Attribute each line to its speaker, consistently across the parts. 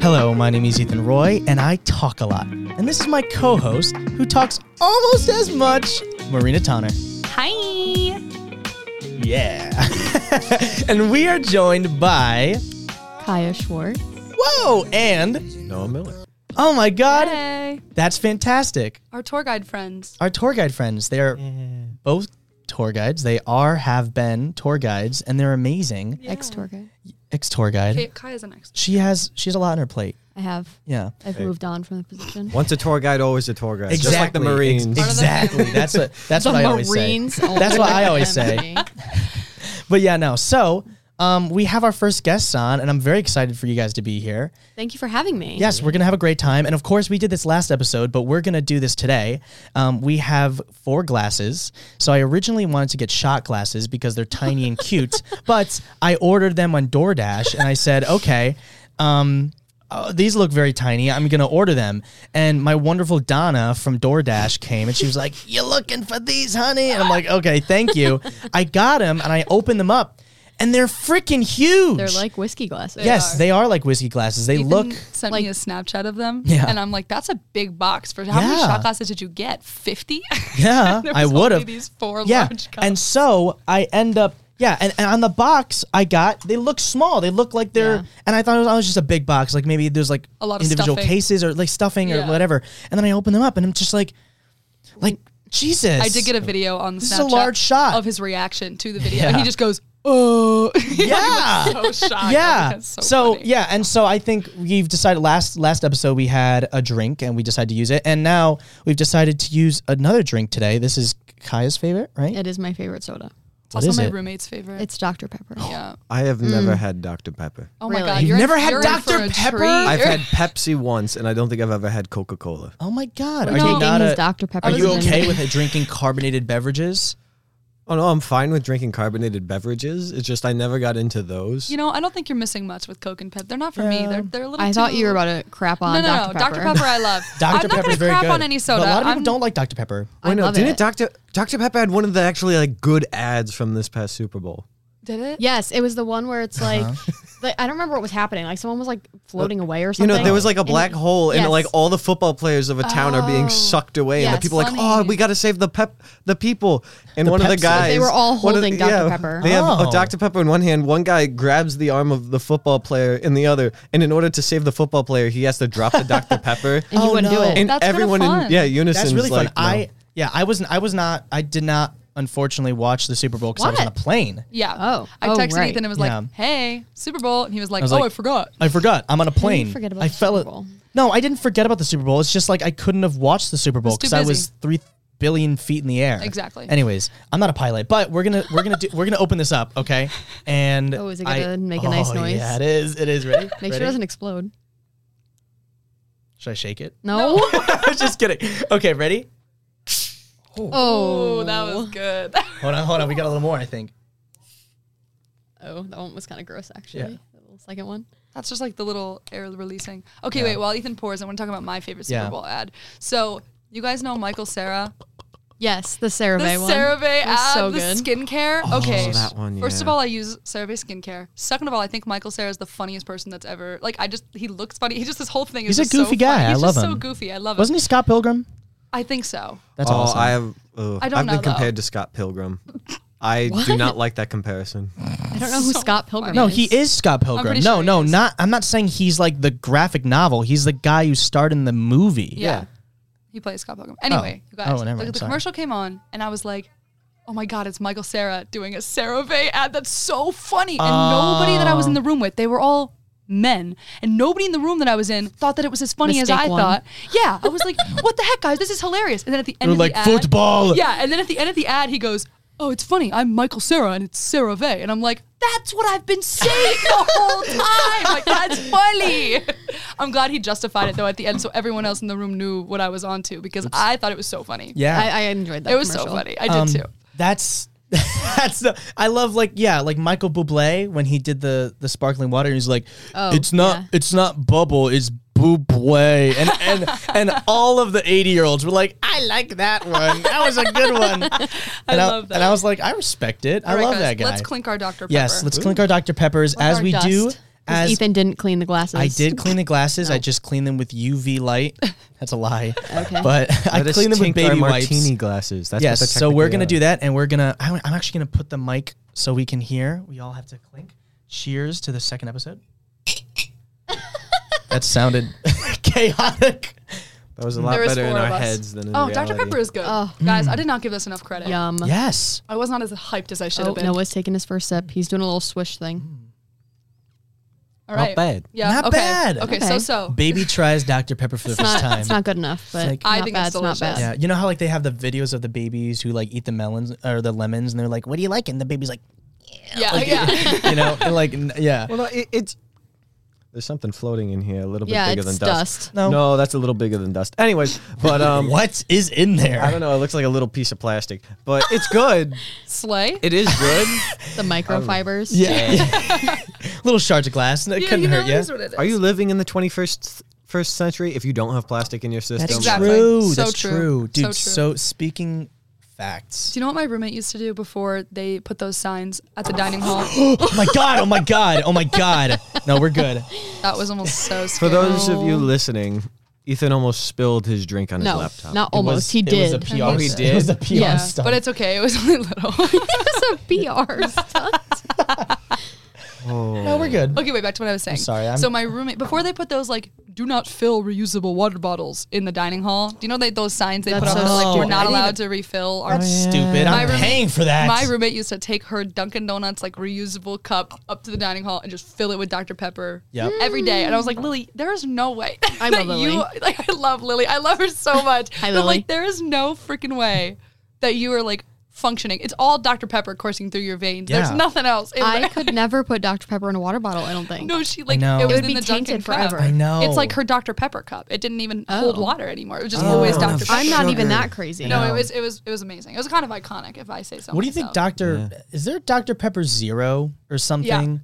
Speaker 1: Hello, my name is Ethan Roy, and I talk a lot. And this is my co host, who talks almost as much, Marina Tanner.
Speaker 2: Hi.
Speaker 1: Yeah. and we are joined by,
Speaker 2: Kaya Schwartz.
Speaker 1: whoa, and,
Speaker 3: Noah Miller.
Speaker 1: oh my God,
Speaker 2: Hey.
Speaker 1: that's fantastic.
Speaker 2: Our tour guide friends.
Speaker 1: Our tour guide friends, they are both tour guides. They are, have been tour guides, and they're amazing.
Speaker 4: Ex tour guide.
Speaker 1: Ex tour guide.
Speaker 2: Ka- Kaya's an ex.
Speaker 1: She has, she has a lot on her plate.
Speaker 4: I have.
Speaker 1: Yeah.
Speaker 4: I've
Speaker 3: Hey.
Speaker 4: moved on from the position.
Speaker 3: Once a tour guide, always a tour guide. Just like the
Speaker 1: Ex-
Speaker 3: Marines.
Speaker 1: Exactly. That's what that's what I always say. That's what I always say. But yeah, no. So um, we have our first guests on, and I'm very excited for you guys to be here.
Speaker 4: Thank you for having me.
Speaker 1: Yes, we're gonna have a great time, and of course, we did this last episode, but we're gonna do this today. Um, we have four glasses, so I originally wanted to get shot glasses because they're tiny and cute, but I ordered them on DoorDash, and I said, okay. Um, uh, these look very tiny. I'm gonna order them. And my wonderful Donna from DoorDash came and she was like, "You looking for these, honey?" And I'm like, "Okay, thank you." I got them and I opened them up, and they're freaking huge.
Speaker 4: They're like whiskey glasses.
Speaker 1: yes, they are like whiskey glasses. They
Speaker 2: Ethan
Speaker 1: look
Speaker 2: Sent me a Snapchat of them.
Speaker 1: Yeah.
Speaker 2: And I'm like, that's a big box for how many
Speaker 1: Yeah.
Speaker 2: shot glasses did you get? 50?
Speaker 1: Yeah,
Speaker 2: There
Speaker 1: I
Speaker 2: was
Speaker 1: would
Speaker 2: only
Speaker 1: have.
Speaker 2: These four
Speaker 1: Yeah,
Speaker 2: large cups.
Speaker 1: and so I end up. Yeah, and, and on the box I got, they look small. They look like they're,
Speaker 4: Yeah.
Speaker 1: and I thought it was, it was just a big box, like maybe there's like
Speaker 2: A lot of
Speaker 1: individual
Speaker 2: stuffing.
Speaker 1: cases or like stuffing or
Speaker 2: Yeah.
Speaker 1: whatever. And then I open them up, and I'm just like, like Jesus.
Speaker 2: I did get a video on
Speaker 1: This
Speaker 2: Snapchat
Speaker 1: is a large shot.
Speaker 2: of his reaction to the video.
Speaker 1: Yeah.
Speaker 2: And he just goes, oh. He
Speaker 1: Yeah.
Speaker 2: was so shocked. I
Speaker 1: yeah.
Speaker 2: was
Speaker 1: So,
Speaker 2: like, "That's funny."
Speaker 1: yeah, and so I think we've decided last last episode we had a drink and we decided to use it, and now we've decided to use another drink today. This is Kaya's favorite, right?
Speaker 4: It is my favorite soda.
Speaker 2: It's also
Speaker 1: is
Speaker 2: my
Speaker 1: it?
Speaker 2: roommate's favorite.
Speaker 4: It's Dr. Pepper.
Speaker 2: yeah.
Speaker 3: I have never had Dr. Pepper.
Speaker 2: Oh my
Speaker 4: Really?
Speaker 2: God.
Speaker 4: You've
Speaker 2: you're in-
Speaker 1: never had
Speaker 2: you're in
Speaker 1: Dr.
Speaker 2: for a
Speaker 1: Pepper?
Speaker 2: treat.
Speaker 3: I've had Pepsi once, and I don't think I've ever had Coca Cola.
Speaker 1: Oh my God!
Speaker 4: We're
Speaker 1: Are you
Speaker 4: taking
Speaker 1: not
Speaker 4: his
Speaker 1: a,
Speaker 4: Dr. Pepper
Speaker 1: Are you
Speaker 4: today.
Speaker 1: okay with it drinking carbonated beverages?
Speaker 3: Oh, no, I'm fine with drinking carbonated beverages. It's just I never got into those.
Speaker 2: You know, I don't think you're missing much with Coke and Pep. They're not for me.
Speaker 1: Yeah.
Speaker 2: They're, they're a little
Speaker 4: I thought
Speaker 2: too-
Speaker 4: you were about to crap on
Speaker 2: No,
Speaker 4: Dr.
Speaker 2: no,
Speaker 4: Pepper.
Speaker 2: no. Dr. Pepper, I love.
Speaker 1: Dr.
Speaker 2: I'm not
Speaker 1: Pepper
Speaker 2: gonna
Speaker 1: is very
Speaker 2: crap
Speaker 1: good.
Speaker 2: on any soda.
Speaker 1: But a lot of people
Speaker 2: I'm-
Speaker 1: don't like Dr. Pepper.
Speaker 4: I love
Speaker 3: didn't
Speaker 4: it.
Speaker 3: Dr. Dr. Pepper had one of the actually like good ads from this past Super Bowl?
Speaker 2: Did it?
Speaker 4: Yes, it was the one where it's like,
Speaker 1: Uh-huh.
Speaker 4: like, I don't remember what was happening. Like someone was like floating away or
Speaker 3: You
Speaker 4: something.
Speaker 3: know, there was like a
Speaker 4: And
Speaker 3: black
Speaker 4: it-
Speaker 3: hole, and
Speaker 4: yes.
Speaker 3: like all the football players of a town are being sucked away, and
Speaker 4: Yes.
Speaker 3: the people are like,
Speaker 2: Oh. Funny.
Speaker 3: "Oh, we got to save the pep, the people." And one of
Speaker 1: Pepsi.
Speaker 3: the guys,
Speaker 4: They were all
Speaker 3: one of the-
Speaker 4: holding Dr. Pepper.
Speaker 3: They have
Speaker 1: Oh.
Speaker 3: a Dr. Pepper in one hand. One guy grabs the arm of the football player in the other, and in order to save the football player, he has to drop the Dr. Pepper.
Speaker 4: And he
Speaker 1: Oh,
Speaker 4: wouldn't
Speaker 1: no.
Speaker 4: do it.
Speaker 3: and
Speaker 2: That's kinda
Speaker 3: everyone in
Speaker 2: fun.
Speaker 3: yeah unison
Speaker 1: That's really
Speaker 3: like,
Speaker 1: fun. I yeah, I wasn't I was not I did not unfortunately watch the Super Bowl because I was on a
Speaker 4: What?
Speaker 1: plane.
Speaker 2: Yeah.
Speaker 4: Oh.
Speaker 2: I
Speaker 4: Oh,
Speaker 2: texted
Speaker 4: right.
Speaker 2: Ethan and was
Speaker 1: Yeah.
Speaker 2: like, "Hey, Super Bowl," and he was like,
Speaker 1: was
Speaker 2: "Oh,
Speaker 1: like-
Speaker 2: I forgot."
Speaker 1: I forgot. I'm on a plane.
Speaker 4: forget about
Speaker 1: I
Speaker 4: the
Speaker 1: fell
Speaker 4: Super Bowl?
Speaker 1: No, I didn't forget about the Super Bowl. It's just like I couldn't have watched the Super Bowl
Speaker 2: too
Speaker 1: because I
Speaker 2: busy.
Speaker 1: was three billion feet in the air.
Speaker 2: Exactly.
Speaker 1: Anyways, I'm not a pilot, but we're gonna we're gonna do we're gonna open this up, okay? And
Speaker 4: Oh, is it
Speaker 1: I-
Speaker 4: gonna make a nice
Speaker 1: Oh,
Speaker 4: noise?
Speaker 1: Yeah, it is. It is. Ready?
Speaker 4: Make sure
Speaker 1: Ready?
Speaker 4: it doesn't explode.
Speaker 1: Should I shake it?
Speaker 4: No.
Speaker 1: just kidding. Okay, ready?
Speaker 2: Oh,
Speaker 4: oh,
Speaker 2: that was good.
Speaker 1: Hold on, hold on. We got a little more, I think.
Speaker 4: Oh, that one was kind of gross actually. The little second one.
Speaker 2: That's just like the little air releasing. Okay, wait. While Ethan pours, I want to talk about my favorite Super
Speaker 1: Yeah.
Speaker 2: Bowl ad. So. You guys know Michael Sarah,
Speaker 4: Yes, the
Speaker 2: the
Speaker 4: CeraVe one.
Speaker 2: CeraVe
Speaker 4: was
Speaker 2: ad,
Speaker 4: so
Speaker 2: the
Speaker 4: good.
Speaker 2: skincare.
Speaker 1: Oh,
Speaker 2: okay,
Speaker 3: that one,
Speaker 2: first of
Speaker 3: yeah.
Speaker 2: all, I use CeraVe skincare. Second of all, I think Michael Sarah is the funniest person that's ever. Like, I just he looks funny. He just this whole thing is
Speaker 1: He's a
Speaker 2: just so
Speaker 1: goofy
Speaker 2: funny.
Speaker 1: guy. I
Speaker 2: He's
Speaker 1: love
Speaker 2: just so
Speaker 1: him.
Speaker 2: goofy. I love
Speaker 1: Wasn't
Speaker 2: it.
Speaker 1: he Scott Pilgrim?
Speaker 2: I think so.
Speaker 1: That's
Speaker 3: oh,
Speaker 1: awesome.
Speaker 3: I have. ugh,
Speaker 2: I don't
Speaker 3: I've
Speaker 2: know,
Speaker 3: been
Speaker 2: though.
Speaker 3: compared to Scott Pilgrim. I do not like that comparison.
Speaker 4: I don't know who
Speaker 2: So
Speaker 4: Scott Pilgrim
Speaker 1: No,
Speaker 4: is.
Speaker 1: he is Scott Pilgrim.
Speaker 2: pretty
Speaker 1: No,
Speaker 2: sure he
Speaker 1: no,
Speaker 2: is.
Speaker 1: not. I'm not saying he's like the graphic novel. He's the guy who starred in the movie.
Speaker 2: Yeah. He plays Scott Pilgrim. Anyway, you guys,
Speaker 1: Oh, never
Speaker 2: like,
Speaker 1: mind,
Speaker 2: the
Speaker 1: sorry.
Speaker 2: commercial came on, and I was like, oh my God, it's Michael Sarah doing a CeraVe ad. That's so funny. And nobody that I was in the
Speaker 1: Oh.
Speaker 2: room with, they were all men. And nobody in the room that I was in thought that it was as funny as
Speaker 4: Mistake
Speaker 2: I
Speaker 4: one.
Speaker 2: thought. Yeah. I was like, what the heck, guys? This is hilarious. And then at the end
Speaker 1: They're
Speaker 2: of
Speaker 1: like
Speaker 2: the ad,
Speaker 1: football.
Speaker 2: Yeah. And then at the end of the ad, he goes, oh, it's funny. I'm Michael Sarah, and it's CeraVe. And I'm like, that's what I've been saying the whole time. Like, that's funny. I'm glad he justified it though at the end, so everyone else in the room knew what I was onto because I thought it was so funny.
Speaker 1: Yeah.
Speaker 4: I, I enjoyed that.
Speaker 2: it was so
Speaker 4: commercial.
Speaker 2: funny. I did
Speaker 1: Um,
Speaker 2: too.
Speaker 1: That's that's the. I love like yeah, like Michael Bublé when he did the the sparkling water. He's like,
Speaker 4: Oh,
Speaker 1: it's not
Speaker 4: yeah.
Speaker 1: it's not bubble, it's Bublé, and and and all of the 80 year olds were like, I like that one. That was a good one. And I
Speaker 2: love that.
Speaker 1: And I was like, I respect it. I
Speaker 2: All right,
Speaker 1: love
Speaker 2: guys,
Speaker 1: that guy.
Speaker 2: Let's clink our Dr. Pepper.
Speaker 1: Yes, let's clink our Dr. Peppers as
Speaker 4: our
Speaker 1: we do
Speaker 4: dust.
Speaker 1: as
Speaker 4: Ethan didn't clean the glasses.
Speaker 1: I did clean the glasses. I just clean them with UV light. That's a lie.
Speaker 4: Okay.
Speaker 1: But I
Speaker 3: Let us
Speaker 1: clean them with
Speaker 3: tink our
Speaker 1: baby wipes.
Speaker 3: martini glasses. That's
Speaker 1: yes.
Speaker 3: What
Speaker 1: So we're
Speaker 3: uh,
Speaker 1: gonna do that, and we're gonna. I, I'm actually gonna put the mic so we can hear. We all have to clink. Cheers to the second episode. that sounded chaotic.
Speaker 3: That was a lot
Speaker 2: There is
Speaker 3: better in
Speaker 2: four of
Speaker 3: our
Speaker 2: us.
Speaker 3: heads than in
Speaker 2: Oh,
Speaker 3: reality.
Speaker 2: Dr. Pepper is good.
Speaker 4: Oh.
Speaker 1: Hmm.
Speaker 2: Guys, I did not give this enough credit.
Speaker 4: Yum.
Speaker 1: Yes.
Speaker 2: I was not as hyped as I should
Speaker 4: Oh,
Speaker 2: have been.
Speaker 4: Noah's taking his first sip. He's doing a little swish
Speaker 1: Mm,
Speaker 4: thing.
Speaker 2: All right.
Speaker 3: Not bad.
Speaker 2: Yeah.
Speaker 1: Not
Speaker 2: okay.
Speaker 1: bad.
Speaker 2: Okay,
Speaker 4: Okay.
Speaker 2: so so.
Speaker 1: Baby tries Dr Pepper for the first
Speaker 4: Not,
Speaker 1: time.
Speaker 4: It's not good enough, but
Speaker 1: like-
Speaker 2: I
Speaker 4: not
Speaker 2: think
Speaker 4: bad,
Speaker 2: it's
Speaker 4: not bad.
Speaker 2: delicious.
Speaker 1: Yeah, you know how like they have the videos of the babies who like eat the melons or the lemons, and they're like, "What do you like?" And the baby's like,
Speaker 2: Yeah, Oh, yeah.
Speaker 1: you know, and, like n- yeah.
Speaker 3: Well, no, it, it's there's something floating in here a little bit
Speaker 4: Yeah,
Speaker 3: bigger
Speaker 4: it's
Speaker 3: than dust.
Speaker 4: dust.
Speaker 1: No.
Speaker 3: no, that's a little bigger than dust. Anyways, but um,
Speaker 1: what is in there?
Speaker 3: I don't know. It looks like a little piece of plastic, but it's good.
Speaker 2: Slay.
Speaker 3: It is good.
Speaker 4: The microfibers.
Speaker 1: Yeah, little shards of glass. It
Speaker 2: yeah,
Speaker 1: couldn't
Speaker 2: you know,
Speaker 1: hurt
Speaker 2: it
Speaker 1: you.
Speaker 2: is what it is.
Speaker 3: Are you living in the 21st first century if you don't have plastic in your system?
Speaker 1: That's
Speaker 2: Exactly.
Speaker 1: true.
Speaker 2: So
Speaker 1: That's
Speaker 2: true.
Speaker 1: true,
Speaker 2: So
Speaker 1: dude.
Speaker 2: true.
Speaker 1: So, speaking facts.
Speaker 2: Do you know what my roommate used to do before they put those signs at the dining hall?
Speaker 1: Oh my god! Oh my god! Oh my god! No, we're good.
Speaker 2: that was almost so
Speaker 3: For
Speaker 2: scary.
Speaker 3: those of you listening, Ethan almost spilled his drink on
Speaker 4: No,
Speaker 3: his laptop.
Speaker 4: not almost. he
Speaker 1: It was
Speaker 4: did.
Speaker 1: a PR.
Speaker 2: Oh, he
Speaker 1: stunt. It was a PR
Speaker 4: Yeah,
Speaker 1: stunt.
Speaker 2: But it's okay. It was only little.
Speaker 4: It was a PR stunt.
Speaker 1: no, we're good.
Speaker 2: Okay, wait, back to what I was saying.
Speaker 1: sorry, I'm-
Speaker 2: so my roommate before they put those like do not fill reusable water bottles in the dining hall. Do you know they those signs they put
Speaker 4: That's
Speaker 2: up
Speaker 4: so
Speaker 2: that are like
Speaker 1: stupid.
Speaker 2: we're not
Speaker 1: I didn't
Speaker 2: allowed to refill our
Speaker 1: Stupid.
Speaker 2: My
Speaker 1: I'm
Speaker 2: roommate-
Speaker 1: paying for that.
Speaker 2: my roommate used to take her Dunkin' Donuts like reusable cup up to the dining hall and just fill it with Dr. Pepper
Speaker 1: Yep.
Speaker 2: every day. And I was like, Lily, there is no way.
Speaker 4: Mm. I
Speaker 2: that
Speaker 4: love
Speaker 2: You,
Speaker 4: Lily.
Speaker 2: like, I love Lily. I love her so much.
Speaker 4: Hi,
Speaker 2: But,
Speaker 4: Lily.
Speaker 2: Like, there is no freaking way that you are like functioning. It's all Dr. Pepper coursing through your veins.
Speaker 1: Yeah.
Speaker 2: There's nothing else. in
Speaker 4: I
Speaker 2: there.
Speaker 4: could never put Dr. Pepper in a water bottle, I don't think.
Speaker 2: No, she like
Speaker 1: know.
Speaker 2: it
Speaker 1: It
Speaker 2: was
Speaker 1: would
Speaker 2: in
Speaker 4: be
Speaker 2: the Dunkin'
Speaker 4: tainted
Speaker 2: cup.
Speaker 4: forever.
Speaker 1: I know.
Speaker 2: It's like her Dr Pepper cup. It didn't even hold
Speaker 4: Oh.
Speaker 2: water anymore. It was just
Speaker 1: Oh.
Speaker 2: always
Speaker 1: I don't
Speaker 2: Dr
Speaker 1: have
Speaker 2: Pepper.
Speaker 4: I'm not
Speaker 3: Sugar.
Speaker 4: even that crazy.
Speaker 2: No,
Speaker 1: Yeah.
Speaker 2: it was it was it was amazing. It was kind of iconic, if I say so.
Speaker 1: What do you think,
Speaker 2: myself.
Speaker 1: Doctor? Is there Dr Pepper Zero or something?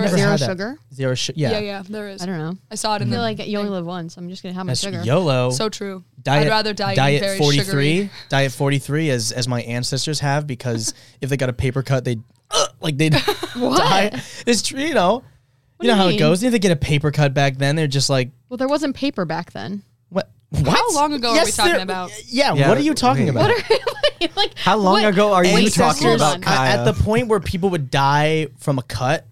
Speaker 1: I never
Speaker 2: is.
Speaker 1: had
Speaker 4: Zero
Speaker 1: that.
Speaker 4: sugar?
Speaker 1: Zero sugar.
Speaker 2: Yeah,
Speaker 1: Yeah. Mm-hmm.
Speaker 2: yeah, there is.
Speaker 4: I don't know.
Speaker 2: I saw
Speaker 4: I
Speaker 2: it in the
Speaker 4: feel like you only live once. I'm just going to have my
Speaker 1: Mm. That's
Speaker 4: sugar.
Speaker 1: YOLO.
Speaker 2: so true.
Speaker 1: Diet,
Speaker 2: I'd rather die
Speaker 1: diet
Speaker 2: very
Speaker 1: 43
Speaker 2: sugary.
Speaker 1: diet 43 as as my ancestors have because if they got a paper cut they'd uh, like they'd die it's true you know you
Speaker 4: do
Speaker 1: know
Speaker 4: you
Speaker 1: how
Speaker 4: mean?
Speaker 1: it goes if they get a paper cut back then they're just like
Speaker 4: Well, there wasn't paper back then.
Speaker 1: what what
Speaker 2: How long ago are we talking
Speaker 1: they're-
Speaker 2: about?
Speaker 1: yeah,
Speaker 3: Yeah,
Speaker 1: what are you talking
Speaker 3: wait.
Speaker 1: about
Speaker 3: What
Speaker 4: like,
Speaker 3: How long
Speaker 4: what-
Speaker 3: ago are you
Speaker 4: Wait,
Speaker 3: talking
Speaker 4: hold
Speaker 3: about,
Speaker 4: on.
Speaker 3: Kyle?
Speaker 1: at the point where people would die from a cut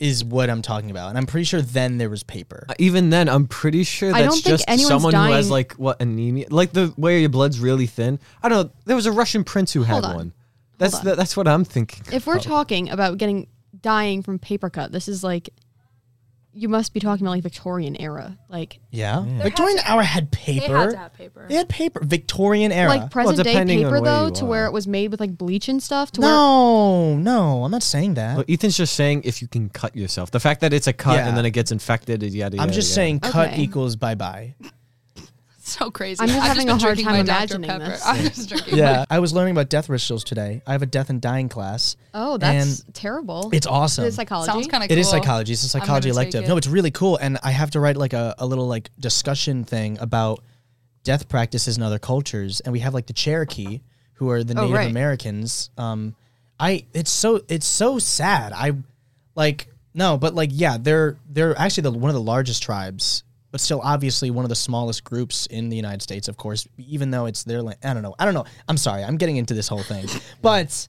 Speaker 1: is what I'm talking about and I'm pretty sure then there was paper
Speaker 3: Even then, I'm pretty sure
Speaker 4: I
Speaker 3: that's
Speaker 4: don't think
Speaker 3: just
Speaker 4: anyone's
Speaker 3: someone who has
Speaker 4: dying-
Speaker 3: like what anemia, like the where your blood's really thin. I don't know. There was a Russian prince who had
Speaker 4: Hold on.
Speaker 3: one. That's
Speaker 4: on.
Speaker 3: the, that's what I'm thinking.
Speaker 4: If we're talking about getting dying from paper cut, this is like you must be talking about like Victorian era, like
Speaker 1: yeah, Victorian era had paper
Speaker 2: They had to have paper.
Speaker 1: They had paper Victorian era
Speaker 4: like present day
Speaker 3: depending on
Speaker 4: paper
Speaker 3: where
Speaker 4: though,
Speaker 3: you
Speaker 4: to
Speaker 3: are.
Speaker 4: where it was made with like bleach and stuff. To where
Speaker 1: no no I'm not saying that
Speaker 3: But Ethan's just saying if you can cut yourself. The fact that it's a cut
Speaker 1: Yeah.
Speaker 3: and then it gets infected is yada.
Speaker 1: I'm
Speaker 3: yada,
Speaker 1: just
Speaker 3: yada.
Speaker 1: saying cut
Speaker 4: Okay.
Speaker 1: equals bye bye.
Speaker 2: So crazy.
Speaker 4: I'm just
Speaker 2: I've
Speaker 4: having
Speaker 2: been
Speaker 4: a hard
Speaker 2: drinking
Speaker 4: time
Speaker 2: my Dr.
Speaker 4: imagining
Speaker 2: Pepper.
Speaker 4: this.
Speaker 2: I'm just drinking.
Speaker 1: Yeah. I was learning about death rituals today. I have a death and dying class.
Speaker 4: oh, that's
Speaker 1: And
Speaker 4: terrible.
Speaker 1: it's awesome.
Speaker 4: It's psychology.
Speaker 2: Sounds kind of
Speaker 1: It is psychology. It's a
Speaker 2: I'm gonna
Speaker 1: psychology
Speaker 2: take
Speaker 1: elective.
Speaker 2: it.
Speaker 1: No, it's really cool. And I have to write like a, a little like discussion thing about death practices in other cultures. And we have like the Cherokee, who are the
Speaker 4: Oh,
Speaker 1: Native
Speaker 4: right.
Speaker 1: Americans. Um I it's so it's so sad. I like no, but like yeah, they're they're actually the one of the largest tribes, but still obviously one of the smallest groups in the United States, of course, even though it's their land. I don't know. I don't know. I'm sorry, I'm getting into this whole thing. but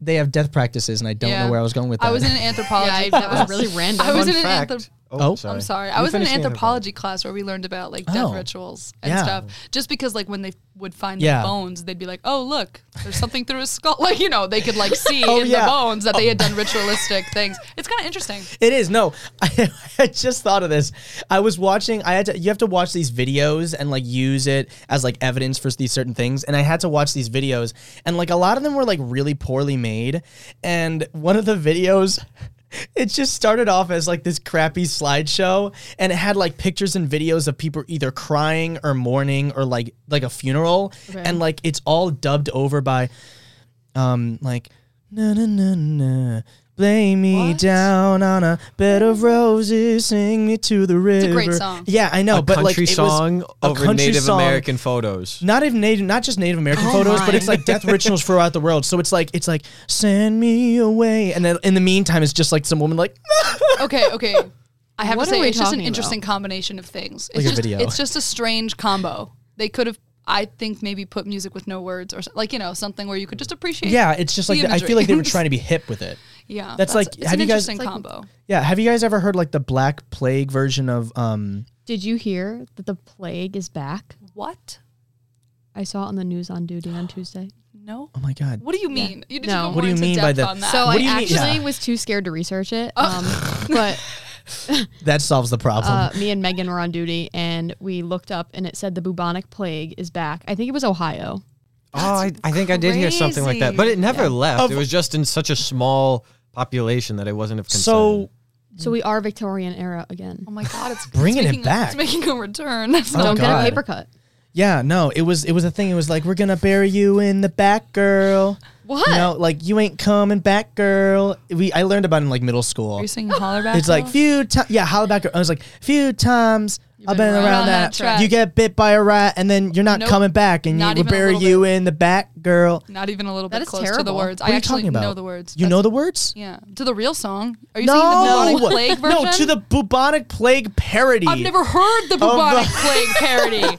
Speaker 1: they have death practices and I don't
Speaker 2: Yeah.
Speaker 1: know where I was going with that.
Speaker 2: I was in an
Speaker 4: yeah,
Speaker 2: anthropology.
Speaker 4: I- that was
Speaker 2: class.
Speaker 4: really random.
Speaker 2: I was
Speaker 3: Fun
Speaker 2: in an
Speaker 3: fact-
Speaker 2: anthrop-
Speaker 1: Oh.
Speaker 2: I'm sorry. I
Speaker 3: You
Speaker 2: was in an
Speaker 3: finish the
Speaker 2: anthropology class where we learned about like death
Speaker 1: Oh.
Speaker 2: rituals and
Speaker 1: Yeah.
Speaker 2: stuff. Just because like when they would find
Speaker 1: Yeah.
Speaker 2: the bones, they'd be like, "Oh, look, there's something through his skull." Like you know, they could like see in the
Speaker 1: Oh, yeah.
Speaker 2: bones that they had done ritualistic things. It's kind of interesting.
Speaker 1: It is no. I, I just thought of this. I was watching. I had to. You have to watch these videos and like use it as like evidence for these certain things. And I had to watch these videos, and like a lot of them were like really poorly made. And one of the videos. It just started off as like this crappy slideshow and it had like pictures and videos of people either crying or mourning or like like a funeral
Speaker 4: Okay.
Speaker 1: and like it's all dubbed over by um like Na na na na. Lay me
Speaker 2: What?
Speaker 1: down on a bed of roses, sing me to the river.
Speaker 2: a great song.
Speaker 1: Yeah, I know,
Speaker 3: a
Speaker 1: but like
Speaker 3: country
Speaker 1: it was
Speaker 3: song
Speaker 1: a
Speaker 3: over
Speaker 1: country
Speaker 3: Native
Speaker 1: song.
Speaker 3: American photos.
Speaker 1: Not even native, not just Native American
Speaker 2: Oh
Speaker 1: photos, but
Speaker 2: my.
Speaker 1: it's like death rituals throughout the world. So it's like it's like send me away, and then in the meantime, it's just like some woman like
Speaker 2: Okay, okay. I have
Speaker 4: What
Speaker 2: to
Speaker 4: are
Speaker 2: say,
Speaker 4: we
Speaker 2: it's just an
Speaker 4: talking
Speaker 2: interesting
Speaker 4: about?
Speaker 2: combination of things. It's
Speaker 1: Like a
Speaker 2: just,
Speaker 1: video.
Speaker 2: It's just a strange combo. They could have, I think, maybe put music with no words or so- like you know something where you could just appreciate.
Speaker 1: yeah. It's just
Speaker 2: The
Speaker 1: like I feel like they were
Speaker 2: imagery.
Speaker 1: trying to be hip with it.
Speaker 2: yeah.
Speaker 1: That's like-
Speaker 2: it's
Speaker 1: have
Speaker 2: an
Speaker 1: you guys-
Speaker 2: interesting
Speaker 1: It's like-
Speaker 2: combo.
Speaker 1: Yeah. Have you guys ever heard like the Black Plague version of um?
Speaker 4: Did you hear that the plague is back?
Speaker 2: What?
Speaker 4: I saw it on the news on duty on Tuesday.
Speaker 2: No.
Speaker 1: Oh my god.
Speaker 2: What do you
Speaker 4: Yeah.
Speaker 2: mean? You didn't
Speaker 4: No.
Speaker 2: go
Speaker 1: What do you
Speaker 2: more into
Speaker 1: mean by
Speaker 2: depth
Speaker 1: that?
Speaker 2: on that?
Speaker 4: So
Speaker 1: What
Speaker 4: I
Speaker 1: do you mean-
Speaker 4: actually
Speaker 1: Yeah.
Speaker 4: was too scared to research it. Um, but
Speaker 1: That solves the problem.
Speaker 4: uh, me and Megan were on duty and we looked up and it said the bubonic plague is back. I think it was Ohio.
Speaker 3: Oh, I, I think I did hear something like that, but it never left.
Speaker 1: Of-
Speaker 3: it was just in such a small population that it wasn't of concern.
Speaker 1: so
Speaker 4: So we are Victorian era again.
Speaker 2: oh my god, it's it's
Speaker 1: Bringing it
Speaker 2: making-
Speaker 1: back.
Speaker 2: It's making a return. That's
Speaker 1: Oh
Speaker 4: Don't get
Speaker 1: God.
Speaker 4: a paper cut.
Speaker 1: yeah, no, it was it was a thing. It was like we're gonna bury you in the back, girl.
Speaker 2: What?
Speaker 1: You know, like you ain't coming back, girl. We I learned about it in like middle
Speaker 2: Are
Speaker 1: school.
Speaker 2: you saying holler back?
Speaker 1: It's like
Speaker 2: now?
Speaker 1: few times, yeah, holla back. girl. I was like few times I've been, around, that.
Speaker 2: track.
Speaker 1: You get bit by a rat, and then you're not
Speaker 2: Nope.
Speaker 1: coming back, and
Speaker 2: Not
Speaker 1: you, we
Speaker 2: even a
Speaker 1: bury
Speaker 2: little
Speaker 1: you in the back, girl.
Speaker 2: Not even a little
Speaker 4: That
Speaker 2: bit
Speaker 4: is
Speaker 2: close to the
Speaker 4: terrible.
Speaker 2: words.
Speaker 1: What
Speaker 2: I
Speaker 1: are you
Speaker 2: actually
Speaker 1: talking about?
Speaker 2: know the words.
Speaker 1: You
Speaker 2: That's-
Speaker 1: know the words?
Speaker 2: Yeah, to the real song. Are you saying
Speaker 1: no,
Speaker 2: the bubonic plague version?
Speaker 1: no, to the bubonic plague parody.
Speaker 2: I've never heard the bubonic plague parody.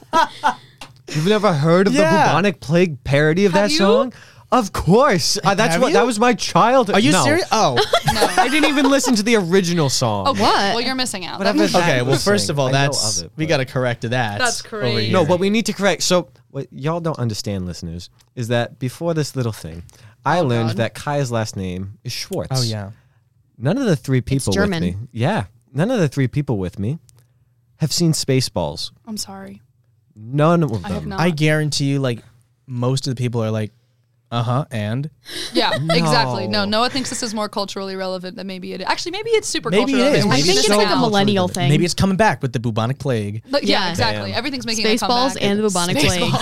Speaker 3: You've never heard of
Speaker 1: Yeah.
Speaker 3: the bubonic plague parody of
Speaker 2: Have
Speaker 3: that
Speaker 2: you?
Speaker 3: song? Of course. Uh, that's
Speaker 1: have
Speaker 3: what
Speaker 1: you?
Speaker 3: that was my childhood.
Speaker 1: Are you
Speaker 3: No.
Speaker 1: serious? Oh,
Speaker 3: I didn't even listen to the original song.
Speaker 2: Okay,
Speaker 4: What?
Speaker 2: Well, you're missing out.
Speaker 3: But I've been-
Speaker 1: okay.
Speaker 3: That
Speaker 1: Well,
Speaker 3: was
Speaker 1: first
Speaker 3: saying-
Speaker 1: of all,
Speaker 3: I know
Speaker 1: that's
Speaker 3: of it,
Speaker 1: we
Speaker 3: but-
Speaker 1: got to correct that.
Speaker 2: That's
Speaker 1: over
Speaker 2: crazy.
Speaker 1: here.
Speaker 3: No, what we need to correct. So what y'all don't understand, listeners, is that before this little thing, I learned
Speaker 4: God.
Speaker 3: that Kai's last name is Schwartz.
Speaker 1: Oh yeah.
Speaker 3: None of the three people
Speaker 4: German.
Speaker 3: with me. Yeah. None of the three people with me have seen Spaceballs.
Speaker 2: I'm sorry.
Speaker 3: None of them.
Speaker 2: I have not.
Speaker 1: I guarantee you, like most of the people are like, uh huh, and
Speaker 2: yeah, exactly. No,
Speaker 3: No.
Speaker 2: Noah thinks this is more culturally relevant than maybe it. Actually, maybe it's super
Speaker 1: Maybe it
Speaker 2: culturally
Speaker 1: is.
Speaker 2: relevant.
Speaker 1: Maybe
Speaker 4: I
Speaker 2: We're
Speaker 4: think
Speaker 2: just
Speaker 4: it's
Speaker 1: so
Speaker 2: missing
Speaker 4: like a
Speaker 2: out.
Speaker 4: millennial thing.
Speaker 1: maybe it's coming back with the bubonic plague
Speaker 2: But yeah,
Speaker 4: Yeah.
Speaker 2: exactly.
Speaker 3: Damn.
Speaker 2: Everything's making a
Speaker 4: Spaceballs
Speaker 2: comeback.
Speaker 4: and the bubonic plague.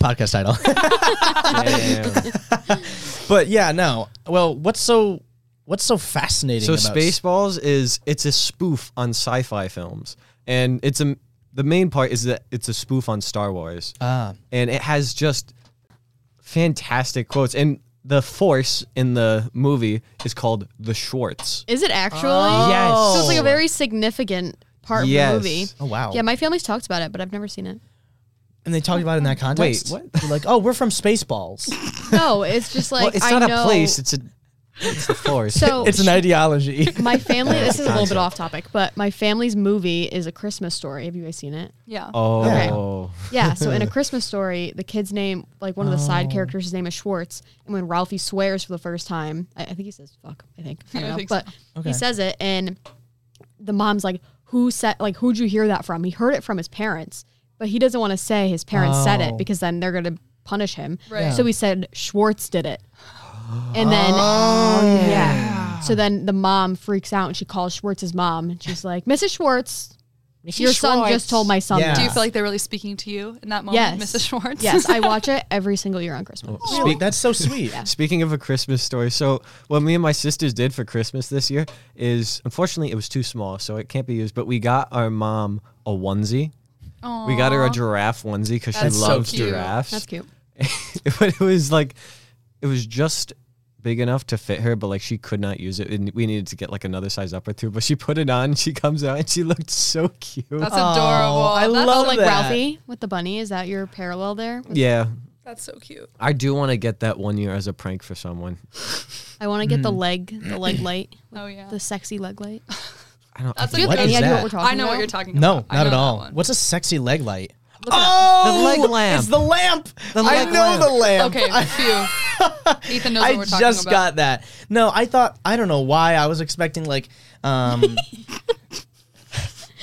Speaker 1: podcast title.
Speaker 3: Damn.
Speaker 1: but yeah, no. Well, what's so what's so fascinating?
Speaker 3: So
Speaker 1: about
Speaker 3: Spaceballs is it's a spoof on sci-fi films, and it's a the main part is that it's a spoof on Star Wars,
Speaker 1: Ah.
Speaker 3: and it has just fantastic quotes. And the Force in the movie is called the Schwartz.
Speaker 4: Is it actually?
Speaker 1: Yes.
Speaker 4: So it's Oh. like a very significant part
Speaker 3: Oh. Yes.
Speaker 4: of the movie.
Speaker 1: Oh wow.
Speaker 4: Yeah, my family's talked about it, but I've never seen it.
Speaker 1: and they talked about it in that context.
Speaker 3: what?
Speaker 1: They're like, oh, we're from Spaceballs.
Speaker 4: No, it's just like
Speaker 3: well, it's
Speaker 4: I
Speaker 3: not
Speaker 4: know.
Speaker 3: a place; it's a it's the Force.
Speaker 4: So
Speaker 1: it's an ideology.
Speaker 4: my family. This is a little bit off topic, but my family's movie is a Christmas story. Have you guys seen it?
Speaker 2: yeah.
Speaker 3: oh,
Speaker 4: Yeah. So in a Christmas story, the kid's name, like one of the
Speaker 1: Oh.
Speaker 4: side characters, his name is Schwartz, and when Ralphie swears for the first time, I, I think he says "fuck." I think I
Speaker 2: Yeah,
Speaker 4: don't
Speaker 2: I
Speaker 4: know,
Speaker 2: think so.
Speaker 4: but he says it, and the mom's like, "Who said? Like, who'd you hear that from?" He heard it from his parents, but he doesn't want to say his parents said
Speaker 1: Oh.
Speaker 4: it because then they're gonna punish him.
Speaker 2: Right.
Speaker 4: So he said Schwartz did it, and then
Speaker 1: Oh,
Speaker 4: yeah. So then the mom freaks out and she calls Schwartz's mom, and she's like, "Mrs. Schwartz." Your son just told my son
Speaker 1: Yeah.
Speaker 4: that."
Speaker 2: Do you feel like they're really speaking to you in that moment,
Speaker 4: Yes.
Speaker 2: Mrs. Schwartz?
Speaker 4: Yes, I watch it every single year on Christmas.
Speaker 1: Speak- That's so sweet.
Speaker 3: Speaking of a Christmas story, so what me and my sisters did for Christmas this year is unfortunately it was too small, so it can't be used. But we got our mom a onesie. We got her a giraffe onesie because she
Speaker 2: That's so
Speaker 3: loves
Speaker 2: cute.
Speaker 3: giraffes.
Speaker 4: That's cute.
Speaker 3: but it was like, it was just big enough to fit her, but like she could not use it, and we needed to get like another size up or two. But she put it on, she comes out, and she looked so cute.
Speaker 2: That's adorable.
Speaker 1: I
Speaker 2: That's-
Speaker 1: love
Speaker 4: Oh, like
Speaker 1: that.
Speaker 2: Uh,
Speaker 4: Ralphie with the bunny. Is that your parallel there?
Speaker 3: yeah,
Speaker 2: That's so cute.
Speaker 3: I do want to get that one year as a prank for someone.
Speaker 4: I want to get the
Speaker 1: Hmm.
Speaker 4: leg, the leg light,
Speaker 2: Oh yeah.
Speaker 4: the sexy leg light.
Speaker 3: I don't.
Speaker 2: That's
Speaker 3: I
Speaker 2: a
Speaker 3: think-
Speaker 1: What
Speaker 2: good
Speaker 1: is
Speaker 4: Any idea
Speaker 1: that?
Speaker 4: what we're talking about?
Speaker 2: I know what you're talking
Speaker 1: No,
Speaker 2: about. I
Speaker 1: not at
Speaker 2: know that
Speaker 1: all.
Speaker 2: one.
Speaker 1: What's a sexy leg light?
Speaker 4: Look it up.
Speaker 1: oh,
Speaker 3: The leg lamp.
Speaker 1: It's the lamp. I
Speaker 3: leg
Speaker 1: know
Speaker 3: lamp.
Speaker 1: the lamp.
Speaker 2: Okay, phew. Ethan knows what
Speaker 1: I
Speaker 2: we're talking
Speaker 1: just
Speaker 2: about.
Speaker 1: got that. No, I thought I don't know why I was expecting like um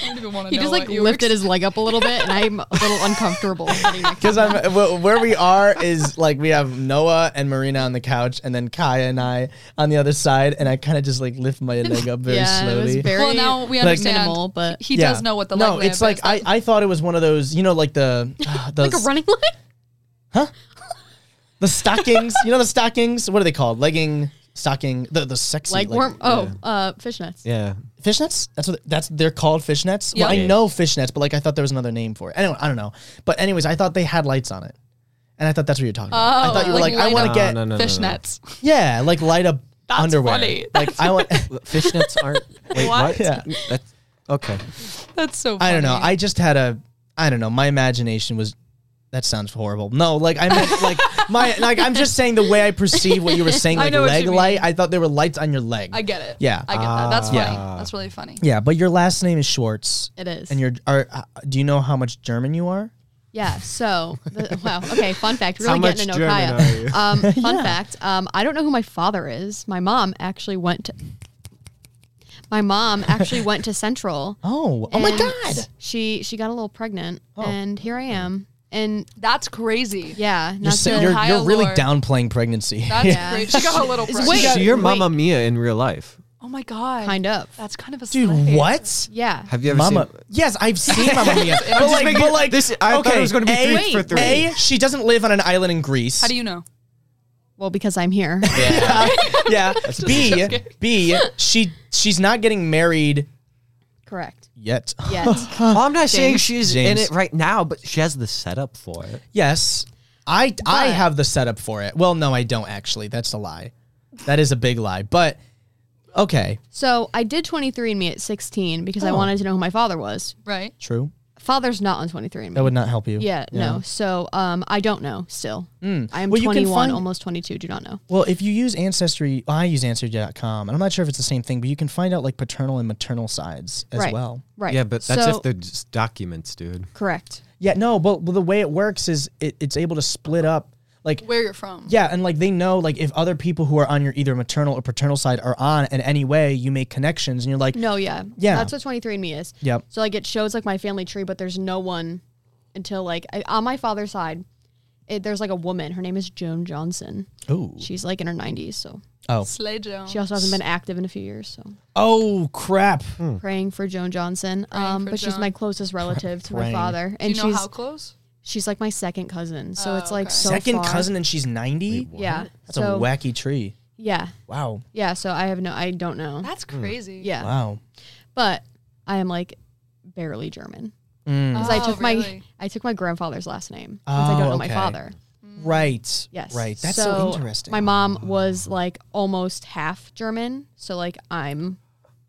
Speaker 2: I don't even wanna
Speaker 4: He
Speaker 2: know
Speaker 4: just
Speaker 2: what
Speaker 4: like
Speaker 2: you were
Speaker 4: lifted his leg up a little bit, and I'm a little uncomfortable. sitting next to
Speaker 1: because I'm wh- where we are is like we have Noah and Marina on the couch and then Kaya and I on the other side and I kind of just like lift my leg up very
Speaker 4: yeah,
Speaker 1: slowly.
Speaker 4: it was very
Speaker 2: Well, now we
Speaker 4: like,
Speaker 2: understand.
Speaker 4: minimal, but
Speaker 2: He
Speaker 1: Yeah.
Speaker 2: does know what the
Speaker 1: no,
Speaker 2: leg lamp
Speaker 1: it's like
Speaker 2: is.
Speaker 1: I, I thought it was one of those you know like the, uh, the
Speaker 4: like a running leg.
Speaker 1: ah, The stockings, you know the stockings. What are they called? Legging, stocking, the the sexy
Speaker 4: Like
Speaker 1: leg-
Speaker 4: worm. Oh, uh, fishnets.
Speaker 3: Yeah.
Speaker 1: fishnets. That's what that's they're called fishnets. Well,
Speaker 2: Yeah.
Speaker 1: I know fishnets, but like I thought there was another name for it. Anyway, I don't know. But anyways, I thought they had lights on it, and I thought that's what you're talking about. I
Speaker 2: Oh,
Speaker 1: thought you were
Speaker 2: like
Speaker 1: like, I
Speaker 2: light
Speaker 1: want to
Speaker 2: up.
Speaker 1: get
Speaker 3: no, no, no,
Speaker 2: Fishnets.
Speaker 1: yeah, like light up
Speaker 2: That's
Speaker 1: underwear.
Speaker 2: funny.
Speaker 1: Like I want.
Speaker 3: No, no. Fishnets aren't. Wait,
Speaker 2: What?
Speaker 3: what?
Speaker 1: Yeah.
Speaker 3: That's, okay.
Speaker 2: That's so funny.
Speaker 1: I don't know. I just had a I don't know. My imagination was that sounds horrible. No, like I meant like my like I'm just saying the way I perceive what you were saying
Speaker 2: I
Speaker 1: like
Speaker 2: know what
Speaker 1: leg
Speaker 2: you mean.
Speaker 1: light. I thought there were lights on your leg.
Speaker 2: I get it.
Speaker 1: Yeah.
Speaker 2: I get that. That's funny.
Speaker 1: Yeah.
Speaker 2: That's really funny.
Speaker 1: yeah, but your last name is Schwartz
Speaker 4: It is.
Speaker 1: and you're are uh, do you know how much German you are?
Speaker 4: Yeah. So, the, wow. Okay. Fun fact.
Speaker 3: How
Speaker 4: Really
Speaker 3: much
Speaker 4: getting to know Kaya.
Speaker 3: German are you?
Speaker 4: Um, fun fact. Um, I don't know who my father is. My mom actually went. To, my mom actually went to Central.
Speaker 1: Oh, oh my
Speaker 4: and
Speaker 1: god. Oh.
Speaker 4: She she got a little pregnant, and here I am. And
Speaker 2: That's crazy.
Speaker 4: yeah,
Speaker 1: You're,
Speaker 4: not
Speaker 1: sa-
Speaker 4: to,
Speaker 1: you're,
Speaker 2: Hi,
Speaker 1: you're really
Speaker 2: Lord.
Speaker 1: downplaying pregnancy.
Speaker 2: That's
Speaker 4: Yeah.
Speaker 2: crazy. She got a little
Speaker 4: Wait.
Speaker 2: pregnant.
Speaker 3: So you're
Speaker 4: wait.
Speaker 3: Mama Mia in real life.
Speaker 2: Oh my god.
Speaker 4: kind of.
Speaker 2: That's kind of a
Speaker 1: Dude,
Speaker 2: slay.
Speaker 1: what?
Speaker 4: Yeah.
Speaker 3: Have you ever
Speaker 1: Mama,
Speaker 3: seen?
Speaker 1: yes, I've seen Mama Mia. but,
Speaker 3: just
Speaker 1: like,
Speaker 3: making-
Speaker 1: but like,
Speaker 3: this- I thought it was gonna be
Speaker 1: A,
Speaker 4: three for three.
Speaker 1: A, she doesn't live on an island in Greece.
Speaker 2: How do you know?
Speaker 4: Well, because I'm here.
Speaker 1: Yeah. yeah. B
Speaker 2: kidding.
Speaker 1: B she she's not getting married
Speaker 4: Correct.
Speaker 1: yet.
Speaker 4: Yet.
Speaker 3: Well, I'm not saying she's in
Speaker 1: James.
Speaker 3: it right now, but she has the setup for it.
Speaker 1: Yes. I I
Speaker 4: But-
Speaker 1: have the setup for it. Well, no, I don't actually. That's a lie. That is a big lie. But okay.
Speaker 4: So I did 23andMe at 16 because
Speaker 1: Oh.
Speaker 4: I wanted to know who my father was.
Speaker 2: Right.
Speaker 1: True.
Speaker 4: Father's not on 23andMe.
Speaker 1: That would not help you.
Speaker 4: Yeah, no. So um, I don't know still. I am
Speaker 1: Mm. Well, you can
Speaker 4: 21,
Speaker 1: find-
Speaker 4: almost 22. Do not know.
Speaker 1: Well, if you use Ancestry, I use Ancestry.com, and I'm not sure if it's the same thing, but you can find out like paternal and maternal sides as
Speaker 4: right.
Speaker 1: well.
Speaker 4: Right.
Speaker 3: Yeah, but that's
Speaker 4: so,
Speaker 3: if they're just documents, dude.
Speaker 4: correct.
Speaker 1: Yeah, no, but but the way it works is it, it's able to split up like
Speaker 2: Where you're from.
Speaker 1: Yeah, and like they know, like if other people who are on your either maternal or paternal side are on in any way, you make connections, and you're like,
Speaker 4: No, yeah.
Speaker 1: Yeah.
Speaker 4: That's what 23andMe is.
Speaker 1: Yep.
Speaker 4: So like it shows like my family tree, but there's no one until like I, on my father's side. It, there's like a woman. Her name is Joan Johnson.
Speaker 1: Ooh.
Speaker 4: She's like in her 90s, so
Speaker 1: oh,
Speaker 2: Slay Joe.
Speaker 4: she also hasn't been active in a few years. So
Speaker 1: oh crap,
Speaker 4: praying for Joan Johnson. um,
Speaker 2: for
Speaker 4: but she's
Speaker 2: Joan.
Speaker 4: my closest relative to my
Speaker 1: Praying.
Speaker 4: father,
Speaker 2: Do you
Speaker 4: and
Speaker 2: know
Speaker 4: she's
Speaker 2: how close?
Speaker 4: she's like my second cousin. So it's like
Speaker 2: okay.
Speaker 4: so
Speaker 1: second
Speaker 4: far.
Speaker 1: cousin, and she's ninety.
Speaker 4: Yeah.
Speaker 1: That's
Speaker 4: so,
Speaker 1: a wacky tree.
Speaker 4: Yeah.
Speaker 1: Wow,
Speaker 4: Yeah, so I have no, I don't know.
Speaker 2: That's
Speaker 1: Mm.
Speaker 2: crazy.
Speaker 4: yeah,
Speaker 1: wow.
Speaker 4: but I am like barely German
Speaker 1: Mm.
Speaker 4: because I
Speaker 2: Oh,
Speaker 4: took my
Speaker 2: really?
Speaker 4: I took my grandfather's last name since I don't
Speaker 1: Oh,
Speaker 4: know my
Speaker 1: okay.
Speaker 4: father.
Speaker 1: Right.
Speaker 4: Yes,
Speaker 1: Right. That's so, interesting.
Speaker 4: My mom was like almost half German, so like I'm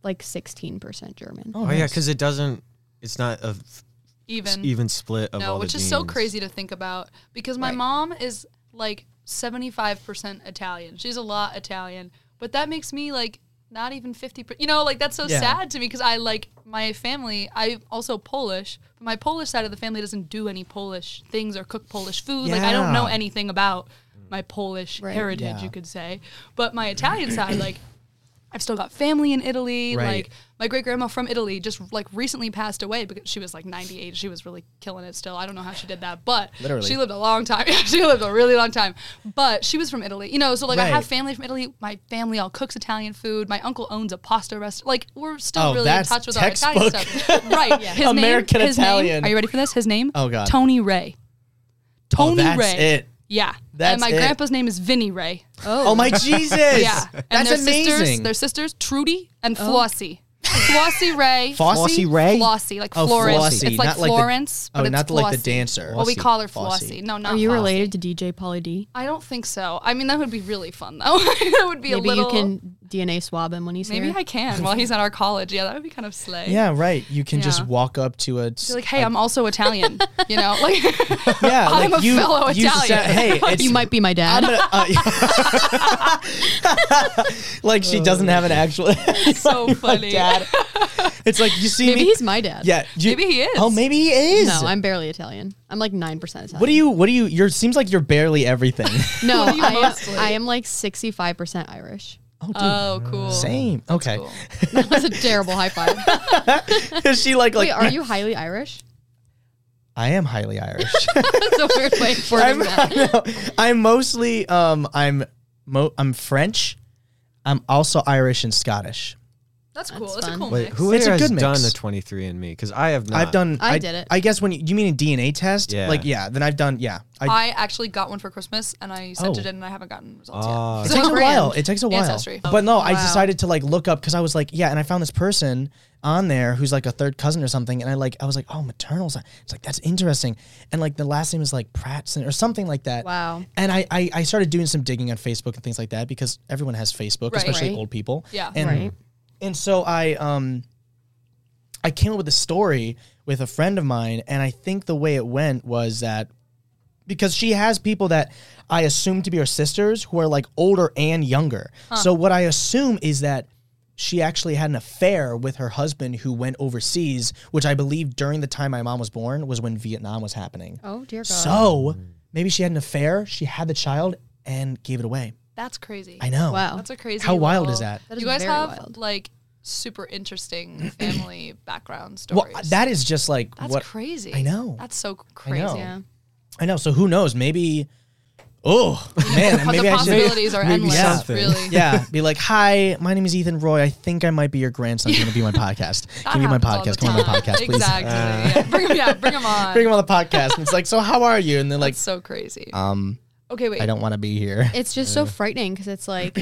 Speaker 4: like sixteen percent German.
Speaker 3: Oh yeah, because it doesn't. It's not a f-
Speaker 2: Even.
Speaker 3: even split of all
Speaker 2: no,
Speaker 3: the
Speaker 2: which is so
Speaker 3: genes.
Speaker 2: crazy to think about because my
Speaker 4: Right.
Speaker 2: mom is like 75% Italian. She's a lot Italian, but that makes me like not even 50%. You know, like that's so
Speaker 1: Yeah.
Speaker 2: sad to me because I like my family, I'm also Polish, but my Polish side of the family doesn't do any Polish things or cook Polish food. Like I don't know
Speaker 1: Yeah.
Speaker 2: anything about my Polish
Speaker 4: Right.
Speaker 2: heritage,
Speaker 1: Yeah.
Speaker 2: you could say. But my Italian side, like, I've still got family in Italy.
Speaker 1: Right.
Speaker 2: Like my great grandma from Italy just like recently passed away because she was like 98. She was really killing it still. I don't know how she did that, but
Speaker 1: Literally.
Speaker 2: she lived a long time. Yeah, she lived a really long time. But she was from Italy, you know. So like I
Speaker 1: Right.
Speaker 2: have family from Italy. My family all cooks Italian food. My uncle owns a pasta restaurant. Like we're still
Speaker 1: Oh,
Speaker 2: really
Speaker 1: that's
Speaker 2: in touch with our
Speaker 1: textbook.
Speaker 2: Italian stuff, right? His name-
Speaker 1: American
Speaker 2: his name-
Speaker 1: Italian.
Speaker 2: are you ready for this? His name?
Speaker 1: Oh, God.
Speaker 2: Tony Ray. Tony
Speaker 1: oh, that's
Speaker 2: Ray.
Speaker 1: it.
Speaker 2: Yeah.
Speaker 1: That's
Speaker 2: and my
Speaker 1: it.
Speaker 2: grandpa's name is Vinny Ray.
Speaker 1: Oh my Jesus.
Speaker 2: Yeah, and
Speaker 1: That's
Speaker 2: their sisters,
Speaker 1: amazing. Oh.
Speaker 2: their sisters, Trudy and Flossie, Flossie Ray,
Speaker 1: Flossie
Speaker 3: Ray.
Speaker 2: Flossie, like
Speaker 1: Oh,
Speaker 2: Florence.
Speaker 1: Flossie,
Speaker 2: It's like
Speaker 1: not like the-
Speaker 2: Florence,
Speaker 1: oh,
Speaker 2: but it's
Speaker 1: not the-
Speaker 2: Flossie.
Speaker 1: like the dancer.
Speaker 2: Well, we
Speaker 1: Flossie,
Speaker 2: call her
Speaker 1: Flossie.
Speaker 2: Flossie. No, not.
Speaker 4: Are you
Speaker 2: Flossie.
Speaker 4: related to DJ Polly D?
Speaker 2: I don't think so. I mean, that would be really fun though. that would be
Speaker 4: Maybe
Speaker 2: a little.
Speaker 4: you can DNA swab him when he's
Speaker 2: maybe
Speaker 4: here.
Speaker 2: I can while he's at our college. Yeah, that would be kind of slay.
Speaker 1: yeah, right. You can just
Speaker 2: Yeah.
Speaker 1: walk up to a
Speaker 2: Be like, hey, I'm also Italian. you know, like
Speaker 1: yeah,
Speaker 2: I'm
Speaker 1: like
Speaker 2: a
Speaker 1: you,
Speaker 2: fellow
Speaker 1: you
Speaker 2: Italian.
Speaker 1: said, hey, it's
Speaker 4: you might be my dad.
Speaker 1: I'm gonna, uh, like she doesn't have an actual
Speaker 2: so funny.
Speaker 1: dad. It's like you see
Speaker 4: maybe
Speaker 1: me.
Speaker 4: he's my dad.
Speaker 1: yeah, you-
Speaker 2: Maybe he is.
Speaker 1: Oh, maybe he is.
Speaker 4: No, I'm barely Italian. I'm like nine percent Italian.
Speaker 1: what do you? What do you? You're seems like you're barely everything.
Speaker 4: No,
Speaker 2: you
Speaker 4: I
Speaker 2: mostly?
Speaker 4: am, I am like 65% Irish.
Speaker 2: Oh, cool.
Speaker 1: Same. Okay.
Speaker 2: cool.
Speaker 4: That was a terrible high five.
Speaker 1: is she like like?
Speaker 4: Wait, are you highly Irish?
Speaker 1: I am highly Irish.
Speaker 4: That's a weird way of wording
Speaker 1: I'm,
Speaker 4: that.
Speaker 1: I know. I'm mostly um I'm mo- I'm French. I'm also Irish and Scottish.
Speaker 2: That's cool. That's,
Speaker 4: That's
Speaker 2: a
Speaker 4: fun.
Speaker 2: cool
Speaker 3: Wait,
Speaker 2: mix.
Speaker 3: who
Speaker 1: It's a
Speaker 3: has
Speaker 1: good mix.
Speaker 3: done a 23andMe? Because I have not.
Speaker 1: I've done.
Speaker 4: I did it.
Speaker 1: I guess when you, you mean a DNA test,
Speaker 3: Ah. Yeah.
Speaker 1: like yeah, then I've done yeah. I,
Speaker 2: I actually got one for Christmas and I sent
Speaker 1: Oh.
Speaker 2: it in and I haven't gotten results
Speaker 3: Ah.
Speaker 2: yet.
Speaker 1: it
Speaker 2: So
Speaker 1: takes a
Speaker 2: I'm
Speaker 1: while.
Speaker 2: brand.
Speaker 1: It takes a while.
Speaker 2: Ancestry.
Speaker 1: But no, I
Speaker 2: Wow.
Speaker 1: decided to like look up because I was like yeah, and I found this person on there who's like a third cousin or something, and I like I was like oh maternal side. It's like that's interesting, and like the last name is like Pratson or something like that.
Speaker 4: Wow.
Speaker 1: And I, I I started doing some digging on Facebook and things like that because everyone has Facebook,
Speaker 2: Right.
Speaker 1: especially
Speaker 4: Right.
Speaker 1: old people.
Speaker 2: Yeah.
Speaker 1: And
Speaker 4: Right.
Speaker 1: and so I um I came up with a story with a friend of mine, and I think the way it went was that because she has people that I assume to be her sisters who are like older and younger. So what I assume is that she actually had an affair with her husband who went overseas, which I believe during the time my mom was born was when Vietnam was happening.
Speaker 4: Oh dear God.
Speaker 1: So maybe she had an affair, she had the child and gave it away.
Speaker 2: That's crazy.
Speaker 1: I know.
Speaker 4: wow.
Speaker 2: That's a crazy.
Speaker 1: How wild
Speaker 2: little-
Speaker 1: is that?
Speaker 4: Oh. That is
Speaker 2: you guys
Speaker 4: very
Speaker 2: have
Speaker 4: wild.
Speaker 2: like super interesting family background
Speaker 1: Well, uh,
Speaker 2: stories.
Speaker 1: that is just like
Speaker 2: That's
Speaker 1: what
Speaker 2: crazy.
Speaker 1: I know.
Speaker 2: That's so crazy.
Speaker 1: know.
Speaker 4: yeah.
Speaker 1: I know. So who knows? Maybe. Oh man,
Speaker 2: But
Speaker 1: maybe
Speaker 2: the
Speaker 1: I should.
Speaker 2: possibilities are
Speaker 3: maybe
Speaker 2: endless.
Speaker 1: something.
Speaker 2: Really.
Speaker 1: Yeah, be like, hi, my name is Ethan Roy. I think I might be your grandson. Can you be my podcast?
Speaker 2: That
Speaker 1: Can you be my
Speaker 2: happens all the
Speaker 1: podcast? Come on my
Speaker 2: time.
Speaker 1: podcast, please. Uh,
Speaker 2: Exactly. yeah. Bring him, yeah, bring him on.
Speaker 1: Bring him on the podcast. And it's like, so how are you? And they're like,
Speaker 2: That's so crazy.
Speaker 1: um,
Speaker 2: okay, wait.
Speaker 1: I don't want to be here.
Speaker 4: It's just so frightening because it's like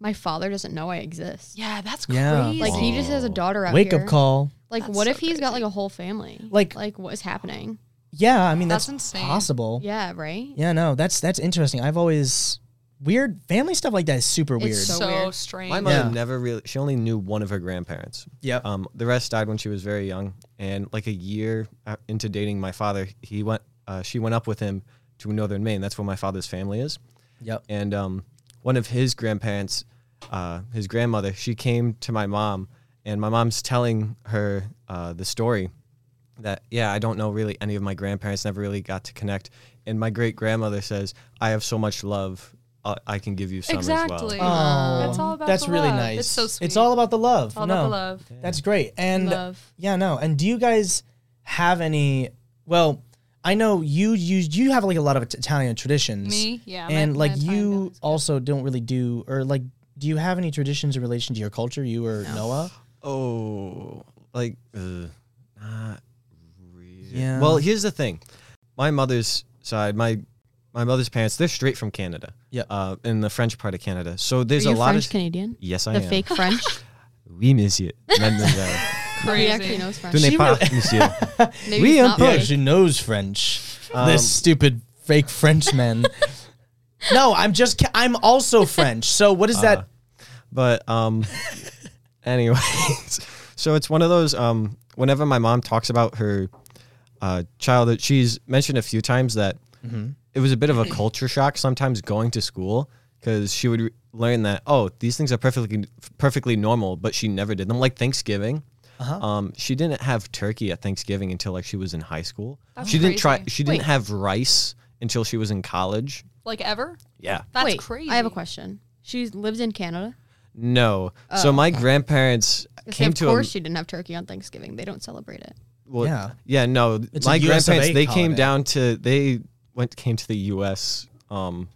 Speaker 4: my father doesn't know I exist.
Speaker 2: yeah, that's
Speaker 1: Yeah.
Speaker 2: crazy.
Speaker 4: Like he just has a daughter out
Speaker 1: Wake
Speaker 4: here.
Speaker 1: up call.
Speaker 4: Like
Speaker 2: That's
Speaker 4: what
Speaker 2: so
Speaker 4: if he's got like a whole family?
Speaker 1: Like-
Speaker 4: like what is happening?
Speaker 1: Yeah, I mean that's,
Speaker 2: That's insane.
Speaker 1: possible. Yeah.
Speaker 4: Yeah, right.
Speaker 1: no, that's that's interesting. I've always weird family stuff like that is super weird.
Speaker 4: so
Speaker 2: so
Speaker 4: weird.
Speaker 2: strange.
Speaker 3: My mother
Speaker 1: Yeah.
Speaker 3: never really. She only knew one of her grandparents.
Speaker 1: Yep.
Speaker 3: Um, the rest died when she was very young, and like a year uh, into dating my father, he went. Uh, she went up with him to northern Maine. That's where my father's family is.
Speaker 1: yep.
Speaker 3: And um, one of his grandparents, uh, his grandmother, she came to my mom, and my mom's telling her uh, the story that yeah, I don't know really any of my grandparents. Never really got to connect. And my great grandmother says, "I have so much love. Uh, I can give you some as well."
Speaker 2: exactly. That's all about
Speaker 1: Oh, That's
Speaker 2: the
Speaker 1: really
Speaker 2: love.
Speaker 1: nice.
Speaker 2: It's so sweet.
Speaker 1: It's all about the love.
Speaker 2: All
Speaker 1: no.
Speaker 2: about the love.
Speaker 1: That's great. And
Speaker 4: Love.
Speaker 1: yeah, no. And do you guys have any? Well, I know you you you have like a lot of Italian traditions.
Speaker 2: Me? Yeah, my-
Speaker 1: And
Speaker 2: my
Speaker 1: like
Speaker 2: Italian
Speaker 1: you
Speaker 2: family's
Speaker 1: also don't really do or like. Do you have any traditions in relation to your culture, you or Noah?
Speaker 3: Oh, like uh, not really.
Speaker 1: Yeah.
Speaker 3: Well, here's the thing. My mother's side, my my mother's parents, they're straight from Canada.
Speaker 1: Yeah.
Speaker 3: Uh, in the French part of Canada. So there's
Speaker 4: Are
Speaker 3: a
Speaker 4: you
Speaker 3: lot
Speaker 4: French
Speaker 3: of
Speaker 4: Canadian?
Speaker 3: Yes, I
Speaker 4: The
Speaker 3: am.
Speaker 4: fake French.
Speaker 3: We miss you, mademoiselle.
Speaker 2: crazy.
Speaker 4: he actually knows French.
Speaker 3: Tu n'es
Speaker 1: She
Speaker 3: pas monsieur.
Speaker 4: Maybe
Speaker 3: We
Speaker 4: he's
Speaker 3: are
Speaker 4: not
Speaker 1: Yeah,
Speaker 4: fake.
Speaker 1: she knows French.
Speaker 3: Um,
Speaker 1: this stupid fake Frenchman. no, I'm just. ki- I'm also French. So what is that?
Speaker 3: But um, anyways, so it's one of those. Um, whenever my mom talks about her uh, childhood, she's mentioned a few times that it was a bit of a culture shock sometimes going to school because she would re- learn that oh these things are perfectly perfectly normal, but she never did them like Thanksgiving. Um, she didn't have turkey at Thanksgiving until like she was in high school.
Speaker 2: That's
Speaker 3: she didn't try.
Speaker 2: crazy.
Speaker 3: She didn't
Speaker 4: Wait.
Speaker 3: have rice until she was in college.
Speaker 2: Like ever?
Speaker 3: Yeah.
Speaker 2: That's
Speaker 4: Wait,
Speaker 2: crazy.
Speaker 4: I have a question. She lives in Canada.
Speaker 3: No. So my grandparents came
Speaker 4: of
Speaker 3: to
Speaker 4: course
Speaker 3: a,
Speaker 4: she didn't have turkey on Thanksgiving. They don't celebrate it.
Speaker 3: Well,
Speaker 1: Yeah.
Speaker 3: yeah, no.
Speaker 1: It's a
Speaker 3: my
Speaker 1: US of
Speaker 3: grandparents
Speaker 1: A
Speaker 3: they came
Speaker 1: holiday.
Speaker 3: down to they went came to the U.S. Um,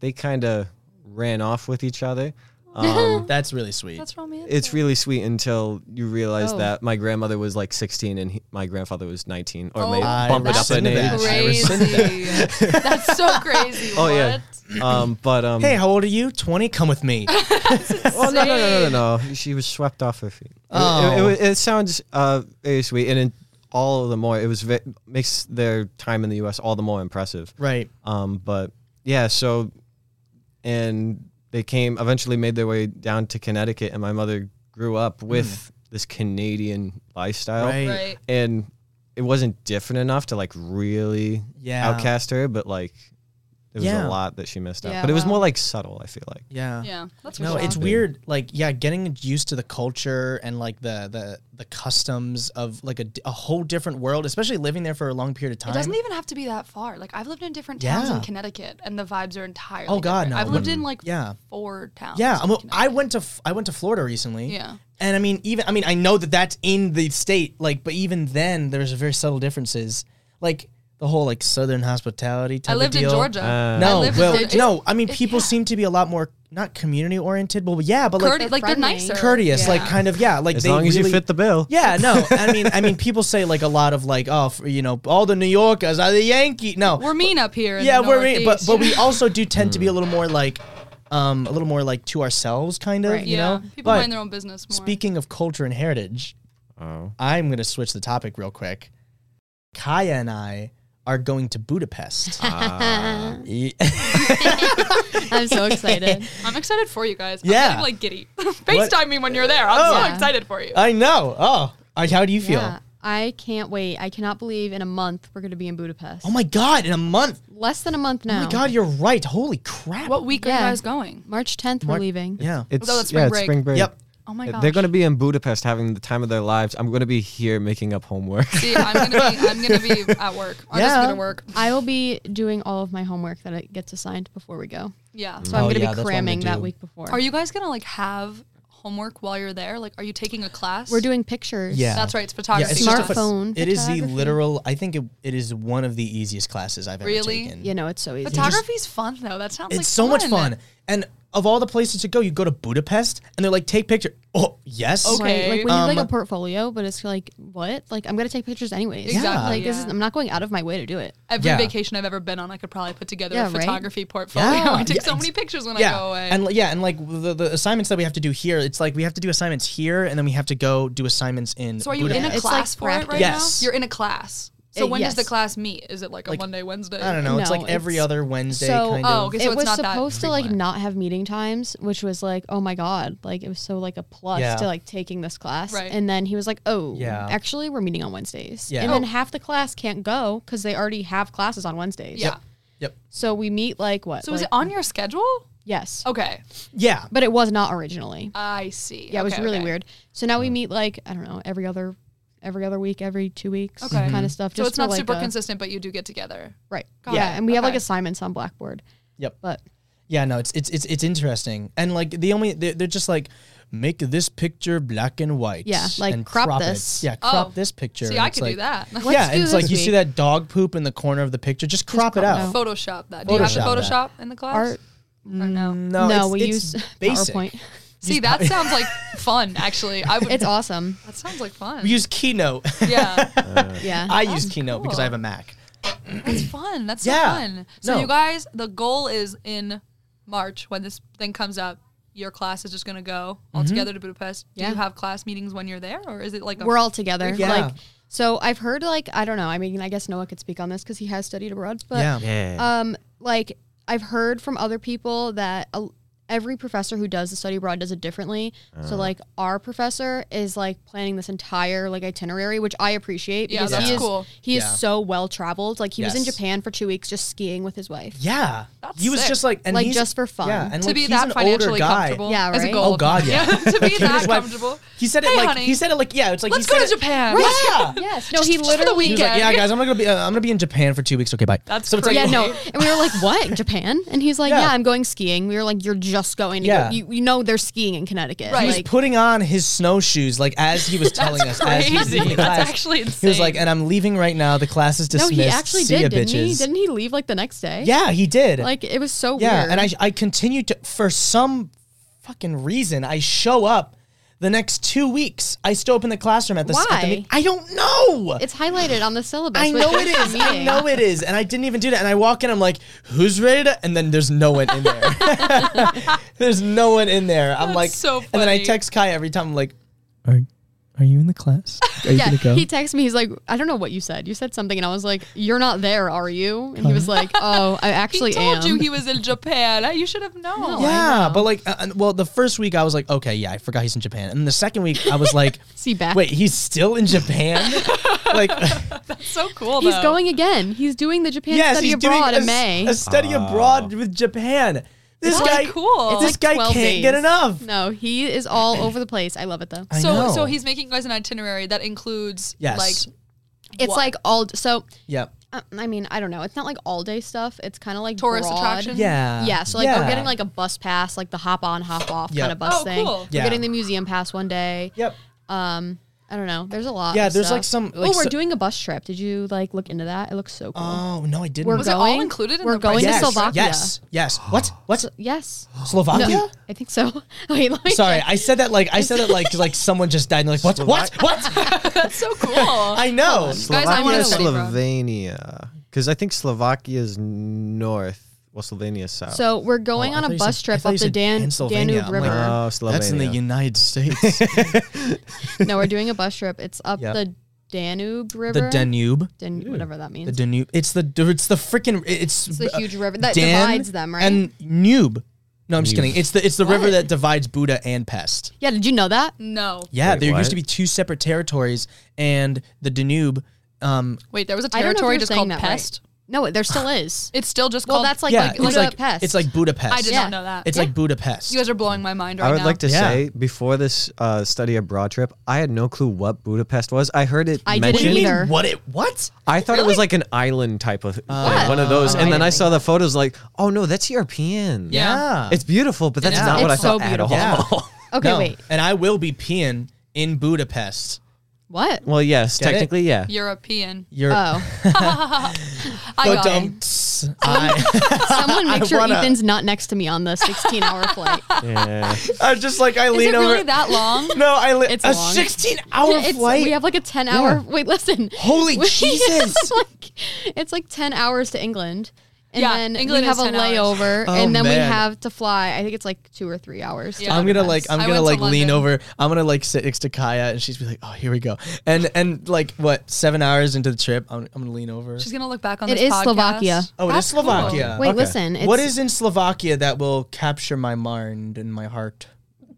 Speaker 3: they kind of ran off with each other. Um,
Speaker 1: That's really sweet.
Speaker 2: That's romantic.
Speaker 3: it's really sweet until you realize
Speaker 4: Oh.
Speaker 3: that my grandmother was like 16 and he, my grandfather was 19, or
Speaker 2: Oh,
Speaker 3: maybe
Speaker 1: I
Speaker 3: bump it up an
Speaker 1: rescind that.
Speaker 3: age.
Speaker 1: I
Speaker 2: crazy. That's so crazy.
Speaker 3: Oh
Speaker 2: what?
Speaker 3: yeah. Um, but um,
Speaker 1: hey, how old are you? Twenty. Come with me.
Speaker 3: well, no, no, no, no, no, no. She was swept off her feet. It- It, it,
Speaker 1: Oh.
Speaker 3: it, sounds uh, very sweet, and it, all the more it was ve- makes their time in the U.S. all the more impressive.
Speaker 1: right.
Speaker 3: Um, but yeah, so and they came eventually made their way down to Connecticut, and my mother grew up with this Canadian lifestyle,
Speaker 1: Hmm. Right.
Speaker 2: Right.
Speaker 3: and it wasn't different enough to like really
Speaker 1: Yeah.
Speaker 3: outcast her, but like there was
Speaker 1: Yeah.
Speaker 3: a lot that she missed out.
Speaker 4: Yeah,
Speaker 3: but it was
Speaker 4: wow.
Speaker 3: more like subtle. I feel like
Speaker 1: Yeah.
Speaker 2: Yeah. That's
Speaker 1: No,
Speaker 2: wild.
Speaker 1: it's
Speaker 3: Yeah.
Speaker 1: weird. Like, yeah, getting used to the culture and like the the the customs of like a, d- a whole different world, especially living there for a long period of time.
Speaker 2: It doesn't even have to be that far. Like I've lived in different towns
Speaker 1: Yeah.
Speaker 2: in Connecticut, and the vibes are entirely.
Speaker 1: Oh, God,
Speaker 2: different.
Speaker 1: no.
Speaker 2: I've lived in like
Speaker 1: yeah,
Speaker 2: four towns.
Speaker 1: yeah.
Speaker 2: in
Speaker 1: I'm a-
Speaker 2: Connecticut.
Speaker 1: I went to f- I went to Florida recently.
Speaker 2: Yeah.
Speaker 1: and I mean, even I mean, I know that that's in the state. Like, but even then, there's very subtle differences. Like the whole like Southern hospitality type
Speaker 2: I lived
Speaker 1: of
Speaker 2: in
Speaker 1: deal.
Speaker 2: Georgia.
Speaker 3: Uh,
Speaker 2: I
Speaker 1: No,
Speaker 2: lived
Speaker 1: well,
Speaker 2: in Georgia.
Speaker 1: no. I mean,
Speaker 2: it-
Speaker 1: people
Speaker 2: yeah.
Speaker 1: seem to be a lot more not community oriented, but yeah, but like
Speaker 2: Courteous, like they're
Speaker 4: friendly.
Speaker 2: nicer,
Speaker 1: courteous,
Speaker 2: Yeah.
Speaker 1: like kind of yeah, like
Speaker 3: as
Speaker 1: they
Speaker 3: long as you
Speaker 1: really-
Speaker 3: fit the bill.
Speaker 1: Yeah, no. I mean, I mean, people say like a lot of like, oh, f you know, all the New Yorkers are the Yankee. No,
Speaker 2: we're mean up here. in
Speaker 1: yeah,
Speaker 2: the
Speaker 1: we're mean, but
Speaker 2: Northeast.
Speaker 1: but we also do tend to be a little more like, um, a little more like to ourselves, kind of.
Speaker 4: Right.
Speaker 1: You
Speaker 2: yeah,
Speaker 1: know,
Speaker 2: people
Speaker 1: but
Speaker 2: mind their own business more.
Speaker 1: speaking of culture and heritage,
Speaker 3: Oh.
Speaker 1: I'm gonna switch the topic real quick. Kaya and I are going to Budapest. Ye-
Speaker 4: I'm so excited.
Speaker 2: I'm excited for you guys. I'm
Speaker 1: Yeah.
Speaker 2: getting, like giddy. FaceTime me when you're there. I'm
Speaker 1: Oh.
Speaker 2: so
Speaker 4: Yeah.
Speaker 2: excited for you.
Speaker 1: I know. Oh, I- how do you feel?
Speaker 4: Yeah, I can't wait. I cannot believe in a month we're going to be in Budapest.
Speaker 1: Oh my god! In a month.
Speaker 4: Less than a month
Speaker 1: Oh
Speaker 4: now.
Speaker 1: my god, you're right. Holy crap.
Speaker 2: what week are you
Speaker 4: Yeah.
Speaker 2: guys going?
Speaker 4: March 10th,
Speaker 1: Mar-
Speaker 4: we're leaving.
Speaker 1: Yeah.
Speaker 3: It's,
Speaker 2: that's spring
Speaker 3: yeah, it's
Speaker 2: break.
Speaker 3: spring break.
Speaker 1: Yep.
Speaker 2: Oh my gosh.
Speaker 3: They're going to be in Budapest having the time of their lives. I'm going to be here making up homework.
Speaker 2: See, I'm gonna be. I'm gonna be at work. I'm just
Speaker 1: Yeah.
Speaker 2: gonna work.
Speaker 4: I will be doing all of my homework that it gets assigned before we go.
Speaker 2: Yeah.
Speaker 1: Oh,
Speaker 4: So I'm going to
Speaker 1: yeah, that's
Speaker 4: be
Speaker 1: what I'm gonna
Speaker 4: cramming that
Speaker 1: do.
Speaker 4: week before.
Speaker 2: Are you guys gonna like have homework while you're there? Like, are you taking a class?
Speaker 4: We're doing pictures.
Speaker 1: Yeah.
Speaker 2: That's right. It's
Speaker 1: Yeah,
Speaker 2: photography.
Speaker 1: it's
Speaker 2: class.
Speaker 1: just a-
Speaker 4: Smartphone
Speaker 1: It is the
Speaker 4: photography.
Speaker 1: literal. I think it, it is one of the easiest classes I've ever
Speaker 2: Really?
Speaker 1: taken.
Speaker 4: You know, it's so easy.
Speaker 2: Photography's fun though. That sounds
Speaker 1: it's
Speaker 2: like
Speaker 1: so much fun. And of all the places to go, you go to Budapest, and they're like, take picture. Oh yes.
Speaker 2: Okay.
Speaker 4: Right, Like we need like
Speaker 1: Um,
Speaker 4: a portfolio, but it's like what? Like I'm gonna take pictures anyways.
Speaker 2: Exactly,
Speaker 4: Like this is
Speaker 2: yeah.
Speaker 4: I'm not going out of my way to do it.
Speaker 2: Every
Speaker 1: Yeah.
Speaker 2: vacation I've ever been on, I could probably put together
Speaker 4: Yeah,
Speaker 2: a
Speaker 4: right?
Speaker 2: photography portfolio.
Speaker 1: Yeah,
Speaker 2: I take
Speaker 1: yeah,
Speaker 2: so
Speaker 1: ex-
Speaker 2: many pictures when I
Speaker 1: Yeah.
Speaker 2: go away.
Speaker 1: And li- yeah, and like the, the assignments that we have to do here, it's like we have to do assignments here, and then we have to go do assignments in.
Speaker 2: so are you in a
Speaker 1: Budapest.
Speaker 4: It's like
Speaker 2: class for it right
Speaker 4: practice.
Speaker 1: Yes.
Speaker 2: now? You're in a class. So
Speaker 4: Uh,
Speaker 2: when does the
Speaker 4: yes.
Speaker 2: class meet? Is it like a
Speaker 1: Like,
Speaker 2: Monday, Wednesday?
Speaker 1: I don't know. it's
Speaker 4: No,
Speaker 1: like every
Speaker 4: it's-
Speaker 1: other Wednesday
Speaker 4: so-
Speaker 1: kind
Speaker 2: Oh,
Speaker 1: of.
Speaker 2: okay.
Speaker 4: it
Speaker 2: So it's
Speaker 4: was
Speaker 2: not that
Speaker 4: supposed to like
Speaker 2: frequent.
Speaker 4: not have meeting times, which was like, oh my god, like it was so like a plus
Speaker 1: Yeah.
Speaker 4: to like taking this class.
Speaker 2: Right.
Speaker 4: And then he was like, oh,
Speaker 1: Yeah.
Speaker 4: actually we're meeting on Wednesdays.
Speaker 1: Yeah.
Speaker 4: And then
Speaker 1: Oh.
Speaker 4: half the class can't go because they already have classes on Wednesdays.
Speaker 2: Yeah.
Speaker 1: Yep.
Speaker 4: So we meet like what?
Speaker 2: So is it
Speaker 4: like-
Speaker 2: on Oh. your schedule?
Speaker 4: Yes.
Speaker 2: Okay.
Speaker 1: Yeah.
Speaker 4: But it was not originally.
Speaker 2: I see.
Speaker 4: Yeah, it was
Speaker 2: Oh, Okay,
Speaker 4: really
Speaker 2: okay. Hmm.
Speaker 4: weird. So now we meet like I don't know every other every other week, every two weeks,
Speaker 2: Okay. Hmm.
Speaker 4: kind of stuff.
Speaker 2: So
Speaker 4: just
Speaker 2: it's
Speaker 4: for,
Speaker 2: not
Speaker 4: like,
Speaker 2: super
Speaker 4: a-
Speaker 2: consistent, but you do get together.
Speaker 4: right?
Speaker 2: Got
Speaker 4: yeah,
Speaker 2: it.
Speaker 4: and we have like
Speaker 2: Okay.
Speaker 4: assignments on Blackboard.
Speaker 1: Yep.
Speaker 4: But
Speaker 1: Yeah, no, it's it's it's it's interesting, and like the only they're, they're just like make this picture black and white.
Speaker 4: Yeah, like,
Speaker 1: and
Speaker 4: crop
Speaker 1: it.
Speaker 4: this.
Speaker 1: Yeah, crop
Speaker 2: Oh.
Speaker 1: this picture.
Speaker 2: See,
Speaker 1: and
Speaker 2: I
Speaker 1: it's
Speaker 2: could do
Speaker 1: like-
Speaker 2: that.
Speaker 4: Let's
Speaker 1: yeah,
Speaker 4: do
Speaker 1: and it's like
Speaker 4: this
Speaker 1: you see
Speaker 4: week.
Speaker 1: that dog poop in the corner of the picture. Just crop it
Speaker 4: crop it
Speaker 1: out.
Speaker 4: out.
Speaker 2: Photoshop that. Do you have to
Speaker 1: Photoshop
Speaker 2: Photoshop
Speaker 1: that.
Speaker 2: in the class?
Speaker 4: art? Mm,
Speaker 2: Or no.
Speaker 1: No,
Speaker 4: no,
Speaker 1: it's-
Speaker 4: we
Speaker 1: it's
Speaker 4: use
Speaker 1: basic.
Speaker 4: PowerPoint.
Speaker 2: See, that sounds like fun. Actually, I would.
Speaker 4: It's awesome.
Speaker 2: that sounds like fun.
Speaker 1: We use Keynote.
Speaker 2: yeah,
Speaker 4: Yeah,
Speaker 1: I use Keynote because I
Speaker 2: cool.
Speaker 1: have a Mac.
Speaker 2: that's fun. That's
Speaker 1: Yeah.
Speaker 2: so fun. So
Speaker 1: No.
Speaker 2: you guys, the goal is in March when this thing comes up. Your class is just gonna go all
Speaker 1: Mm-hmm.
Speaker 2: together to Budapest. Do
Speaker 4: Yeah.
Speaker 2: you have class meetings when you're there, or is it like a,
Speaker 4: we're all together.
Speaker 1: Yeah.
Speaker 4: Like, so I've heard like I don't know. I mean, I guess Noah could speak on this because he has studied abroad. But
Speaker 1: yeah.
Speaker 2: Oh,
Speaker 3: Yeah.
Speaker 4: um, like I've heard from other people that a, every professor who does the study abroad does it differently. so
Speaker 1: Uh.
Speaker 4: like our professor is like planning this entire like itinerary, which I appreciate
Speaker 2: Yeah,
Speaker 4: because
Speaker 2: that's
Speaker 4: he is
Speaker 2: cool.
Speaker 4: he
Speaker 1: Yeah.
Speaker 4: is so well traveled. Like he was in
Speaker 1: Yes.
Speaker 4: Japan for two weeks just skiing with his wife.
Speaker 1: Yeah.
Speaker 2: That's
Speaker 1: he was
Speaker 2: sick.
Speaker 1: just like and
Speaker 4: Like,
Speaker 1: he's-
Speaker 4: just for fun.
Speaker 1: Yeah, and
Speaker 2: to
Speaker 1: like,
Speaker 2: be
Speaker 1: he's an
Speaker 2: that
Speaker 1: older
Speaker 2: financially
Speaker 1: guy.
Speaker 2: comfortable?
Speaker 4: Yeah,
Speaker 2: As a
Speaker 4: right?
Speaker 2: goal
Speaker 1: Oh,
Speaker 2: of
Speaker 1: God,
Speaker 2: mine.
Speaker 1: yeah.
Speaker 2: to be
Speaker 1: Him and
Speaker 2: that
Speaker 1: his wife-
Speaker 2: comfortable.
Speaker 1: He said it
Speaker 2: Hey,
Speaker 1: like
Speaker 2: honey.
Speaker 1: he said it like yeah. It's like
Speaker 2: Let's
Speaker 1: he said
Speaker 2: go to
Speaker 1: it-
Speaker 2: Japan.
Speaker 1: Yeah.
Speaker 4: Yes. No,
Speaker 2: Just-
Speaker 4: he
Speaker 2: just for the
Speaker 4: literally
Speaker 1: He was like,
Speaker 2: weekend.
Speaker 1: yeah, guys, I'm gonna be uh, I'm gonna be in Japan for two weeks. Okay, bye.
Speaker 2: That's
Speaker 1: so it's like
Speaker 4: yeah,
Speaker 2: crazy.
Speaker 4: no. And we were like, "What? Japan?" And he's like,
Speaker 1: Yeah.
Speaker 4: "Yeah, I'm going skiing." We were like, "You're just going to go-
Speaker 1: Yeah.
Speaker 4: You, you know they're skiing in Connecticut."
Speaker 2: Right.
Speaker 1: He was
Speaker 4: Like,
Speaker 1: putting on his snowshoes like as he was telling us as he was
Speaker 2: crazy.
Speaker 1: leaving the
Speaker 2: That's
Speaker 1: class.
Speaker 2: actually
Speaker 1: He was
Speaker 2: insane.
Speaker 1: like, and I'm leaving right now. The class is
Speaker 4: no,
Speaker 1: dismissed.
Speaker 4: he actually
Speaker 1: See ya,
Speaker 4: did, didn't
Speaker 1: bitches.
Speaker 4: he? Didn't he leave like the next day?
Speaker 1: Yeah, he did.
Speaker 4: Like it was so
Speaker 1: yeah,
Speaker 4: weird.
Speaker 1: and I I continued to for some fucking reason I show up the next two weeks. I still open the classroom at the, s- at the
Speaker 4: Why?
Speaker 1: meet- I don't know.
Speaker 4: It's highlighted on the syllabus.
Speaker 1: I
Speaker 4: which
Speaker 1: know it is. I
Speaker 4: meaning.
Speaker 1: know it is. And I didn't even do that. And I walk in, I'm like, who's ready to? And then there's no one in there. there's no one in there. I'm
Speaker 2: That's
Speaker 1: like,
Speaker 2: so
Speaker 1: and then I
Speaker 2: funny.
Speaker 1: text Kai every time, I'm like, are, are you in the class? Are you
Speaker 4: Yeah,
Speaker 1: going to go?
Speaker 4: he texted me. He's like, I don't know what you said. You said something, and I was like, "You're not there, are you?" And he was like, "Oh, I actually
Speaker 2: He told
Speaker 4: am."
Speaker 2: you he was in Japan. You should have
Speaker 4: Oh,
Speaker 2: known.
Speaker 1: yeah, but like, uh, uh, well, the first week I was like, okay, yeah, I forgot he's in Japan. And the second week I was like,
Speaker 4: See back.
Speaker 1: wait, he's still in Japan? like,
Speaker 2: So cool.
Speaker 4: he's
Speaker 2: though.
Speaker 4: going again. He's doing the Japan
Speaker 1: yes,
Speaker 4: study
Speaker 1: he's doing
Speaker 4: abroad
Speaker 1: a,
Speaker 4: in
Speaker 1: s-
Speaker 4: May.
Speaker 1: a study abroad with Japan. This
Speaker 2: That's
Speaker 1: guy,
Speaker 2: cool.
Speaker 1: This
Speaker 2: It's
Speaker 1: guy
Speaker 4: like
Speaker 1: can't
Speaker 4: 12
Speaker 1: get
Speaker 4: days.
Speaker 1: enough.
Speaker 4: no, he is all over the place. I love it though.
Speaker 1: I
Speaker 2: So
Speaker 1: know.
Speaker 2: so he's making you guys an itinerary that includes
Speaker 1: yes,
Speaker 2: like
Speaker 4: It's
Speaker 2: What?
Speaker 4: like all so.
Speaker 1: yep,
Speaker 4: uh, I mean, I don't know. It's not like all day stuff. It's kind of like
Speaker 2: Tourist
Speaker 4: broad.
Speaker 2: attractions?
Speaker 1: yeah,
Speaker 4: Yeah, so like we're
Speaker 1: Yeah.
Speaker 4: getting like a bus pass, like the hop on, hop off
Speaker 1: Yep.
Speaker 4: kind of bus
Speaker 2: Oh,
Speaker 4: thing.
Speaker 2: cool.
Speaker 4: We're
Speaker 1: Yeah.
Speaker 4: getting the museum pass one day.
Speaker 1: Yep.
Speaker 4: Um, I don't know. There's a lot.
Speaker 1: Yeah,
Speaker 4: of
Speaker 1: there's, like,
Speaker 4: stuff.
Speaker 1: some,
Speaker 4: oh,
Speaker 1: like,
Speaker 4: we're
Speaker 1: so-
Speaker 4: doing a bus trip. Did you like look into that? It looks so cool.
Speaker 1: Oh no, I didn't.
Speaker 4: we're
Speaker 2: Was it
Speaker 4: going.
Speaker 2: all included in
Speaker 4: we're
Speaker 2: the
Speaker 4: going
Speaker 2: price?
Speaker 4: to
Speaker 1: yes,
Speaker 4: Oh, Slovakia.
Speaker 1: yes, yes. What? What?
Speaker 4: Yes. No,
Speaker 1: Slovakia?
Speaker 4: I think so. Wait, let me
Speaker 1: Sorry,
Speaker 4: check.
Speaker 1: I said that like I said it like like someone just died. And like what? What? What?
Speaker 2: That's so cool.
Speaker 1: I know.
Speaker 2: Guys, I wanna
Speaker 3: Slovakia,
Speaker 2: study abroad.
Speaker 3: Slovenia. Because I think Slovakia is north, well, Slovenia is south.
Speaker 4: So we're going
Speaker 1: Oh, I
Speaker 4: on
Speaker 1: thought
Speaker 4: a
Speaker 1: you
Speaker 4: bus
Speaker 1: said- I
Speaker 4: trip
Speaker 1: thought
Speaker 4: up
Speaker 1: you
Speaker 4: the
Speaker 1: said
Speaker 4: Dan-
Speaker 1: Pennsylvania.
Speaker 4: Danube
Speaker 1: I'm like,
Speaker 4: River.
Speaker 3: oh, Slovenia.
Speaker 1: That's in the United States.
Speaker 4: no, we're doing a bus trip. It's up
Speaker 1: Yep.
Speaker 4: the Danube River.
Speaker 1: uh, the Danube.
Speaker 4: Dan- whatever that means.
Speaker 1: The Danube. It's the it's the freaking it's, uh,
Speaker 4: it's the huge river that
Speaker 1: Dan
Speaker 4: divides them, right?
Speaker 1: And Nube. No, I'm just
Speaker 3: Nube.
Speaker 1: kidding. It's the it's the river that divides Buddha and Pest.
Speaker 4: yeah, did you know that?
Speaker 2: no.
Speaker 1: Yeah,
Speaker 3: Wait,
Speaker 1: there
Speaker 3: what?
Speaker 1: used to be two separate territories, and the Danube. Um,
Speaker 2: Wait, there was a
Speaker 4: I don't know if
Speaker 2: territory
Speaker 4: you're
Speaker 2: just
Speaker 4: saying
Speaker 2: called
Speaker 4: that right.
Speaker 2: Pest.
Speaker 4: No, there still is.
Speaker 2: It's still just
Speaker 4: well,
Speaker 2: called.
Speaker 4: that's like
Speaker 1: yeah,
Speaker 4: like,
Speaker 1: it's
Speaker 4: Budapest.
Speaker 1: like it's like Budapest.
Speaker 2: I did
Speaker 4: Yeah.
Speaker 2: not know that.
Speaker 1: It's like Budapest.
Speaker 2: you guys are blowing my mind right now.
Speaker 3: I would like to
Speaker 1: Yeah.
Speaker 3: say before this uh, study abroad trip, I had no clue what Budapest was. I heard it
Speaker 4: I didn't
Speaker 1: what do
Speaker 3: mentioned.
Speaker 1: you mean?
Speaker 4: Either.
Speaker 1: What it? What?
Speaker 3: I thought it was like an island type of
Speaker 4: What?
Speaker 3: like one of those.
Speaker 4: Oh,
Speaker 3: and
Speaker 4: I
Speaker 3: then I
Speaker 4: didn't
Speaker 3: saw the photos like, oh no, that's European.
Speaker 2: Yeah.
Speaker 1: Ah.
Speaker 3: It's beautiful, but that's
Speaker 2: is.
Speaker 3: not what I
Speaker 4: It's so
Speaker 3: thought at all.
Speaker 1: beautiful.
Speaker 4: okay,
Speaker 1: No,
Speaker 4: wait.
Speaker 1: And I will be peeing in Budapest.
Speaker 4: What?
Speaker 3: well, yes,
Speaker 1: Get it?
Speaker 3: technically, yeah.
Speaker 2: European.
Speaker 1: You're
Speaker 4: Oh,
Speaker 2: I got it.
Speaker 1: I,
Speaker 4: someone make
Speaker 1: I
Speaker 4: sure
Speaker 1: wanna-
Speaker 4: Ethan's not next to me on the 16-hour flight.
Speaker 3: Yeah.
Speaker 1: I'm just like I
Speaker 2: Is
Speaker 1: lean
Speaker 2: it
Speaker 1: over.
Speaker 2: really that long?
Speaker 1: no, I li-
Speaker 4: It's
Speaker 1: a
Speaker 4: long.
Speaker 1: 16 hour
Speaker 4: Yeah, it's,
Speaker 1: flight.
Speaker 4: we have like a 10 hour wait listen
Speaker 1: Holy
Speaker 4: We-
Speaker 1: Jesus.
Speaker 4: it's like, it's like 10 hours to england and
Speaker 2: Yeah,
Speaker 4: then
Speaker 2: England
Speaker 4: we have
Speaker 2: is
Speaker 4: a
Speaker 2: 10 hours.
Speaker 4: layover
Speaker 1: Oh,
Speaker 4: and then we
Speaker 1: man.
Speaker 4: have to fly i think it's like two or three hours
Speaker 2: Yeah.
Speaker 4: yeah.
Speaker 1: I'm gonna like I'm
Speaker 2: I
Speaker 1: gonna like
Speaker 2: went to
Speaker 1: lean over.
Speaker 2: London.
Speaker 1: I'm gonna like sit next to Kaya and she's be like, oh here we go. And and like what seven hours into the trip, I'm, I'm gonna lean over.
Speaker 2: She's gonna look back on
Speaker 4: It
Speaker 2: this.
Speaker 4: is
Speaker 2: podcast.
Speaker 4: Slovakia.
Speaker 1: oh, it is
Speaker 2: That's cool.
Speaker 1: Slovakia.
Speaker 4: wait
Speaker 3: Okay.
Speaker 4: listen it's,
Speaker 1: what is in Slovakia that will capture my mind and my heart?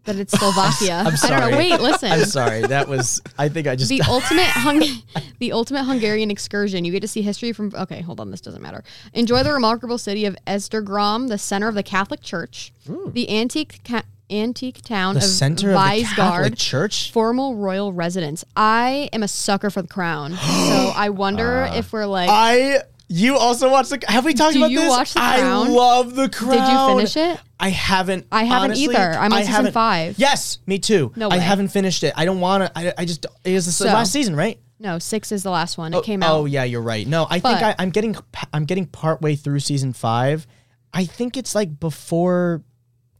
Speaker 4: that it's slovakia
Speaker 1: I'm
Speaker 4: i don't
Speaker 1: sorry.
Speaker 4: know wait listen
Speaker 1: I'm sorry. That was I think I just
Speaker 4: the ultimate hung- the ultimate Hungarian excursion. You get to see history from okay, hold on, this doesn't matter. Enjoy the remarkable city of Esztergom, the center of the Catholic Church, the antique ca- antique town
Speaker 1: Hmm. the
Speaker 4: of
Speaker 1: center of the Catholic
Speaker 4: Vizgard,
Speaker 1: Church.
Speaker 4: formal royal residence. I am a sucker for the crown, so I wonder if we're like.
Speaker 1: Uh, I you also watched the have we talked
Speaker 4: Do
Speaker 1: about
Speaker 4: you
Speaker 1: this?
Speaker 4: watch The
Speaker 1: I
Speaker 4: Crown?
Speaker 1: love the crown.
Speaker 4: finish it?
Speaker 1: I haven't.
Speaker 4: I haven't
Speaker 1: honestly,
Speaker 4: either. I'm on
Speaker 1: I
Speaker 4: season
Speaker 1: haven't-
Speaker 4: five.
Speaker 1: Yes, me too.
Speaker 4: No
Speaker 1: I
Speaker 4: way.
Speaker 1: haven't finished it. I don't want to. I, I just it was the
Speaker 4: So-
Speaker 1: last season, right?
Speaker 4: no, six is the last one. It came
Speaker 1: oh
Speaker 4: out.
Speaker 1: yeah, you're right. No, I think
Speaker 4: But-
Speaker 1: I, I'm getting I'm getting partway through season five. I think it's like before.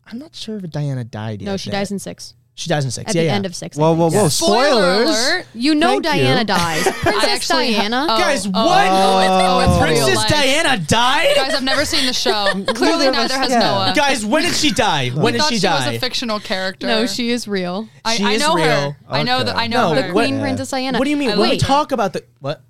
Speaker 1: I'm not sure if Diana died yet.
Speaker 4: no, she
Speaker 1: in it.
Speaker 4: dies in six.
Speaker 1: She dies in six.
Speaker 4: At
Speaker 1: yeah,
Speaker 4: the
Speaker 1: yeah.
Speaker 4: end of six. I
Speaker 3: Whoa,
Speaker 4: think.
Speaker 3: whoa, whoa.
Speaker 2: Spoiler
Speaker 3: Spoilers.
Speaker 2: alert.
Speaker 4: You know
Speaker 3: Thank you.
Speaker 4: Diana dies. Princess
Speaker 2: actually ha-
Speaker 4: Diana.
Speaker 2: Oh.
Speaker 1: Guys, what?
Speaker 2: Oh, it's real
Speaker 1: Princess
Speaker 2: life.
Speaker 1: Diana died.
Speaker 2: Guys, I've never seen the show. Clearly,
Speaker 3: Neither of
Speaker 2: neither
Speaker 3: us-
Speaker 2: has
Speaker 3: yeah.
Speaker 4: uh,
Speaker 2: Noah.
Speaker 1: Guys, when did she die? When
Speaker 2: I
Speaker 1: did
Speaker 2: thought
Speaker 1: she,
Speaker 2: she,
Speaker 1: die?
Speaker 2: was a fictional character.
Speaker 4: no, she is real.
Speaker 2: I,
Speaker 1: She
Speaker 2: I
Speaker 1: is
Speaker 2: know her.
Speaker 1: real.
Speaker 2: I know that. I
Speaker 3: Okay.
Speaker 2: know
Speaker 1: No,
Speaker 2: her.
Speaker 1: What-
Speaker 4: Queen Princess Diana. Uh,
Speaker 1: What do you mean?
Speaker 2: I
Speaker 1: when we
Speaker 2: loved her.
Speaker 1: talk about the what?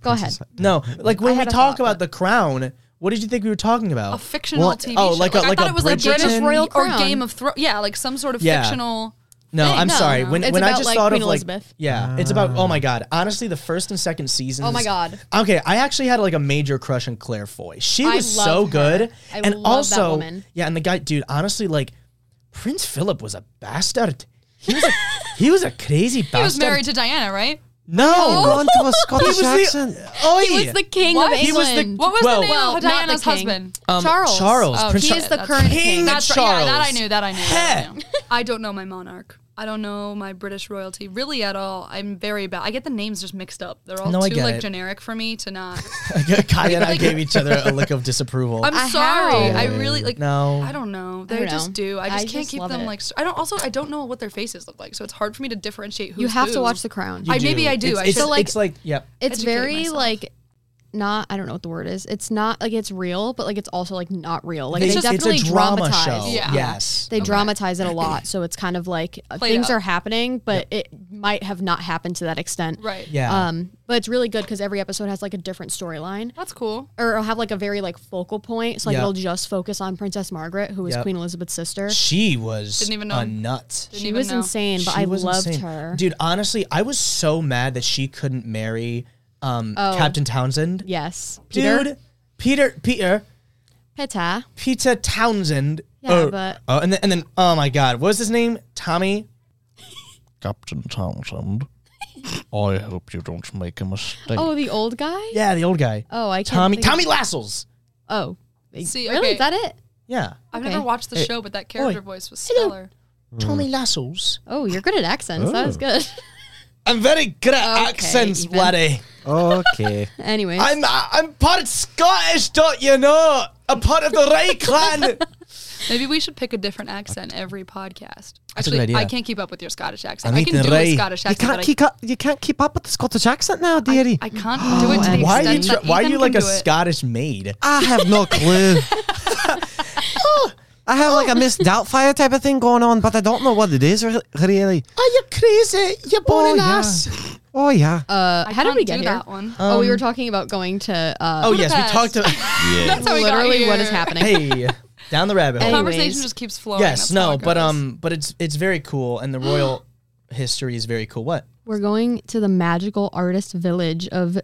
Speaker 4: Go ahead.
Speaker 1: No, like when
Speaker 4: I
Speaker 1: we
Speaker 4: had a
Speaker 1: talk
Speaker 4: thought,
Speaker 1: about
Speaker 4: but-
Speaker 1: the crown, what did you think we were talking
Speaker 2: a
Speaker 1: about?
Speaker 2: fictional
Speaker 1: What?
Speaker 2: TV
Speaker 1: Oh,
Speaker 2: show.
Speaker 1: like a- like
Speaker 2: I thought
Speaker 1: a
Speaker 2: it was like
Speaker 1: Bridgerton?
Speaker 2: British Royal or
Speaker 4: Crown.
Speaker 2: Game of Thrones. Yeah, like some sort of
Speaker 1: Yeah.
Speaker 2: fictional.
Speaker 1: no,
Speaker 2: thing.
Speaker 1: I'm
Speaker 2: No,
Speaker 1: sorry.
Speaker 2: no.
Speaker 1: When
Speaker 4: It's
Speaker 1: when I
Speaker 4: about,
Speaker 1: just
Speaker 4: like,
Speaker 1: thought
Speaker 4: Queen
Speaker 1: of like
Speaker 4: Elizabeth. Ah.
Speaker 1: yeah, it's about oh my god. Honestly, the first and second seasons.
Speaker 4: Oh my God.
Speaker 1: Okay, I actually had like a major crush on Claire Foy. She
Speaker 4: I
Speaker 1: was
Speaker 4: love
Speaker 1: so
Speaker 4: her.
Speaker 1: good,
Speaker 4: I
Speaker 1: and
Speaker 4: love that
Speaker 1: also
Speaker 4: woman.
Speaker 1: yeah, and the guy, dude. Honestly, like Prince Philip was a bastard. He was a he was a crazy bastard.
Speaker 2: He was married to Diana, right?
Speaker 1: no.
Speaker 3: Gone to a
Speaker 1: He
Speaker 3: Scottish
Speaker 1: was
Speaker 3: accent.
Speaker 1: the, oh,
Speaker 4: He was the king
Speaker 2: What?
Speaker 4: of
Speaker 2: He
Speaker 1: was
Speaker 4: England.
Speaker 1: the-
Speaker 2: What was
Speaker 1: Well-
Speaker 2: the name
Speaker 4: Well, not
Speaker 2: of
Speaker 4: the
Speaker 2: Diana's
Speaker 4: king.
Speaker 2: husband?
Speaker 1: Um,
Speaker 4: Charles.
Speaker 1: Charles.
Speaker 2: Oh,
Speaker 1: Prince
Speaker 4: he
Speaker 1: Char-
Speaker 4: is the
Speaker 2: That's
Speaker 4: current
Speaker 1: King.
Speaker 4: king.
Speaker 2: That's right. Yeah, that I knew. That I knew. that I
Speaker 1: Heck.
Speaker 2: knew. I don't know my monarch. I don't know my British royalty really at all. I'm very bad. I get the names just mixed up. They're all
Speaker 1: No, I
Speaker 2: too
Speaker 1: get
Speaker 2: like
Speaker 1: it.
Speaker 2: generic for me to not.
Speaker 1: Kaya and I
Speaker 2: Like-
Speaker 1: gave each other a look of disapproval.
Speaker 2: I'm
Speaker 4: I
Speaker 2: sorry.
Speaker 4: have.
Speaker 2: I really like.
Speaker 1: No.
Speaker 2: I don't know. They
Speaker 4: don't
Speaker 2: just
Speaker 4: know.
Speaker 2: do. I just
Speaker 4: I
Speaker 2: can't
Speaker 4: just
Speaker 2: keep
Speaker 4: love
Speaker 2: them
Speaker 4: it.
Speaker 2: like. str- I don't. Also, I don't know what their faces look like, so it's hard for me to differentiate who.
Speaker 4: You have to watch The Crown.
Speaker 1: You
Speaker 2: I- maybe I do.
Speaker 1: It's,
Speaker 2: I
Speaker 1: it's,
Speaker 2: should-
Speaker 1: like,
Speaker 2: like-
Speaker 1: it's like yeah.
Speaker 4: it's
Speaker 2: educate
Speaker 4: very
Speaker 2: myself.
Speaker 4: like not. I don't know what the word is. It's not like it's real, but like it's also like not real. Like
Speaker 1: They-
Speaker 4: they
Speaker 1: it's a
Speaker 4: definitely
Speaker 1: drama
Speaker 4: dramatize.
Speaker 1: show. Yeah. Yes.
Speaker 4: They dramatize it a lot, so it's kind of like uh,
Speaker 2: Played
Speaker 4: things
Speaker 2: up.
Speaker 4: are happening, but it might have not happened to that extent.
Speaker 2: Right.
Speaker 1: Yeah.
Speaker 4: Um, but it's really good because every episode has like a different storyline.
Speaker 2: That's cool.
Speaker 4: Or it'll have like a very like focal point, so like
Speaker 1: Yeah.
Speaker 4: it'll just focus on Princess Margaret, who is
Speaker 1: Yep.
Speaker 4: Queen Elizabeth's sister.
Speaker 1: she was
Speaker 2: Didn't even know.
Speaker 1: a nut.
Speaker 2: Didn't
Speaker 4: She
Speaker 2: even
Speaker 4: was
Speaker 2: know.
Speaker 4: insane, but
Speaker 1: She
Speaker 4: I
Speaker 1: was
Speaker 4: loved
Speaker 1: insane.
Speaker 4: her.
Speaker 1: Dude, honestly, I was so mad that she couldn't marry um, Captain Townsend.
Speaker 4: Yes,
Speaker 1: Dude, Peter, Peter,
Speaker 4: Peta.
Speaker 1: Peter Townsend.
Speaker 4: Yeah,
Speaker 1: Oh,
Speaker 4: but-
Speaker 1: oh, and then, and then, oh my God, what was his name? Tommy. Captain Townsend. I hope you don't make a mistake.
Speaker 4: Oh, the old guy.
Speaker 1: Yeah, the old guy.
Speaker 4: Oh, I can't
Speaker 1: Tommy.
Speaker 4: think of-
Speaker 1: Tommy Lassels.
Speaker 4: Oh,
Speaker 2: See,
Speaker 4: really?
Speaker 2: okay.
Speaker 4: Is that it?
Speaker 1: Yeah.
Speaker 2: I've
Speaker 4: Okay.
Speaker 2: never watched the
Speaker 1: Hey,
Speaker 2: show, but that character
Speaker 1: oi.
Speaker 2: voice was stellar.
Speaker 1: Tommy Lassos.
Speaker 4: Oh, you're good at accents. That was
Speaker 3: Oh.
Speaker 4: good.
Speaker 1: I'm very good at
Speaker 4: Okay,
Speaker 1: accents,
Speaker 4: Ethan.
Speaker 1: laddie.
Speaker 3: Okay.
Speaker 4: Anyways,
Speaker 1: I'm uh, I'm part Scottish, don't you know? I'm part of the Ray clan.
Speaker 2: Maybe we should pick a different accent every podcast.
Speaker 1: That's a
Speaker 2: Actually,
Speaker 1: good idea.
Speaker 2: I can't keep up with your Scottish accent.
Speaker 1: I
Speaker 2: I,
Speaker 1: need
Speaker 2: can
Speaker 1: to
Speaker 2: do
Speaker 1: ray.
Speaker 2: a Scottish
Speaker 3: You
Speaker 2: accent.
Speaker 3: can't
Speaker 2: but
Speaker 3: keep up. You can't keep up with the Scottish accent now, dearie.
Speaker 2: I, I can't do it to the
Speaker 1: Why are
Speaker 4: Why
Speaker 1: you
Speaker 2: extent
Speaker 1: tr-
Speaker 2: that
Speaker 1: why are
Speaker 2: Ethan
Speaker 1: you like
Speaker 2: can
Speaker 1: a
Speaker 2: do it.
Speaker 1: Scottish maid?
Speaker 3: I have no clue. I have like a Miss Doubtfire type of thing going on, but I don't know what it is re- really.
Speaker 1: Are you crazy? You boring
Speaker 3: yeah.
Speaker 1: ass.
Speaker 3: Oh yeah.
Speaker 4: uh,
Speaker 2: I
Speaker 4: how did we
Speaker 2: can't
Speaker 4: get
Speaker 2: do
Speaker 4: here?
Speaker 2: that one.
Speaker 4: oh, we were talking about going to. Uh,
Speaker 1: Oh yes, we
Speaker 2: Budapest.
Speaker 1: talked to
Speaker 2: That's how we got
Speaker 4: literally, what
Speaker 2: here.
Speaker 4: is happening?
Speaker 1: Hey, down the rabbit hole.
Speaker 4: Hey,
Speaker 2: Conversation
Speaker 4: Anyways.
Speaker 2: just keeps flowing.
Speaker 1: Yes,
Speaker 2: That's how
Speaker 1: no,
Speaker 2: it
Speaker 1: but
Speaker 2: goes.
Speaker 1: um but it's it's very cool and the royal history is very cool. What?
Speaker 4: We're going to the magical artist village of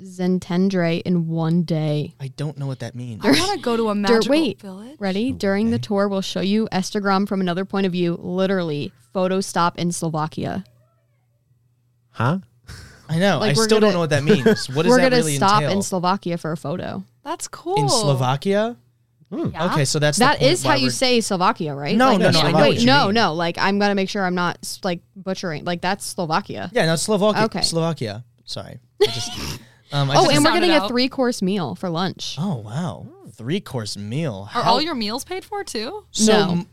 Speaker 4: Zentendre in one day.
Speaker 1: I don't know what that means.
Speaker 2: I want to go to a magical
Speaker 4: wait.
Speaker 2: village.
Speaker 4: Ready? During the tour, we'll show you Estagram from another point of view, literally photo stop in Slovakia.
Speaker 3: huh?
Speaker 1: I know.
Speaker 4: Like,
Speaker 1: I
Speaker 4: we're
Speaker 1: still don't
Speaker 4: gonna-
Speaker 1: know what that means. What does
Speaker 4: We're
Speaker 1: that
Speaker 4: gonna
Speaker 1: really
Speaker 4: stop
Speaker 1: entail?
Speaker 4: in Slovakia for a photo.
Speaker 2: That's cool.
Speaker 1: In Slovakia? Hmm,
Speaker 2: Yeah.
Speaker 1: Okay, so that's the
Speaker 4: That
Speaker 1: point
Speaker 4: is
Speaker 1: why
Speaker 4: how you
Speaker 1: we're-
Speaker 4: say Slovakia, right?
Speaker 1: No,
Speaker 4: like,
Speaker 1: no,
Speaker 3: no, I
Speaker 4: yeah,
Speaker 3: know
Speaker 1: what
Speaker 4: Wait,
Speaker 1: you
Speaker 4: no,
Speaker 1: mean.
Speaker 4: no. Like I'm gonna make sure I'm not s- like butchering. Like that's Slovakia.
Speaker 1: Yeah, no, it's Slovakia.
Speaker 4: Okay.
Speaker 1: Slovakia. Sorry. I just, um, I
Speaker 4: Oh,
Speaker 1: just-
Speaker 4: and we're
Speaker 2: sound it
Speaker 4: getting a
Speaker 2: out.
Speaker 4: three course meal for lunch.
Speaker 1: oh wow, three course meal.
Speaker 2: Are
Speaker 1: How-
Speaker 2: all your meals paid for too?
Speaker 1: so
Speaker 4: No.
Speaker 1: m-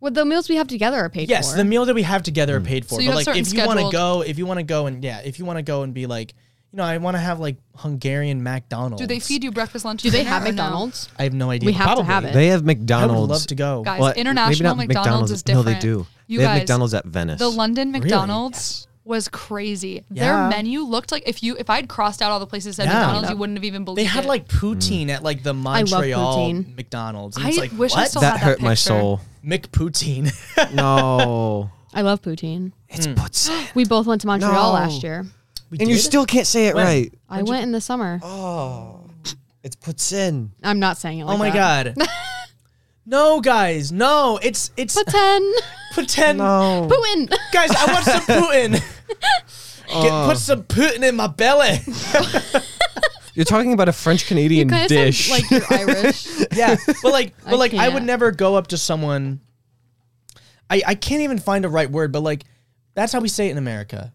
Speaker 4: Well, the meals we have together are paid
Speaker 1: yes,
Speaker 4: for.
Speaker 1: the meal that we have together are
Speaker 3: Mm.
Speaker 1: paid for.
Speaker 2: So you
Speaker 1: but like,
Speaker 2: have certain
Speaker 1: if you want to
Speaker 2: scheduled-
Speaker 1: go, if you want to go and yeah, if you want to go and be like, you know, I want to have like Hungarian McDonald's.
Speaker 2: Do they feed you breakfast, lunch?
Speaker 4: Do they
Speaker 2: dinner,
Speaker 4: have
Speaker 2: or no?
Speaker 4: McDonald's?
Speaker 1: I have no idea.
Speaker 4: We have to
Speaker 1: Probably.
Speaker 4: have it.
Speaker 3: They have
Speaker 1: I
Speaker 3: McDonald's.
Speaker 1: would love to go.
Speaker 2: Guys,
Speaker 3: Well, maybe
Speaker 2: international
Speaker 3: not
Speaker 2: McDonald's is different.
Speaker 3: No, they do.
Speaker 2: You
Speaker 3: they
Speaker 2: guys,
Speaker 3: have McDonald's at Venice.
Speaker 2: The London
Speaker 1: Really?
Speaker 2: McDonald's was crazy.
Speaker 1: Yeah.
Speaker 2: Their menu looked like if you if I'd crossed out all the places that said
Speaker 1: Yeah.
Speaker 2: McDonald's, you wouldn't have even believed
Speaker 1: They had
Speaker 2: it.
Speaker 3: Mm.
Speaker 1: like poutine at like the
Speaker 4: love
Speaker 1: Montreal
Speaker 4: poutine.
Speaker 1: McDonald's. And
Speaker 2: I
Speaker 1: it's like
Speaker 2: wish I
Speaker 1: what?
Speaker 2: still
Speaker 3: that
Speaker 2: had that
Speaker 3: hurt my
Speaker 2: picture.
Speaker 3: soul.
Speaker 1: McPoutine.
Speaker 3: No.
Speaker 4: I love poutine.
Speaker 3: it's puts. And
Speaker 4: We both went to Montreal
Speaker 3: No.
Speaker 4: last year.
Speaker 1: We did?
Speaker 3: you still can't say it
Speaker 1: When?
Speaker 3: right.
Speaker 4: I went in the summer.
Speaker 3: Oh. It's puts in.
Speaker 4: I'm not saying it. Like
Speaker 1: Oh my god. No, guys, no! It's it's
Speaker 4: But ten,
Speaker 1: pretend.
Speaker 3: No.
Speaker 4: Putin.
Speaker 1: Guys, I want some Putin. Get,
Speaker 3: Oh.
Speaker 1: put some Putin in my belly.
Speaker 3: You're talking about a French
Speaker 4: You
Speaker 3: Canadian
Speaker 4: kind of
Speaker 3: dish.
Speaker 4: sound like you're Irish.
Speaker 1: yeah, but like, but
Speaker 4: I
Speaker 1: like, I would
Speaker 4: can't.
Speaker 1: never go up to someone. I I can't even find a right word, but like, that's how we say it in America.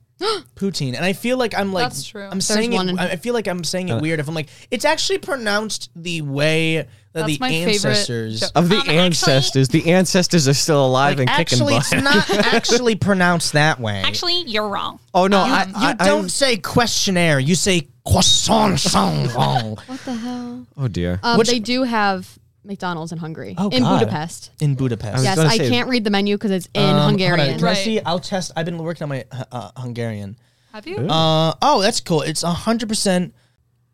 Speaker 1: Poutine, and I feel like I'm like
Speaker 2: That's true.
Speaker 1: I'm
Speaker 2: There's
Speaker 1: saying
Speaker 4: one
Speaker 1: it.
Speaker 4: in-
Speaker 1: I I feel like I'm
Speaker 3: Uh.
Speaker 1: saying it weird. If I'm like, it's actually pronounced the way that
Speaker 2: That's
Speaker 1: the
Speaker 2: my favorite
Speaker 1: ancestors.
Speaker 2: joke.
Speaker 3: of the
Speaker 2: Um, actually-
Speaker 3: ancestors. the ancestors are still alive and kicking
Speaker 1: Actually,
Speaker 3: butt.
Speaker 1: it's not actually pronounced that way.
Speaker 2: Actually, um, you're wrong.
Speaker 3: oh no,
Speaker 1: you,
Speaker 3: I,
Speaker 1: you
Speaker 3: I- I-
Speaker 1: don't say questionnaire. You say croissant.
Speaker 4: What the hell?
Speaker 3: oh dear.
Speaker 4: Um,
Speaker 1: Which-
Speaker 4: they do have McDonald's in Hungary.
Speaker 1: Oh,
Speaker 4: in
Speaker 1: God.
Speaker 4: Budapest.
Speaker 1: in Budapest.
Speaker 3: was
Speaker 4: Yes,
Speaker 3: gonna
Speaker 4: I
Speaker 3: say-
Speaker 4: can't read the menu because it's in
Speaker 1: Um, hold on,
Speaker 4: Hungarian.
Speaker 1: Can I
Speaker 2: Right.
Speaker 1: see? I'll test. I've been working on my uh, uh, Hungarian.
Speaker 2: Have you?
Speaker 1: Uh, oh, that's cool. It's hundred percent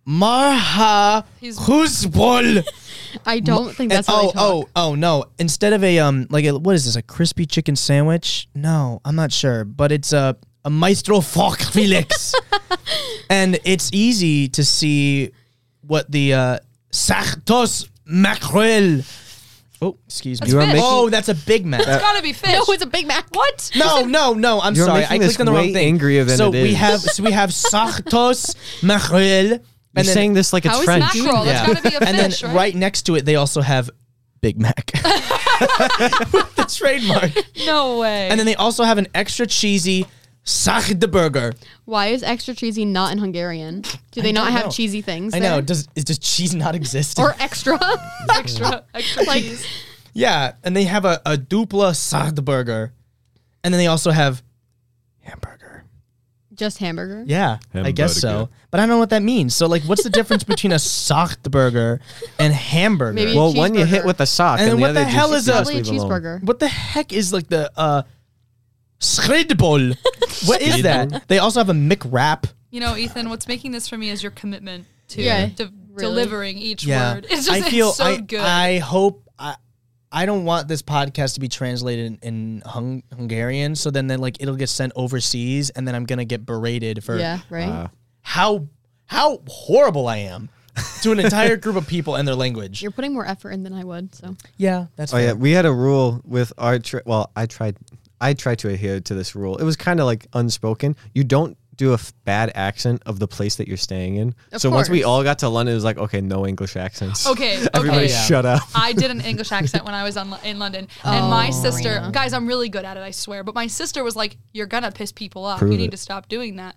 Speaker 1: marha
Speaker 2: He's-
Speaker 1: huzbol.
Speaker 4: I don't think
Speaker 1: And
Speaker 4: that's how
Speaker 1: oh,
Speaker 4: they talk.
Speaker 1: oh, oh no! Instead of a um, like a, what is this? A crispy chicken sandwich? No, I'm not sure, but it's a a maestro fork Felix, and it's easy to see what the uh, sartos mackerel. Oh, excuse me.
Speaker 2: You are fish. making-
Speaker 1: oh, that's a Big Mac.
Speaker 2: it's gotta be fish.
Speaker 4: No, it's a Big Mac.
Speaker 2: what?
Speaker 1: No, no, no. I'm
Speaker 3: You're
Speaker 1: sorry.
Speaker 3: making
Speaker 1: I
Speaker 3: this
Speaker 1: clicked on the wrong
Speaker 3: way
Speaker 1: thing.
Speaker 3: angrier than
Speaker 1: so
Speaker 3: it
Speaker 1: we
Speaker 3: is.
Speaker 1: have so we have sartos mackerel.
Speaker 3: You're
Speaker 1: then-
Speaker 3: saying this like it's
Speaker 4: How is
Speaker 3: French.
Speaker 2: mackerel? That's gotta be a
Speaker 1: and
Speaker 2: fish,
Speaker 1: then
Speaker 2: right?
Speaker 1: right? next to it, they also have Big Mac with the trademark.
Speaker 2: No way.
Speaker 1: And then they also have an extra cheesy Sach de burger.
Speaker 4: Why is extra cheesy not in Hungarian? Do they
Speaker 1: I
Speaker 4: not
Speaker 1: don't
Speaker 4: have
Speaker 1: know.
Speaker 4: cheesy things?
Speaker 1: I know.
Speaker 4: there?
Speaker 1: Does is- does cheese not exist?
Speaker 4: Or extra?
Speaker 2: extra, extra
Speaker 4: Like-
Speaker 2: cheese.
Speaker 1: yeah, and they have a, a dupla Sach de burger, and then they also have hamburger.
Speaker 4: Just hamburger?
Speaker 1: Yeah, I guess so.
Speaker 3: Hamburger.
Speaker 1: But I don't know what that means. So like, what's the difference between a Sach de burger and hamburger?
Speaker 4: Maybe
Speaker 3: well, one you hit
Speaker 4: Cheeseburger.
Speaker 3: with a sock,
Speaker 1: And
Speaker 3: and,
Speaker 1: then
Speaker 3: the
Speaker 1: what
Speaker 3: other
Speaker 1: the hell
Speaker 3: just-
Speaker 1: is
Speaker 3: you
Speaker 1: a-
Speaker 3: just
Speaker 4: Probably a
Speaker 3: leave alone.
Speaker 4: cheeseburger.
Speaker 1: What the heck is like the uh Schridbol? what is that? They also have a McWrap.
Speaker 2: You know, Ethan, what's making this for me is your commitment to
Speaker 4: Yeah,
Speaker 2: de-
Speaker 4: really.
Speaker 2: delivering each word. It's just
Speaker 1: I feel
Speaker 2: it's so
Speaker 1: I,
Speaker 2: good.
Speaker 1: I hope I I don't want this podcast to be translated in, in hung, Hungarian, so then then like it'll get sent overseas and then I'm gonna get berated for
Speaker 4: Yeah, right?
Speaker 1: Uh. how how horrible I am to an entire group of people and their language.
Speaker 4: You're putting more effort in than I would, so.
Speaker 1: Yeah, that's
Speaker 3: Oh yeah,
Speaker 1: fair.
Speaker 3: we had a rule with our tri- well, I tried I tried to adhere to this rule. It was kind of like unspoken. You don't do a f- bad accent of the place that you're staying in.
Speaker 4: Of
Speaker 3: so once we
Speaker 4: course.
Speaker 3: all got to London, it was like, okay, no English accents.
Speaker 2: Okay,
Speaker 3: Everybody
Speaker 2: okay.
Speaker 1: Yeah.
Speaker 3: shut up.
Speaker 2: I did an English accent when I was on, in London, and my sister, guys, I'm really good at it, I swear. But my sister was like, "You're gonna piss people off.
Speaker 3: Prove
Speaker 2: you need
Speaker 3: it.
Speaker 2: to stop doing that."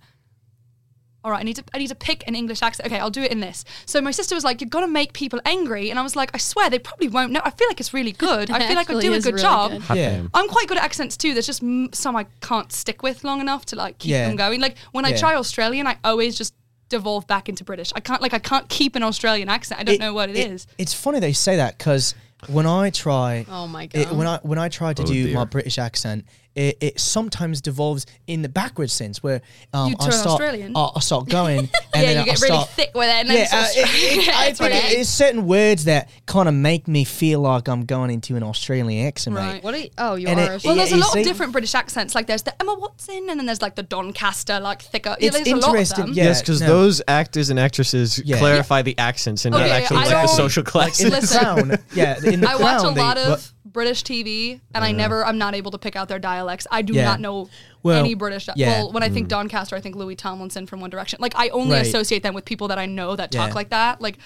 Speaker 2: All right, I need to I need to pick an English accent. Okay, I'll do it in this. So my sister was like, "You're gonna make people angry," and I was like, "I swear they probably won't know. I feel like it's really good. I feel like I
Speaker 4: Actually
Speaker 2: do a
Speaker 4: is
Speaker 2: good
Speaker 4: really
Speaker 2: job."
Speaker 4: good.
Speaker 3: Hot
Speaker 1: Yeah.
Speaker 3: damn.
Speaker 2: I'm quite good at accents too. There's just m- some I can't stick with long enough to like keep
Speaker 1: Yeah.
Speaker 2: them going. Like when I
Speaker 1: Yeah.
Speaker 2: try Australian, I always just devolve back into British. I can't like I can't keep an Australian accent. I don't know what it is.
Speaker 1: It's funny they say that because when I try,
Speaker 4: Oh my
Speaker 1: it-
Speaker 4: God.
Speaker 1: when I when I try to
Speaker 3: Oh
Speaker 1: do my
Speaker 3: dear.
Speaker 1: British accent, it, it sometimes devolves in the backward sense where um,
Speaker 2: You
Speaker 1: I
Speaker 2: turn
Speaker 1: start
Speaker 2: Australian.
Speaker 1: I, I start going and
Speaker 2: Yeah,
Speaker 1: then
Speaker 2: you
Speaker 1: I
Speaker 2: get really
Speaker 1: start.
Speaker 2: thick with it. And then
Speaker 1: yeah,
Speaker 2: it's
Speaker 1: uh,
Speaker 2: just-
Speaker 1: it- it- I
Speaker 2: That's what
Speaker 1: think
Speaker 2: it is.
Speaker 1: it's certain words that kind of make me feel like I'm going into an Australian accent,
Speaker 2: Right.
Speaker 1: mate.
Speaker 4: What? Are you, oh, you
Speaker 1: And
Speaker 4: are.
Speaker 1: it-
Speaker 2: Well,
Speaker 1: Yeah,
Speaker 2: there's a
Speaker 1: you
Speaker 2: lot
Speaker 1: see-
Speaker 2: of different British accents. Like there's the Emma Watson, and then there's like the Doncaster, like thicker. yeah,
Speaker 1: It's
Speaker 2: there's a lot of
Speaker 1: interesting,
Speaker 2: them.
Speaker 1: yeah.
Speaker 3: yes, because
Speaker 1: no.
Speaker 3: those actors and actresses
Speaker 1: Yeah.
Speaker 3: clarify the accents and
Speaker 2: Okay,
Speaker 3: not
Speaker 2: yeah,
Speaker 3: actually
Speaker 2: I
Speaker 3: like the
Speaker 2: don't-
Speaker 3: social
Speaker 1: in
Speaker 3: classes.
Speaker 1: the
Speaker 2: Listen.
Speaker 1: crown, yeah, in the
Speaker 2: I
Speaker 1: crown.
Speaker 2: watch a
Speaker 1: they-
Speaker 2: lot of
Speaker 1: what-
Speaker 2: British TV, and I never, I'm not able to pick out their dialects. I do
Speaker 1: Yeah.
Speaker 2: not know
Speaker 1: Well,
Speaker 2: any British. di-
Speaker 1: yeah. Mm.
Speaker 2: Well, when I think Doncaster, I think Louis Tomlinson from One Direction. Like I only
Speaker 1: Right.
Speaker 2: associate them with people that I know that
Speaker 1: Yeah.
Speaker 2: talk like that. Like.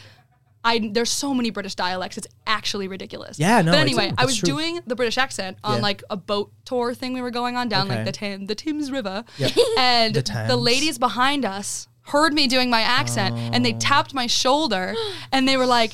Speaker 2: I, there's so many British dialects. It's actually ridiculous.
Speaker 1: Yeah, no, it's-
Speaker 2: But anyway, I
Speaker 1: it's
Speaker 2: was
Speaker 1: true.
Speaker 2: doing the British accent on
Speaker 1: Yeah.
Speaker 2: like a boat tour thing we were going on down
Speaker 1: Okay.
Speaker 2: like the Tim, the Thames River,
Speaker 1: Yep.
Speaker 2: and
Speaker 1: The
Speaker 2: the,
Speaker 1: Thames.
Speaker 2: ladies behind us heard me doing my accent, and
Speaker 1: Oh.
Speaker 2: they tapped my shoulder, and they were like,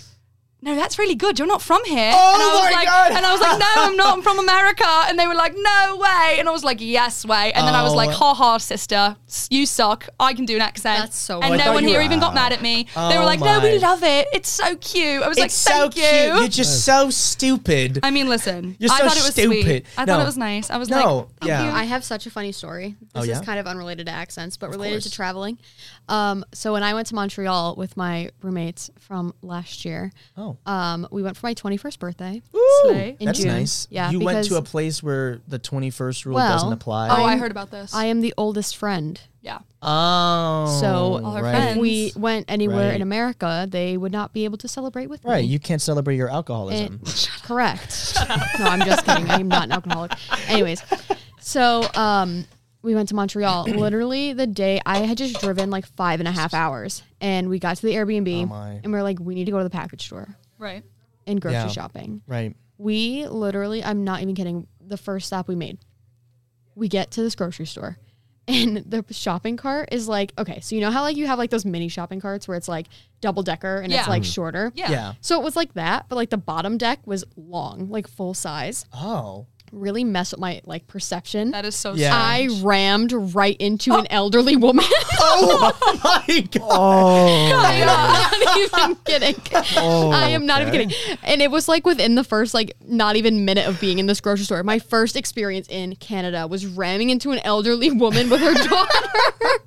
Speaker 2: no, that's really good. You're not from here.
Speaker 1: Oh
Speaker 2: and I was
Speaker 1: my
Speaker 2: like,
Speaker 1: God.
Speaker 2: And I was like, no, I'm not. I'm from America. And they were like, no way. And I was like, yes way. And then I was
Speaker 1: Oh.
Speaker 2: like, ha ha, sister, s- you suck. I can do an accent.
Speaker 4: That's so
Speaker 2: And
Speaker 4: I
Speaker 2: no
Speaker 1: thought
Speaker 2: one
Speaker 1: you
Speaker 2: here
Speaker 1: were-
Speaker 2: even got mad at me. they
Speaker 1: Oh
Speaker 2: were like, no, we
Speaker 1: my.
Speaker 2: love it. It's so cute. I was like,
Speaker 1: It's so
Speaker 2: thank
Speaker 1: cute.
Speaker 2: you.
Speaker 1: You're just so stupid.
Speaker 2: I mean, listen.
Speaker 1: You're
Speaker 2: I
Speaker 1: so
Speaker 2: thought it was
Speaker 1: stupid.
Speaker 2: sweet. I
Speaker 1: No.
Speaker 2: thought it was nice. I was like, "Oh,
Speaker 1: No,
Speaker 2: thank
Speaker 1: yeah.
Speaker 2: you.
Speaker 4: I have such a funny story. This
Speaker 1: Oh, yeah?
Speaker 4: is kind of unrelated to accents, but related to
Speaker 1: course.
Speaker 4: traveling. Um, so when I went to Montreal with my roommates from last year,
Speaker 1: oh.
Speaker 4: um, we went for my 21st birthday.
Speaker 2: Slay.
Speaker 4: in
Speaker 1: That's
Speaker 4: June.
Speaker 1: nice.
Speaker 4: Yeah,
Speaker 1: you went to
Speaker 4: because-
Speaker 1: a place where the 21st rule
Speaker 4: Well,
Speaker 1: doesn't apply.
Speaker 2: Oh, I
Speaker 4: I'm-
Speaker 2: heard about this.
Speaker 4: I am the oldest friend.
Speaker 2: yeah.
Speaker 1: Oh,
Speaker 4: So-
Speaker 2: All her
Speaker 1: right,
Speaker 2: friends.
Speaker 4: If we went anywhere
Speaker 1: Right.
Speaker 4: in America, they would not be able to celebrate with
Speaker 1: right.
Speaker 4: me.
Speaker 1: You can't celebrate your alcoholism.
Speaker 4: It- correct. no, I'm just kidding. I'm not an alcoholic. Anyways, so um, we went to Montreal. Literally the day I had just driven like five and a half hours, and we got to the Airbnb,
Speaker 1: Oh, my.
Speaker 4: and we are like, we need to go to the package store
Speaker 2: Right.
Speaker 4: and grocery
Speaker 1: Yeah.
Speaker 4: shopping.
Speaker 1: right.
Speaker 4: We literally, I'm not even kidding. The first stop we made, we get to this grocery store. And the shopping cart is like, okay, so you know how like you have like those mini shopping carts where it's like double decker and
Speaker 2: Yeah.
Speaker 4: it's like shorter?
Speaker 2: Yeah.
Speaker 1: Yeah.
Speaker 4: So it was like that, but like the bottom deck was long, like full size.
Speaker 1: Oh.
Speaker 4: Really messed with my like perception.
Speaker 2: That is so
Speaker 1: Yeah.
Speaker 4: I rammed right into an elderly woman.
Speaker 1: Oh my god.
Speaker 3: oh,
Speaker 4: I'm not even kidding.
Speaker 1: Oh,
Speaker 4: I am not
Speaker 3: okay.
Speaker 4: even kidding. And it was like within the first like not even minute of being in this grocery store. My first experience in Canada was ramming into an elderly woman with her daughter.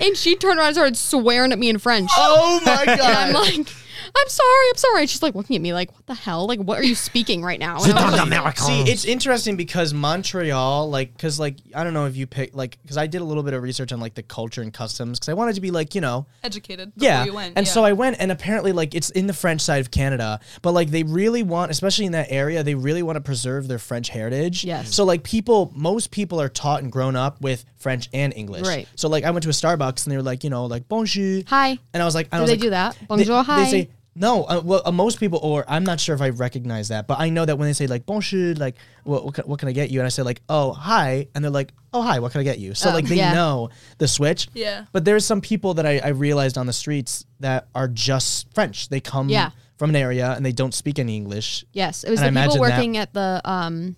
Speaker 4: and she turned around and started swearing at me in French.
Speaker 1: Oh my god.
Speaker 4: And I'm like, I'm sorry, I'm sorry. And she's like looking at me like, what the hell? Like, what are you speaking right now? And I was like,
Speaker 1: See, it's interesting because Montreal, like, because, like, I don't know if you pick, like, because I did a little bit of research on, like, the culture and customs, because I wanted to be, like, you know,
Speaker 2: Educated. before
Speaker 1: yeah.
Speaker 2: You went.
Speaker 1: And
Speaker 2: yeah.
Speaker 1: so I went, and apparently, like, it's in the French side of Canada, but like, they really want, especially in that area, they really want to preserve their French heritage.
Speaker 4: Yes.
Speaker 1: So like, people, most people are taught and grown up with French and English.
Speaker 4: Right.
Speaker 1: So like, I went to a Starbucks, and they were like, you know, like bonjour.
Speaker 4: Hi.
Speaker 1: And I was like, I
Speaker 4: Do
Speaker 1: was
Speaker 4: they
Speaker 1: like-
Speaker 4: do that?
Speaker 1: They-
Speaker 4: Bonjour,
Speaker 1: they
Speaker 4: hi.
Speaker 1: say- no, uh, well, uh, most people, or I'm not sure if I recognize that, but I know that when they say like bonjour, like what, what, can, what can I get you, and I say like oh hi, and they're like oh hi, what can I get you? So
Speaker 4: Oh,
Speaker 1: like they
Speaker 4: yeah.
Speaker 1: know the switch.
Speaker 2: Yeah.
Speaker 1: But there's some people that I, I realized on the streets that are just French. They come
Speaker 4: Yeah.
Speaker 1: from an area and they don't speak any English.
Speaker 4: Yes, it was
Speaker 1: And I
Speaker 4: the people
Speaker 1: imagine that-
Speaker 4: working at the um,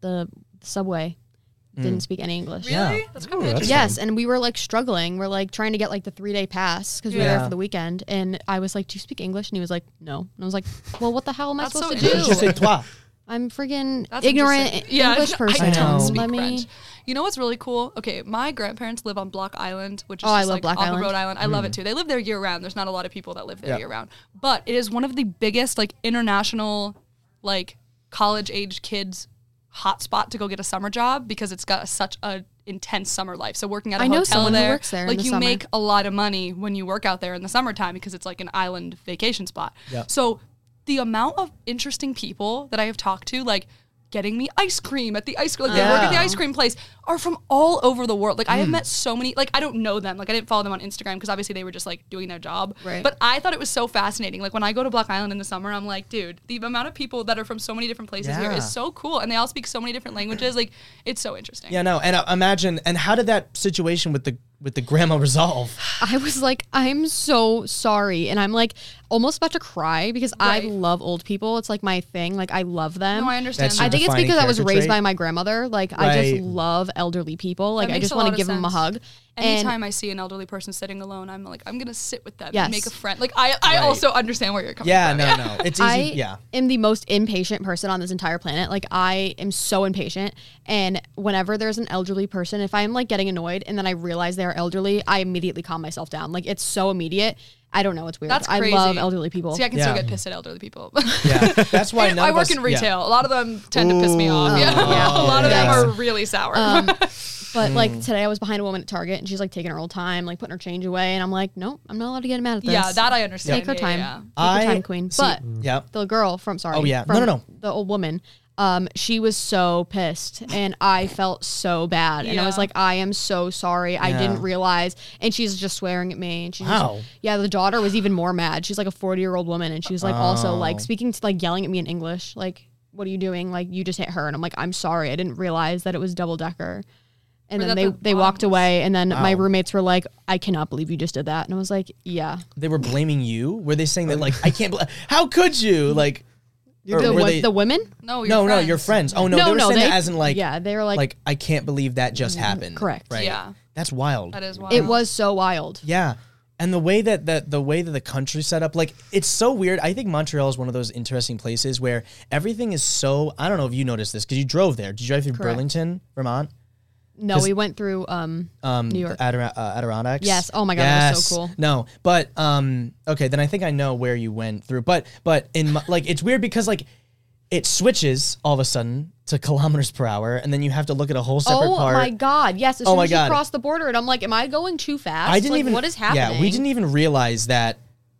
Speaker 4: the subway
Speaker 1: Mm.
Speaker 4: didn't speak any English.
Speaker 2: Really?
Speaker 1: Yeah.
Speaker 2: That's kind of
Speaker 4: Yes, and we were like struggling. We're like trying to get like the three day pass because we were there
Speaker 1: Yeah.
Speaker 4: for the weekend. And I was like, "Do you speak English?" And he was like, "No." And I was like, "Well, what the hell am I
Speaker 2: That's
Speaker 4: supposed
Speaker 2: so
Speaker 4: to
Speaker 1: Je
Speaker 4: do?
Speaker 1: sais toi.
Speaker 4: I'm friggin'
Speaker 2: That's
Speaker 4: ignorant
Speaker 2: interesting.
Speaker 4: English person.
Speaker 2: I don't
Speaker 1: know.
Speaker 2: speak
Speaker 4: Let me.
Speaker 2: French. You know what's really cool? Okay, my grandparents live on Block Island, which is
Speaker 4: Oh, I
Speaker 2: just
Speaker 4: love
Speaker 2: like
Speaker 4: Block
Speaker 2: off
Speaker 4: Island.
Speaker 2: of Rhode Island. I love it too. They live there year round. There's not a lot of people that live there
Speaker 1: Mm. Yeah.
Speaker 2: year round, but it is one of the biggest like international, like college age kids hotspot to go get a summer job because it's got such a intense summer life. So working at a
Speaker 4: I know
Speaker 2: hotel
Speaker 4: someone who
Speaker 2: there,
Speaker 4: works there in
Speaker 2: like
Speaker 4: the
Speaker 2: you
Speaker 4: summer.
Speaker 2: make a lot of money when you work out there in the summertime because it's like an island vacation spot.
Speaker 1: Yeah.
Speaker 2: So the amount of interesting people that I have talked to, like getting me ice cream at the ice cream. Like they work at the
Speaker 1: Yeah.
Speaker 2: ice cream place are from all over the world. Like I have
Speaker 1: Mm.
Speaker 2: met so many. Like I don't know them. Like I didn't follow them on Instagram because obviously they were just like doing their job.
Speaker 4: Right.
Speaker 2: But I thought it was so fascinating. Like when I go to Block Island in the summer, I'm like, dude, the amount of people that are from so many different places here
Speaker 1: Yeah.
Speaker 2: is so cool, and they all speak so many different languages. Like it's so interesting.
Speaker 1: Yeah, no, and uh, imagine. And how did that situation with the with the grandma resolve?
Speaker 4: I was like, I'm so sorry. And I'm like almost about to cry because I
Speaker 2: Right.
Speaker 4: love old people. It's like my thing. Like I love them.
Speaker 2: No, I understand.
Speaker 1: That's
Speaker 2: that.
Speaker 4: I think it's
Speaker 1: Defining
Speaker 4: because I was
Speaker 1: character
Speaker 4: raised
Speaker 1: trait.
Speaker 4: by my grandmother. Like I
Speaker 1: Right.
Speaker 4: just love elderly people. Like I
Speaker 2: makes
Speaker 4: just
Speaker 2: a
Speaker 4: want
Speaker 2: lot
Speaker 4: to
Speaker 2: of
Speaker 4: give them a
Speaker 2: sense.
Speaker 4: hug.
Speaker 2: Anytime
Speaker 4: and
Speaker 2: I see an elderly person sitting alone, I'm like, I'm gonna sit with them
Speaker 4: Yes.
Speaker 2: and make a friend. Like I, I also understand where you're coming
Speaker 1: Yeah,
Speaker 2: from.
Speaker 1: no, no, it's easy.
Speaker 4: I
Speaker 1: yeah,
Speaker 4: am the most impatient person on this entire planet. Like I am so impatient, and whenever there's an elderly person, if I'm like getting annoyed and then I realize they are elderly, I immediately calm myself down. Like it's so immediate. I don't know. It's weird.
Speaker 2: That's crazy.
Speaker 4: I love elderly people.
Speaker 2: See, I can still
Speaker 1: Yeah.
Speaker 2: get pissed at elderly people.
Speaker 1: yeah. That's why none
Speaker 2: I
Speaker 1: of
Speaker 2: work
Speaker 1: us-
Speaker 2: in
Speaker 1: yeah.
Speaker 2: retail. A lot of them tend to piss me off. Yeah. a lot of them
Speaker 4: Oh. Yeah. Um,
Speaker 2: are really sour.
Speaker 4: But like
Speaker 1: Mm.
Speaker 4: today, I was behind a woman at Target, and she's like taking her old time, like putting her change away, and I'm like, nope, I'm not allowed to get mad at this.
Speaker 2: yeah, that I understand.
Speaker 4: take her
Speaker 2: Yeah,
Speaker 4: time,
Speaker 2: yeah, yeah.
Speaker 4: take
Speaker 1: I-
Speaker 4: her time, queen.
Speaker 1: see-
Speaker 4: but
Speaker 1: Yeah.
Speaker 4: the girl from sorry,
Speaker 1: Oh, yeah. No,
Speaker 4: from
Speaker 1: no, no.
Speaker 4: the old woman. Um, she was so pissed, and I felt so bad, and I was
Speaker 2: Yeah.
Speaker 4: like, I am so sorry, I
Speaker 1: Yeah.
Speaker 4: didn't realize, and she's just swearing at me, and she's just-
Speaker 1: Wow.
Speaker 4: yeah, the daughter was even more mad. She's like a forty year old woman, and she was like
Speaker 1: Oh.
Speaker 4: also like speaking to like yelling at me in English, like. What are you doing? Like you just hit her, and I'm like, I'm sorry, I didn't realize that it was double decker. And
Speaker 2: Or
Speaker 4: then
Speaker 2: that
Speaker 4: they,
Speaker 2: the
Speaker 4: they walked
Speaker 2: bottom was-
Speaker 4: away, and then my roommates were like, I cannot believe you just did that, and I was like, Yeah,
Speaker 1: They were blaming you. Were they saying that like I can't? Bl- how could you? Like, or
Speaker 4: the
Speaker 1: were
Speaker 4: wo-
Speaker 1: they-
Speaker 4: the women.
Speaker 2: No,
Speaker 1: no,
Speaker 2: your
Speaker 1: no, your
Speaker 2: friends.
Speaker 1: friends. Oh no, they were saying that as in like
Speaker 4: yeah, they were like,
Speaker 1: like I can't believe that just happened.
Speaker 4: correct.
Speaker 1: Right.
Speaker 2: Yeah.
Speaker 1: That's wild.
Speaker 2: That is wild.
Speaker 4: it was so wild.
Speaker 1: Yeah. And the way that the, the way that the country set up, like it's so weird. I think Montreal is one of those interesting places where everything is so. I don't know if you noticed this because you drove there. Did you drive through
Speaker 4: Correct.
Speaker 1: Burlington, Vermont?
Speaker 4: No, we went through um, New York.
Speaker 1: The Adira- uh, Adirondacks.
Speaker 4: Yes. Oh my God, that was so cool.
Speaker 1: No, but um, okay. Then I think I know where you went through. But but in my, like it's weird because like it switches all of a sudden to kilometers per hour, and then you have to look at a whole separate
Speaker 4: oh
Speaker 1: part.
Speaker 4: my god! Yes, as
Speaker 1: Oh
Speaker 4: soon
Speaker 1: my
Speaker 4: as
Speaker 1: God.
Speaker 4: you cross the border, and I'm like, am I going too fast?
Speaker 1: I didn't
Speaker 4: Like,
Speaker 1: even
Speaker 4: What is happening?
Speaker 1: Yeah, we didn't even realize that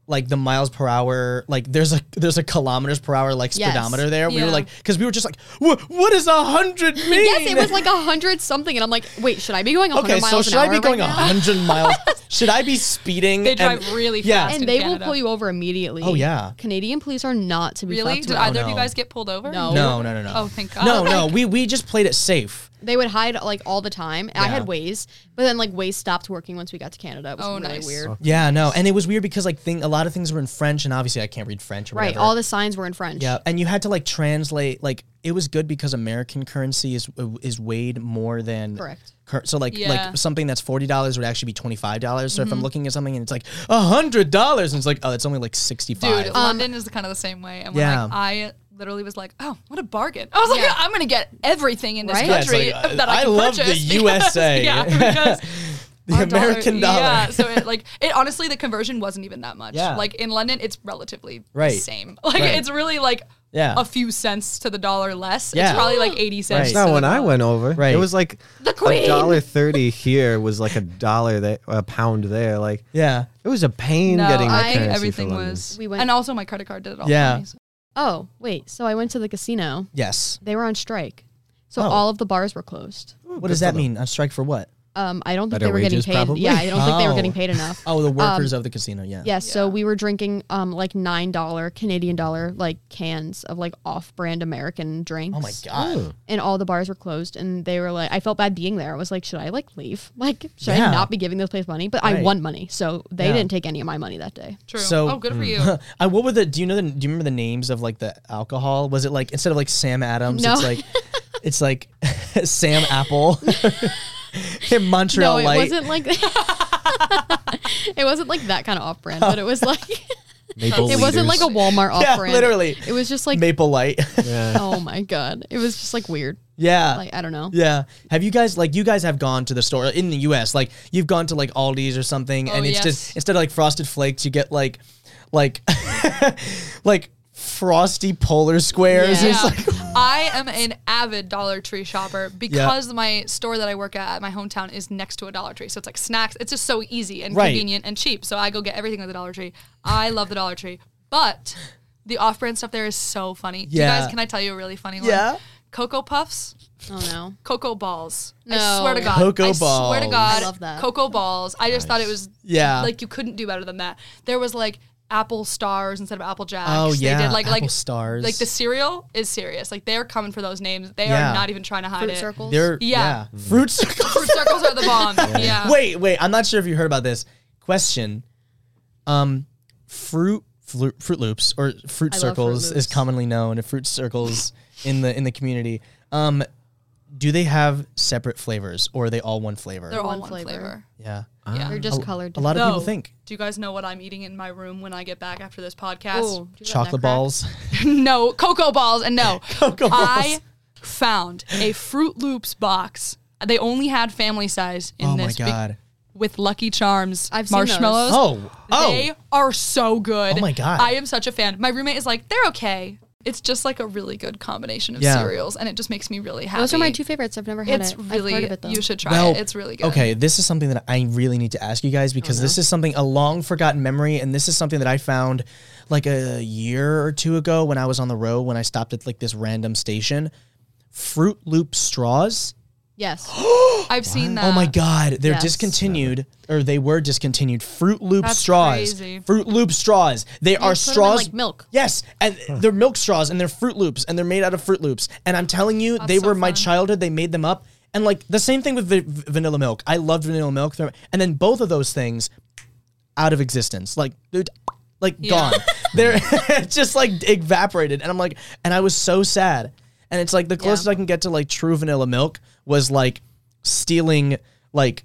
Speaker 1: like the miles per hour like there's a there's a kilometers per hour like
Speaker 4: Yes.
Speaker 1: speedometer there. We were
Speaker 2: Yeah.
Speaker 1: like because we were just like "Wha- what does a hundred mean?
Speaker 4: Yes, it was like a hundred something, and I'm like, wait, should I be going 100
Speaker 1: okay.
Speaker 4: miles
Speaker 1: So
Speaker 4: an
Speaker 1: should I
Speaker 4: hour
Speaker 1: be going a
Speaker 4: right now?
Speaker 1: hundred miles? Should I be speeding?
Speaker 2: They drive really
Speaker 1: Yeah.
Speaker 2: fast.
Speaker 4: And they
Speaker 2: in
Speaker 4: will
Speaker 2: Canada.
Speaker 4: pull you over immediately.
Speaker 1: Oh, yeah.
Speaker 4: Canadian police are not to be
Speaker 2: Really?
Speaker 4: fucked
Speaker 2: Did
Speaker 4: with.
Speaker 2: either of
Speaker 1: no.
Speaker 2: you guys get pulled over?
Speaker 4: No.
Speaker 1: No, no, no, no.
Speaker 2: Oh, thank God.
Speaker 1: No, no. We we just played it safe.
Speaker 4: They would hide like all the time. I had Waze, but then like Waze stopped working once we got to Canada. It was
Speaker 2: Oh,
Speaker 4: really
Speaker 2: nice.
Speaker 4: weird.
Speaker 1: Yeah, no, and it was weird because like thing a lot of things were in French, and obviously I can't read French. Or
Speaker 4: Right,
Speaker 1: whatever.
Speaker 4: all the signs were in French.
Speaker 1: Yeah, and you had to like translate. Like it was good because American currency is is weighed more than
Speaker 4: Correct.
Speaker 1: cur- so like
Speaker 2: Yeah. Mm-hmm.
Speaker 1: like something that's forty dollars would actually be twenty five dollars. So if I'm looking at something and it's like hundred dollars, and it's like oh, it's only like sixty
Speaker 2: Dude,
Speaker 1: five.
Speaker 2: London is kind of the same way. And when
Speaker 1: um, Yeah.
Speaker 2: like, I literally was like, oh, what a bargain. I was
Speaker 4: Yeah.
Speaker 2: like, I'm going to get everything in this
Speaker 4: Right? Yeah, it's
Speaker 2: country
Speaker 1: like, uh,
Speaker 2: that I,
Speaker 1: I
Speaker 2: can
Speaker 1: love the
Speaker 2: purchase because-
Speaker 1: USA.
Speaker 2: yeah, because
Speaker 1: the
Speaker 2: our dollar-
Speaker 1: American dollar.
Speaker 2: Yeah, so it, like it honestly, the conversion wasn't even that much.
Speaker 1: Yeah.
Speaker 2: Like in London, it's relatively
Speaker 1: Right.
Speaker 2: the same. Like
Speaker 1: Right.
Speaker 2: it's really like
Speaker 1: Yeah.
Speaker 2: a few cents to the dollar less.
Speaker 1: Yeah.
Speaker 2: It's probably like eighty cents.
Speaker 1: Right.
Speaker 2: to
Speaker 1: Not
Speaker 2: the
Speaker 3: Not when I
Speaker 2: dollar.
Speaker 3: went over.
Speaker 1: Right.
Speaker 3: It was like a
Speaker 2: queen.
Speaker 3: dollar thirty here was like a dollar there, a pound there. Like
Speaker 1: yeah,
Speaker 3: it was a pain
Speaker 2: No,
Speaker 3: getting
Speaker 2: I
Speaker 3: my currency
Speaker 2: think
Speaker 3: for
Speaker 2: everything
Speaker 3: London.
Speaker 2: was.
Speaker 4: We went-
Speaker 2: and also my credit card did it all.
Speaker 1: Yeah.
Speaker 2: for me, so-
Speaker 4: Oh, wait. So I went to the casino.
Speaker 1: yes.
Speaker 4: They were on strike. So
Speaker 1: Oh.
Speaker 4: all of the bars were closed.
Speaker 1: What does that mean? A strike for what?
Speaker 4: Um, I don't think
Speaker 3: Better
Speaker 4: they were getting
Speaker 3: wages,
Speaker 4: paid.
Speaker 3: probably?
Speaker 4: Yeah, I don't think they
Speaker 1: Oh.
Speaker 4: were getting paid enough.
Speaker 1: Oh, the
Speaker 2: Um,
Speaker 1: workers of the casino. Yeah.
Speaker 4: Yes, so we were drinking um like nine dollar Canadian dollar like cans of like off brand American drinks.
Speaker 1: Oh my god.
Speaker 4: And all the bars were closed, and they were like, I felt bad being there. I was like, should I like leave? Like, should
Speaker 1: Yeah.
Speaker 4: I not be giving this place money? But I
Speaker 1: Right.
Speaker 4: won money, so they
Speaker 1: Yeah.
Speaker 4: didn't take any of my money that day.
Speaker 2: True.
Speaker 1: So-
Speaker 2: oh, good for you.
Speaker 1: I, Uh, what were the? Do you know the? Do you remember the names of like the alcohol? Was it like instead of like Sam Adams,
Speaker 4: No.
Speaker 1: it's like it's like Sam Apple, in Montreal
Speaker 4: no, it
Speaker 1: Light.
Speaker 4: wasn't like it wasn't like that kind of off brand, but it was like
Speaker 3: Maple
Speaker 4: it wasn't like
Speaker 3: leaders.
Speaker 4: a Walmart off
Speaker 1: Yeah,
Speaker 4: brand.
Speaker 1: literally.
Speaker 4: it was just like
Speaker 1: Maple Light.
Speaker 3: Yeah.
Speaker 4: oh my god, it was just like weird.
Speaker 1: yeah.
Speaker 4: Like I don't know.
Speaker 1: yeah. Have you guys like you guys have gone to the store in the US? Like you've gone to like Aldi's or something, and
Speaker 2: Oh,
Speaker 1: it's
Speaker 2: yes.
Speaker 1: just instead of like frosted flakes, you get like like like frosty polar squares.
Speaker 4: Yeah.
Speaker 1: It's like
Speaker 2: I am an avid Dollar Tree shopper because my store that I work at at my hometown is next to a Dollar Tree. So it's like snacks. It's just so easy and
Speaker 1: Right.
Speaker 2: convenient and cheap. So I go get everything at the Dollar Tree. I love the Dollar Tree. But the off brand stuff there is so funny. Do you
Speaker 1: Yeah.
Speaker 2: guys, can I tell you a really funny one?
Speaker 1: Yeah.
Speaker 2: Cocoa Puffs,
Speaker 4: Oh no.
Speaker 2: Cocoa Balls. I
Speaker 4: No.
Speaker 2: swear to God.
Speaker 1: Cocoa
Speaker 2: I swear to
Speaker 1: balls.
Speaker 2: God.
Speaker 4: I love that.
Speaker 2: Cocoa Balls. I just thought it was
Speaker 1: Yeah.
Speaker 2: like you couldn't do better than that. There was like apple stars instead of apple jacks.
Speaker 1: Oh,
Speaker 2: They
Speaker 1: yeah,
Speaker 2: did like
Speaker 1: Apple
Speaker 2: like
Speaker 1: Stars.
Speaker 2: Like the cereal is serious. Like they're coming for those names. They
Speaker 1: Yeah.
Speaker 2: are not even trying to hide
Speaker 4: Fruit
Speaker 2: it.
Speaker 4: circles.
Speaker 1: They're yeah.
Speaker 2: Yeah.
Speaker 1: Fruit circles.
Speaker 2: Fruit circles are the bomb. Yeah.
Speaker 1: Wait, wait. I'm not sure if you heard about this. Question. Um, fruit flu- Fruit Loops or Fruit
Speaker 4: I love Fruit
Speaker 1: Circles is
Speaker 4: Loops.
Speaker 1: commonly known. as Fruit Circles in the in the community. Um, do they have separate flavors or are they all one flavor?
Speaker 2: They're all
Speaker 4: One
Speaker 2: one
Speaker 4: flavor.
Speaker 2: flavor.
Speaker 1: yeah.
Speaker 2: Yeah.
Speaker 4: They're just colored.
Speaker 1: A lot of people
Speaker 2: Though,
Speaker 1: think
Speaker 2: Do you guys know what I'm eating in my room when I get back after this podcast?
Speaker 4: Ooh, do you got
Speaker 1: chocolate
Speaker 4: nutcrack?
Speaker 1: balls.
Speaker 2: no, cocoa balls and no.
Speaker 1: Cocoa balls.
Speaker 2: I found a Fruit Loops box. They only had family size in
Speaker 1: oh my
Speaker 2: this be-
Speaker 1: god.
Speaker 2: with Lucky Charms
Speaker 4: I've seen those.
Speaker 2: marshmallows.
Speaker 1: Oh. Oh.
Speaker 2: They are so good.
Speaker 1: Oh my God.
Speaker 2: I am such a fan. My roommate is like, they're okay. It's just like a really good combination of
Speaker 1: Yeah.
Speaker 2: cereals, and it just makes me really happy.
Speaker 4: Those are my two favorites. I've never had
Speaker 2: It's
Speaker 4: it.
Speaker 2: really
Speaker 4: I've heard of it though.
Speaker 2: you should try
Speaker 1: Well,
Speaker 2: it. It's really good. Uh-huh.
Speaker 1: Okay, this is something that I really need to ask you guys because this is something a long forgotten memory, and this is something that I found like a year or two ago when I was on the road when I stopped at like this random station. Fruit Loop straws.
Speaker 4: yes.
Speaker 2: I've seen that.
Speaker 1: Oh my God, they're
Speaker 4: uh, Yes.
Speaker 1: discontinued, or they were discontinued. Fruit Loop
Speaker 2: That's
Speaker 1: straws.
Speaker 2: crazy.
Speaker 1: Fruit Loop straws. They are
Speaker 4: put 'em in,
Speaker 1: straws
Speaker 4: like, milk.
Speaker 1: Yes, and they're milk straws, and they're Fruit Loops, and they're made out of Fruit Loops. And I'm telling you, they
Speaker 2: so
Speaker 1: were my
Speaker 2: fun.
Speaker 1: childhood. They made them up, and like the same thing with v- vanilla milk. I loved vanilla milk, and then both of those things out of existence. Like, dude, like gone. They're just like evaporated. And I'm like, and I was so sad. And it's like the closest I can get to like true vanilla milk was like stealing like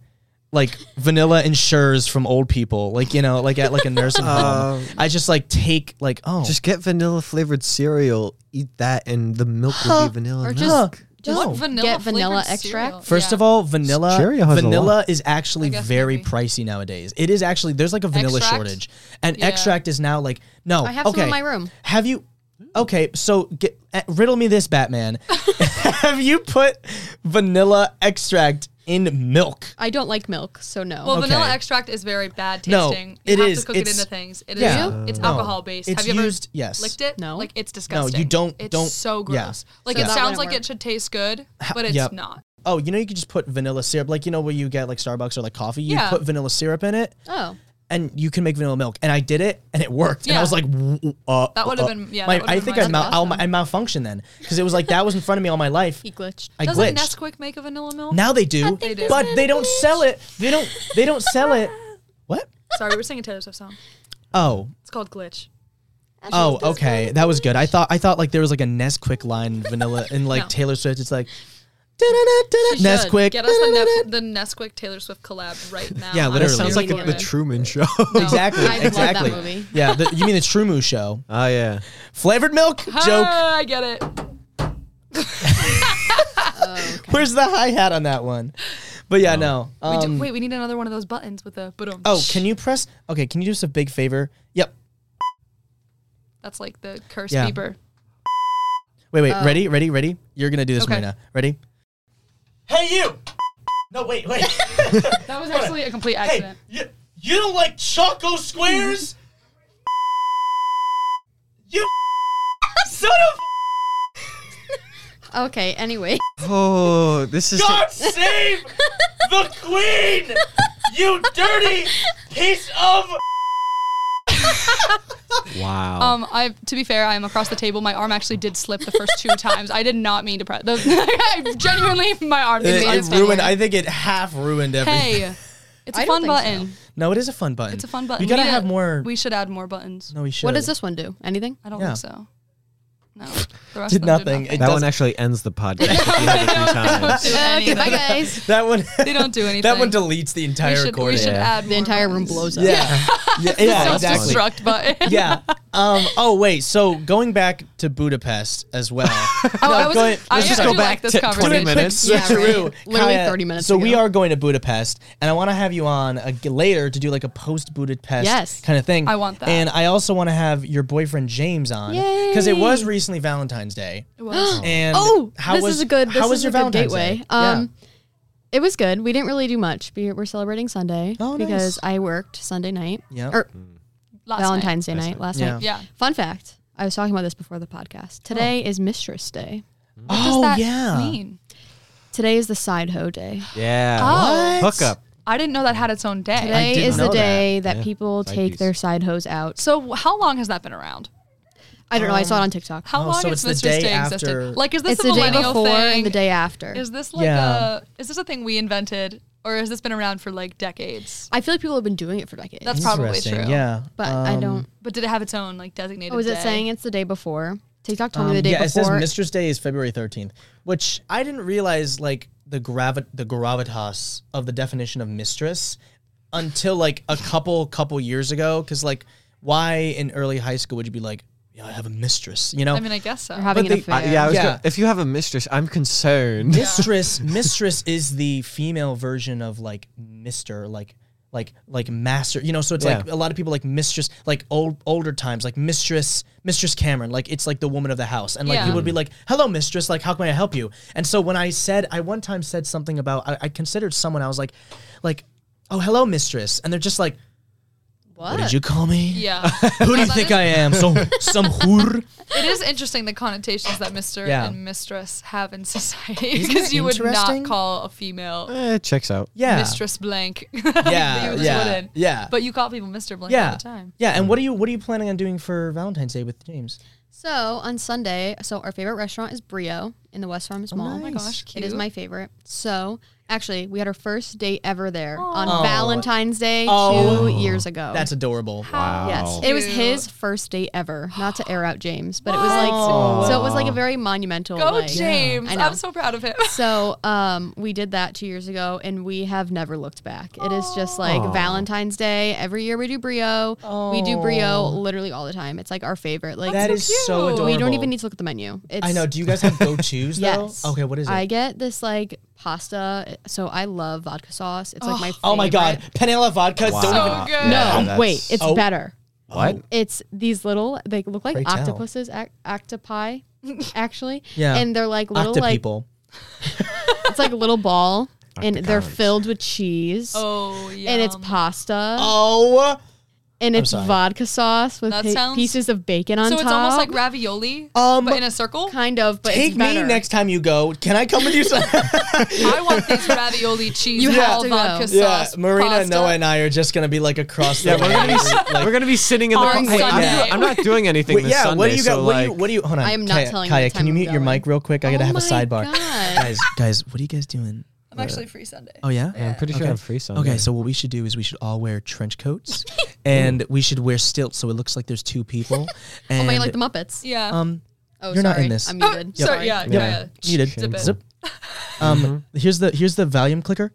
Speaker 1: like vanilla insures from old people. Like, you know, like at like a nursing home. I just like take like, oh
Speaker 3: Um, Just get vanilla flavored cereal, eat that, and the milk will be vanilla.
Speaker 4: Or
Speaker 3: milk.
Speaker 1: huh,
Speaker 4: just just
Speaker 1: What
Speaker 2: vanilla
Speaker 4: get
Speaker 2: flavored
Speaker 4: vanilla
Speaker 2: cereal.
Speaker 4: extract.
Speaker 1: First
Speaker 2: Yeah.
Speaker 1: of all, vanilla
Speaker 3: Cherry has a
Speaker 1: vanilla
Speaker 3: lot.
Speaker 1: is actually
Speaker 2: guess
Speaker 1: very
Speaker 2: maybe.
Speaker 1: pricey nowadays. It is actually there's like a vanilla
Speaker 2: Extract?
Speaker 1: shortage, and
Speaker 2: Yeah.
Speaker 1: extract is now like no.
Speaker 4: I have
Speaker 1: okay.
Speaker 4: some in my room.
Speaker 1: Have you? Okay, so get, uh, riddle me this, Batman. have you put vanilla extract in milk?
Speaker 4: I don't like milk, so no.
Speaker 2: Well, vanilla
Speaker 1: Okay.
Speaker 2: extract is very bad
Speaker 1: No,
Speaker 2: tasting.
Speaker 1: it
Speaker 2: you have
Speaker 1: is.
Speaker 2: to cook
Speaker 1: It's-
Speaker 2: it into things. It is.
Speaker 1: yeah.
Speaker 2: It's
Speaker 1: No.
Speaker 2: alcohol based.
Speaker 1: It's
Speaker 2: have you
Speaker 1: used-
Speaker 2: ever
Speaker 1: yes.
Speaker 2: licked it?
Speaker 4: No.
Speaker 2: Like it's disgusting.
Speaker 1: don't-
Speaker 2: It's
Speaker 1: don't-
Speaker 2: so
Speaker 1: yeah.
Speaker 2: gross. Like
Speaker 1: So
Speaker 2: it
Speaker 1: that
Speaker 4: wouldn't
Speaker 2: sounds like
Speaker 4: work.
Speaker 2: it should taste good, but it's
Speaker 1: yep.
Speaker 2: not.
Speaker 1: Oh, you know you could just put vanilla syrup, like you know where you get like Starbucks or like coffee. You
Speaker 2: Yeah.
Speaker 1: put vanilla syrup in it,
Speaker 4: oh,
Speaker 1: and you can make vanilla milk. And I did it, and it worked. And I
Speaker 2: Yeah.
Speaker 1: was like, w- w- uh,
Speaker 2: That would've
Speaker 1: uh,
Speaker 2: been- yeah,
Speaker 1: my-
Speaker 2: that would've
Speaker 1: I
Speaker 2: been
Speaker 1: think
Speaker 2: mine.
Speaker 1: I, mal-
Speaker 4: That's
Speaker 1: I'll-
Speaker 4: awesome.
Speaker 1: I malfunctioned then because it was like that was in front of me all my life.
Speaker 4: he glitched.
Speaker 1: I
Speaker 2: Doesn't
Speaker 1: glitched.
Speaker 2: Nesquik make a vanilla milk?
Speaker 1: Now they do,
Speaker 2: They do.
Speaker 1: but they don't sell it. They don't. They don't sell it. What?
Speaker 2: Sorry, we're singing Taylor Swift song.
Speaker 1: Oh,
Speaker 2: It's called Glitch.
Speaker 1: oh, okay, that was good. I thought I thought like there was like a Nesquik line vanilla in like
Speaker 2: No.
Speaker 1: Taylor Swift. It's like da-da-da-da-da, Nesquik.
Speaker 2: Get us the,
Speaker 1: da-da-da-da.
Speaker 2: Nef- the Nesquik Taylor Swift collab right now.
Speaker 1: Yeah,
Speaker 2: I'm
Speaker 1: literally.
Speaker 2: really
Speaker 1: Sounds like
Speaker 2: into
Speaker 1: a-
Speaker 2: it.
Speaker 3: Truman Show.
Speaker 2: No.
Speaker 1: Exactly,
Speaker 4: I love that
Speaker 1: exactly.
Speaker 4: movie.
Speaker 1: Yeah, the, you mean the True Moo show?
Speaker 3: oh yeah.
Speaker 1: Flavored milk joke.
Speaker 2: Ah, I get it.
Speaker 1: Where's the hi hat on that one? But yeah, no.
Speaker 2: We do-
Speaker 1: Um,
Speaker 2: wait, we need another one of those buttons with a but
Speaker 1: oh, can you press? Okay, can you do us a big favor? Yep.
Speaker 2: That's like the curse
Speaker 1: Yeah.
Speaker 2: beeper.
Speaker 1: Wait, wait.
Speaker 4: Uh,
Speaker 1: ready, ready, ready. You're gonna do this,
Speaker 2: Oh. Okay.
Speaker 1: Marina. Ready? Hey, you. No, wait, wait.
Speaker 2: That was actually a complete accident.
Speaker 1: you, you don't like Choco Squares? you son of
Speaker 4: Okay. Anyway,
Speaker 3: Oh, this is.
Speaker 1: save the Queen! You dirty piece of.
Speaker 3: Wow.
Speaker 2: Um, I to be fair, I am across the table. My arm actually did slip the first two times. I did not mean to press. The, I genuinely, my arm. did
Speaker 1: I
Speaker 2: made it
Speaker 1: ruined. I think it half ruined everything.
Speaker 2: Hey, it's a
Speaker 4: I don't
Speaker 2: fun
Speaker 4: think so.
Speaker 2: button.
Speaker 1: No, it is a fun button.
Speaker 2: It's a fun button.
Speaker 1: You gotta
Speaker 2: We need
Speaker 1: have
Speaker 2: a-
Speaker 1: more.
Speaker 2: We should add more buttons.
Speaker 1: no, we should.
Speaker 4: what does this one do? Anything?
Speaker 2: I don't
Speaker 1: Yeah.
Speaker 2: think so. No, the rest
Speaker 1: Did
Speaker 2: of them
Speaker 1: nothing.
Speaker 2: Did
Speaker 1: It
Speaker 3: that
Speaker 1: does-
Speaker 3: one actually ends the podcast. if you hit it three times.
Speaker 2: Do
Speaker 4: Okay,
Speaker 2: anything.
Speaker 4: bye guys.
Speaker 1: That one.
Speaker 2: They don't do anything.
Speaker 1: that one deletes the entire
Speaker 2: we should, we
Speaker 1: recording.
Speaker 2: should
Speaker 3: Yeah.
Speaker 2: add
Speaker 4: The entire room blows up.
Speaker 1: Yeah. yeah, yeah, exactly.
Speaker 2: Self-destruct button.
Speaker 1: Yeah. Um, oh wait. So going back to Budapest as well.
Speaker 2: Oh, I was-
Speaker 1: going-
Speaker 2: I actually like this
Speaker 1: to
Speaker 2: conversation.
Speaker 1: 20 minutes.
Speaker 4: Yeah, right. Literally 30 minutes
Speaker 1: So we
Speaker 4: ago.
Speaker 1: are going to Budapest, and I want to have you on a, later to do like a post Budapest
Speaker 4: Yes.
Speaker 1: kind of thing.
Speaker 2: I want that.
Speaker 1: And I also want to have your boyfriend James on because it was recently Valentine's Day.
Speaker 2: It was.
Speaker 1: And
Speaker 4: Oh,
Speaker 1: how
Speaker 4: this
Speaker 1: was
Speaker 4: is a good. This
Speaker 1: how was
Speaker 4: is
Speaker 1: your
Speaker 4: a good
Speaker 1: Valentine's
Speaker 4: gateway.
Speaker 1: Day?
Speaker 4: Um, it was good. We didn't really do much. We- We're celebrating Sunday
Speaker 1: Oh, nice.
Speaker 4: because I worked Sunday night
Speaker 1: Yep.
Speaker 4: or
Speaker 2: Last night.
Speaker 4: Valentine's Day night, last
Speaker 1: Yeah.
Speaker 4: night.
Speaker 2: Yeah.
Speaker 4: Fun fact: I was talking about this before the podcast. Today is Mistress Day.
Speaker 2: does
Speaker 1: Oh,
Speaker 2: that
Speaker 1: yeah.
Speaker 2: mean?
Speaker 4: Today is the side hoe day.
Speaker 3: Yeah.
Speaker 2: Oh,
Speaker 1: What?
Speaker 3: Hookup.
Speaker 2: I didn't know that had its own day.
Speaker 4: Today
Speaker 1: didn't
Speaker 4: is the
Speaker 1: know that.
Speaker 4: day that,
Speaker 3: Yeah.
Speaker 4: people
Speaker 3: Side
Speaker 4: take
Speaker 3: piece.
Speaker 4: their side hose out.
Speaker 2: so w- how long has that been around?
Speaker 4: I don't know. I saw it on TikTok.
Speaker 2: How
Speaker 1: Oh,
Speaker 2: long
Speaker 1: so it's
Speaker 2: has this
Speaker 1: the
Speaker 2: just
Speaker 1: day after-
Speaker 2: existed? Like, is this
Speaker 4: It's
Speaker 2: a
Speaker 4: the day
Speaker 2: millennial
Speaker 4: before
Speaker 2: thing?
Speaker 4: and the day after.
Speaker 2: Is this like
Speaker 1: Yeah.
Speaker 2: a is this a thing we invented, or has this been around for like decades?
Speaker 4: I feel like people have been doing it for decades.
Speaker 2: That's probably true.
Speaker 1: Yeah,
Speaker 4: but I
Speaker 1: Um,
Speaker 4: don't.
Speaker 2: But did it have its own like designated?
Speaker 4: Oh, is it
Speaker 2: day?
Speaker 4: saying it's the day before? TikTok told
Speaker 1: um,
Speaker 4: me the day
Speaker 1: yeah,
Speaker 4: before.
Speaker 1: it says Mistress Day is February 13th, which I didn't realize like the gravi- the gravitas of the definition of mistress until like a couple couple years ago. Because like, why in early high school would you be like, yeah, I have a mistress? You know,
Speaker 2: I mean, I guess so.
Speaker 4: They're having
Speaker 1: But
Speaker 4: an
Speaker 1: they-
Speaker 4: affair.
Speaker 3: I- uh, yeah. I was
Speaker 1: Yeah.
Speaker 3: Gonna, if you have a mistress, I'm concerned.
Speaker 1: mistress mistress is the female version of like mister like like like master you know so it's like
Speaker 3: Yeah.
Speaker 1: a lot of people like mistress like old older times like mistress mistress cameron like it's like the woman of the house and like
Speaker 2: Yeah.
Speaker 1: you would be like hello mistress like how can i help you and so when i said i one time said something about i, I considered someone i was like like oh hello mistress and they're just like what did you call me
Speaker 2: Yeah.
Speaker 1: who do you
Speaker 2: That
Speaker 1: think
Speaker 2: is-
Speaker 1: i am so some whore
Speaker 2: It is interesting the connotations that Mister
Speaker 1: Yeah.
Speaker 2: and Mistress have in society
Speaker 1: Isn't
Speaker 2: because
Speaker 1: it
Speaker 2: you would
Speaker 1: interesting?
Speaker 2: not call a female
Speaker 3: Eh, it checks out.
Speaker 1: yeah
Speaker 2: Mistress Blank.
Speaker 1: yeah
Speaker 2: you just
Speaker 1: yeah
Speaker 2: wouldn't.
Speaker 1: yeah
Speaker 2: But you call people Mister Blank all
Speaker 1: yeah.
Speaker 2: the time.
Speaker 1: Yeah, and what are you what are you planning on doing for Valentine's Day with James?
Speaker 4: So on Sunday, so our favorite restaurant is Brio in the West Farms Mall.
Speaker 1: nice.
Speaker 2: Oh my gosh, cute.
Speaker 4: It is my favorite. So actually, we had our first date ever there
Speaker 1: Aw.
Speaker 4: on Valentine's Day
Speaker 1: Oh.
Speaker 4: two years ago.
Speaker 1: That's adorable.
Speaker 2: Wow.
Speaker 4: yes, it was
Speaker 2: Cute.
Speaker 4: his first date ever. Not to air out James, but it was like
Speaker 1: What?
Speaker 4: so it was like a very monumental.
Speaker 2: Go
Speaker 4: like-
Speaker 2: James!
Speaker 4: Oh I know.
Speaker 2: I'm so proud of him.
Speaker 4: So um, we did that two years ago, and we have never looked back. It is just like Valentine's Day. Every year we do Brio. We do Brio literally all the time. It's like our favorite. Like
Speaker 1: That
Speaker 2: so
Speaker 1: is so
Speaker 2: cute.
Speaker 1: adorable.
Speaker 4: we don't even need to look at the menu. It's,
Speaker 1: I know. Do you guys have go tos though?
Speaker 4: Yes.
Speaker 1: Okay, what is it?
Speaker 4: I get this like pasta. So I love vodka sauce. It's like my favorite.
Speaker 1: oh my god, Panela vodka.
Speaker 3: Wow.
Speaker 1: Don't
Speaker 2: So
Speaker 1: even.
Speaker 2: Oh, good.
Speaker 4: No,
Speaker 3: Yeah,
Speaker 4: wait,
Speaker 3: that's-
Speaker 4: it's
Speaker 1: Oh.
Speaker 4: better.
Speaker 3: What?
Speaker 4: It's these little. They look like
Speaker 1: Pray tell.
Speaker 4: octopuses, ac- octopi, actually.
Speaker 1: Yeah.
Speaker 4: and they're like little
Speaker 1: Octa
Speaker 4: like
Speaker 1: people.
Speaker 4: it's like a little ball, and they're filled with cheese.
Speaker 2: Oh yeah.
Speaker 4: and it's pasta
Speaker 1: Oh,
Speaker 4: and it's
Speaker 1: sorry.
Speaker 4: vodka sauce with
Speaker 2: That
Speaker 4: pi-
Speaker 2: sounds-
Speaker 4: pieces of bacon on
Speaker 2: so
Speaker 4: top.
Speaker 2: it's almost like ravioli,
Speaker 1: Um,
Speaker 2: but in a circle.
Speaker 4: kind of, but
Speaker 1: take
Speaker 4: it's better.
Speaker 1: me next time you go. Can I come with you?
Speaker 2: I want these ravioli cheese.
Speaker 4: You
Speaker 2: with
Speaker 4: have
Speaker 2: all
Speaker 4: to go.
Speaker 2: vodka
Speaker 1: yeah,
Speaker 2: sauce.
Speaker 1: Marina,
Speaker 2: pasta.
Speaker 1: Noah, and I are just gonna be like across the.
Speaker 3: Yeah, we're gonna be s-
Speaker 1: way, like-
Speaker 3: we're gonna be sitting in the.
Speaker 2: On
Speaker 3: Wait, I'm,
Speaker 2: Sunday.
Speaker 3: do- I'm not doing anything
Speaker 1: Wait,
Speaker 3: this
Speaker 1: yeah,
Speaker 3: Sunday.
Speaker 1: what do you got?
Speaker 3: so,
Speaker 1: what do
Speaker 3: like,
Speaker 1: you? What do you? Hold on.
Speaker 4: I am not
Speaker 1: Kaya,
Speaker 4: telling you the
Speaker 1: Kaya, can
Speaker 4: time
Speaker 1: you
Speaker 4: I'm
Speaker 1: mute your
Speaker 4: going.
Speaker 1: mic real quick? I gotta
Speaker 4: Oh
Speaker 1: have a
Speaker 4: my
Speaker 1: sidebar.
Speaker 4: God.
Speaker 1: Guys, guys, what are you guys doing?
Speaker 2: I'm actually free Sunday.
Speaker 1: Oh yeah.
Speaker 3: I'm pretty sure
Speaker 1: Okay.
Speaker 3: I'm free Sunday.
Speaker 1: Okay, so what we should do is we should all wear trench coats, and we should wear stilts so it looks like there's two people. And
Speaker 4: Oh my, like the Muppets.
Speaker 2: Yeah.
Speaker 1: um,
Speaker 4: Oh,
Speaker 1: You're not
Speaker 4: sorry.
Speaker 1: in this.
Speaker 4: I'm
Speaker 2: Oh,
Speaker 4: muted.
Speaker 2: so-
Speaker 4: sorry.
Speaker 2: yeah,
Speaker 3: Yeah.
Speaker 2: yeah.
Speaker 1: you did
Speaker 2: Zip it.
Speaker 1: zip. Um,
Speaker 3: Mm-hmm.
Speaker 1: here's the here's the volume clicker.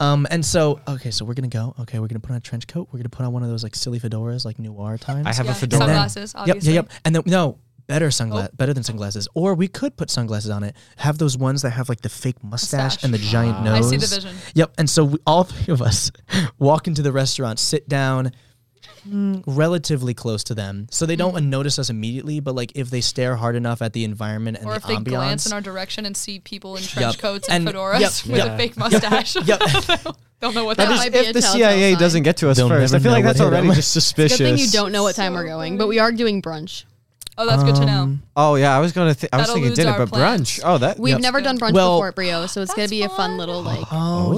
Speaker 1: um, and so okay, so we're gonna go. Okay, we're gonna put on a trench coat. We're gonna put on one of those like silly fedoras, like noir times.
Speaker 3: I have
Speaker 2: Yeah,
Speaker 3: a fedora.
Speaker 1: then-
Speaker 2: Sunglasses, obviously. Oh.
Speaker 1: Yep, yep, yep. And then no, better sunglass, better than sunglasses. Or we could put sunglasses on it. Have those ones that have like the fake mustache,
Speaker 2: Mustache. Ah.
Speaker 1: and the giant
Speaker 2: I
Speaker 1: nose.
Speaker 2: see the vision.
Speaker 1: Yep. And so we, all three of us walk into the restaurant, sit down
Speaker 2: Hmm.
Speaker 1: mm, relatively close to them. So they don't notice us immediately, but like if they stare hard enough at the environment and
Speaker 2: Or
Speaker 1: the
Speaker 2: if they
Speaker 1: ambiance.
Speaker 2: glance in our direction and see people in trench
Speaker 1: Yep.
Speaker 2: coats and,
Speaker 1: And-
Speaker 2: fedoras
Speaker 1: yep,
Speaker 2: with
Speaker 1: yeah.
Speaker 2: a fake mustache,
Speaker 1: Yep.
Speaker 2: don't know what
Speaker 4: That
Speaker 2: that
Speaker 4: is-
Speaker 2: is.
Speaker 4: might be a
Speaker 3: if the
Speaker 4: telltale
Speaker 3: CIA
Speaker 4: sign.
Speaker 3: doesn't get to us
Speaker 1: They'll
Speaker 3: first,
Speaker 1: never
Speaker 3: I feel like
Speaker 1: know
Speaker 3: that's
Speaker 1: what hit
Speaker 3: already
Speaker 1: them.
Speaker 3: just
Speaker 4: Good
Speaker 3: suspicious.
Speaker 4: thing you don't know what time we're going, but we are doing brunch.
Speaker 2: Oh, that's good to know.
Speaker 1: Um,
Speaker 3: Oh yeah, I was gonna. Th- I was
Speaker 2: That
Speaker 3: thinking
Speaker 2: eludes
Speaker 3: dinner,
Speaker 2: our
Speaker 3: but
Speaker 2: plans.
Speaker 3: brunch. Oh, that.
Speaker 4: We've
Speaker 1: Yep.
Speaker 4: never done brunch
Speaker 1: Well-
Speaker 4: before at Brio, so it's gonna be a fun little like.
Speaker 1: Oh,
Speaker 3: Oh.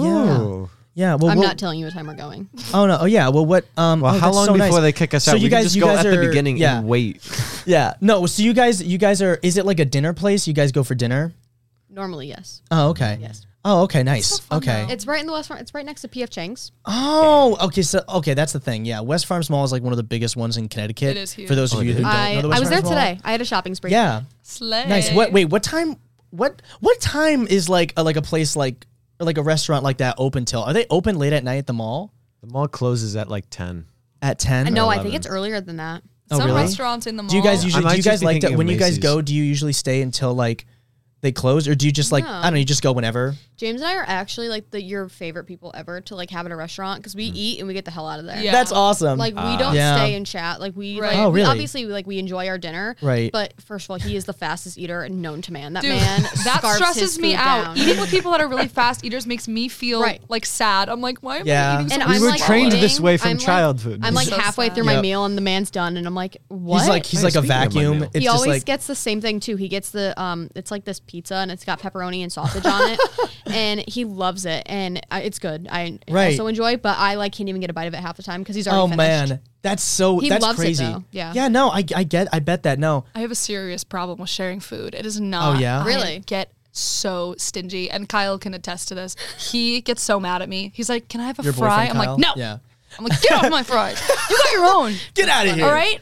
Speaker 1: yeah. Yeah. Well,
Speaker 4: I'm
Speaker 1: we'll-
Speaker 4: not telling you what time we're going.
Speaker 1: Oh no. Oh yeah. Well, what? Um.
Speaker 3: Well,
Speaker 1: oh,
Speaker 3: how
Speaker 1: that's
Speaker 3: long
Speaker 1: so
Speaker 3: before
Speaker 1: nice.
Speaker 3: they kick us
Speaker 1: so
Speaker 3: out?
Speaker 1: You
Speaker 3: we
Speaker 1: guys,
Speaker 3: can just
Speaker 1: you
Speaker 3: go
Speaker 1: guys
Speaker 3: at
Speaker 1: are,
Speaker 3: the beginning
Speaker 1: Yeah.
Speaker 3: and wait.
Speaker 1: Yeah. No. So you guys, you guys are. Is it like a dinner place? You guys go for dinner?
Speaker 4: Normally, yes.
Speaker 1: Oh, okay.
Speaker 4: Yes.
Speaker 1: Oh, okay. Nice.
Speaker 2: fun,
Speaker 1: okay.
Speaker 2: though.
Speaker 4: It's right in the West Front. It's right next to PF Chang's.
Speaker 1: Oh, okay. So, okay, that's the thing. Yeah, West Farms Mall is like one of the biggest ones in Connecticut.
Speaker 2: It is huge.
Speaker 1: For those of
Speaker 3: Oh,
Speaker 1: you who don't
Speaker 4: I,
Speaker 1: know the
Speaker 4: I
Speaker 1: West
Speaker 4: was there
Speaker 1: Farms Mall.
Speaker 4: today. I had a shopping spree.
Speaker 1: Yeah,
Speaker 2: Slay.
Speaker 1: nice. What? Wait, what time? What? What time is like a, like a place like or like a restaurant like that open till? Are they open late at night at the mall
Speaker 3: The mall closes at like ten.
Speaker 1: at ten?
Speaker 4: I know. I think
Speaker 3: 11.
Speaker 4: it's earlier than that.
Speaker 1: Oh,
Speaker 2: Some
Speaker 1: really?
Speaker 2: restaurants in the mall.
Speaker 1: Do you guys
Speaker 3: I
Speaker 1: usually?
Speaker 3: might
Speaker 1: Do you
Speaker 3: just
Speaker 1: guys
Speaker 3: be
Speaker 1: like
Speaker 3: thinking
Speaker 1: that
Speaker 3: of
Speaker 1: when you guys
Speaker 3: Macy's.
Speaker 1: go? Do you usually stay until like They close, or do you just like
Speaker 4: No.
Speaker 1: I don't know? You just go whenever.
Speaker 4: James and I are actually like the your favorite people ever to like have at a restaurant because we eat and we get the hell out of there.
Speaker 2: Yeah.
Speaker 1: That's awesome.
Speaker 4: Like
Speaker 3: Uh,
Speaker 4: we don't
Speaker 1: Mm. Ah. Yeah.
Speaker 4: stay and chat. Like we,
Speaker 2: Right.
Speaker 4: like,
Speaker 1: Oh,
Speaker 4: we
Speaker 1: really?
Speaker 4: obviously like we enjoy our dinner.
Speaker 1: Right.
Speaker 4: But first of all, he is the fastest eater known to man. That
Speaker 2: Dude,
Speaker 4: man
Speaker 2: that
Speaker 4: scarfs
Speaker 2: stresses
Speaker 4: his
Speaker 2: me
Speaker 4: food
Speaker 2: out.
Speaker 4: down.
Speaker 2: Eating with people that are really fast eaters makes me feel
Speaker 4: Right.
Speaker 2: like sad. I'm like, why am
Speaker 1: Yeah.
Speaker 2: I eating so
Speaker 4: And
Speaker 2: much
Speaker 4: I'm
Speaker 3: were
Speaker 4: like
Speaker 3: trained
Speaker 4: eating,
Speaker 3: this way from
Speaker 4: I'm, like-
Speaker 3: childhood.
Speaker 4: I'm like
Speaker 2: So
Speaker 4: halfway
Speaker 2: sad.
Speaker 4: through my
Speaker 1: Yep.
Speaker 4: meal and the man's done and I'm like, what?
Speaker 1: He's like he's
Speaker 3: Hey,
Speaker 1: like a
Speaker 3: speaking of my
Speaker 1: vacuum.
Speaker 3: meal.
Speaker 1: It's
Speaker 4: he
Speaker 1: just
Speaker 4: always
Speaker 1: like
Speaker 4: gets the same thing too. He gets the um, it's like this pizza and it's got pepperoni and sausage on it, and he loves it and I, it's good. I
Speaker 1: Right.
Speaker 4: also enjoy, it, but I like can't even get a bite of it half the time because he's already.
Speaker 1: oh
Speaker 4: finished.
Speaker 1: man, that's so
Speaker 4: He
Speaker 1: that's
Speaker 4: loves it,
Speaker 1: crazy.
Speaker 4: though. Yeah.
Speaker 1: yeah. No, I I get I bet that no.
Speaker 2: I have a serious problem with sharing food. It is not.
Speaker 1: Oh, yeah?
Speaker 2: I
Speaker 4: Really?
Speaker 2: get so stingy, and Kyle can attest to this. He gets so mad at me. He's like, "Can I have a
Speaker 1: Your
Speaker 2: fry?" I'm
Speaker 1: boyfriend, Kyle?
Speaker 2: like, "No."
Speaker 1: Yeah.
Speaker 2: I'm like, "Get off my fries. You got your own.
Speaker 1: Get out of here.
Speaker 2: All right.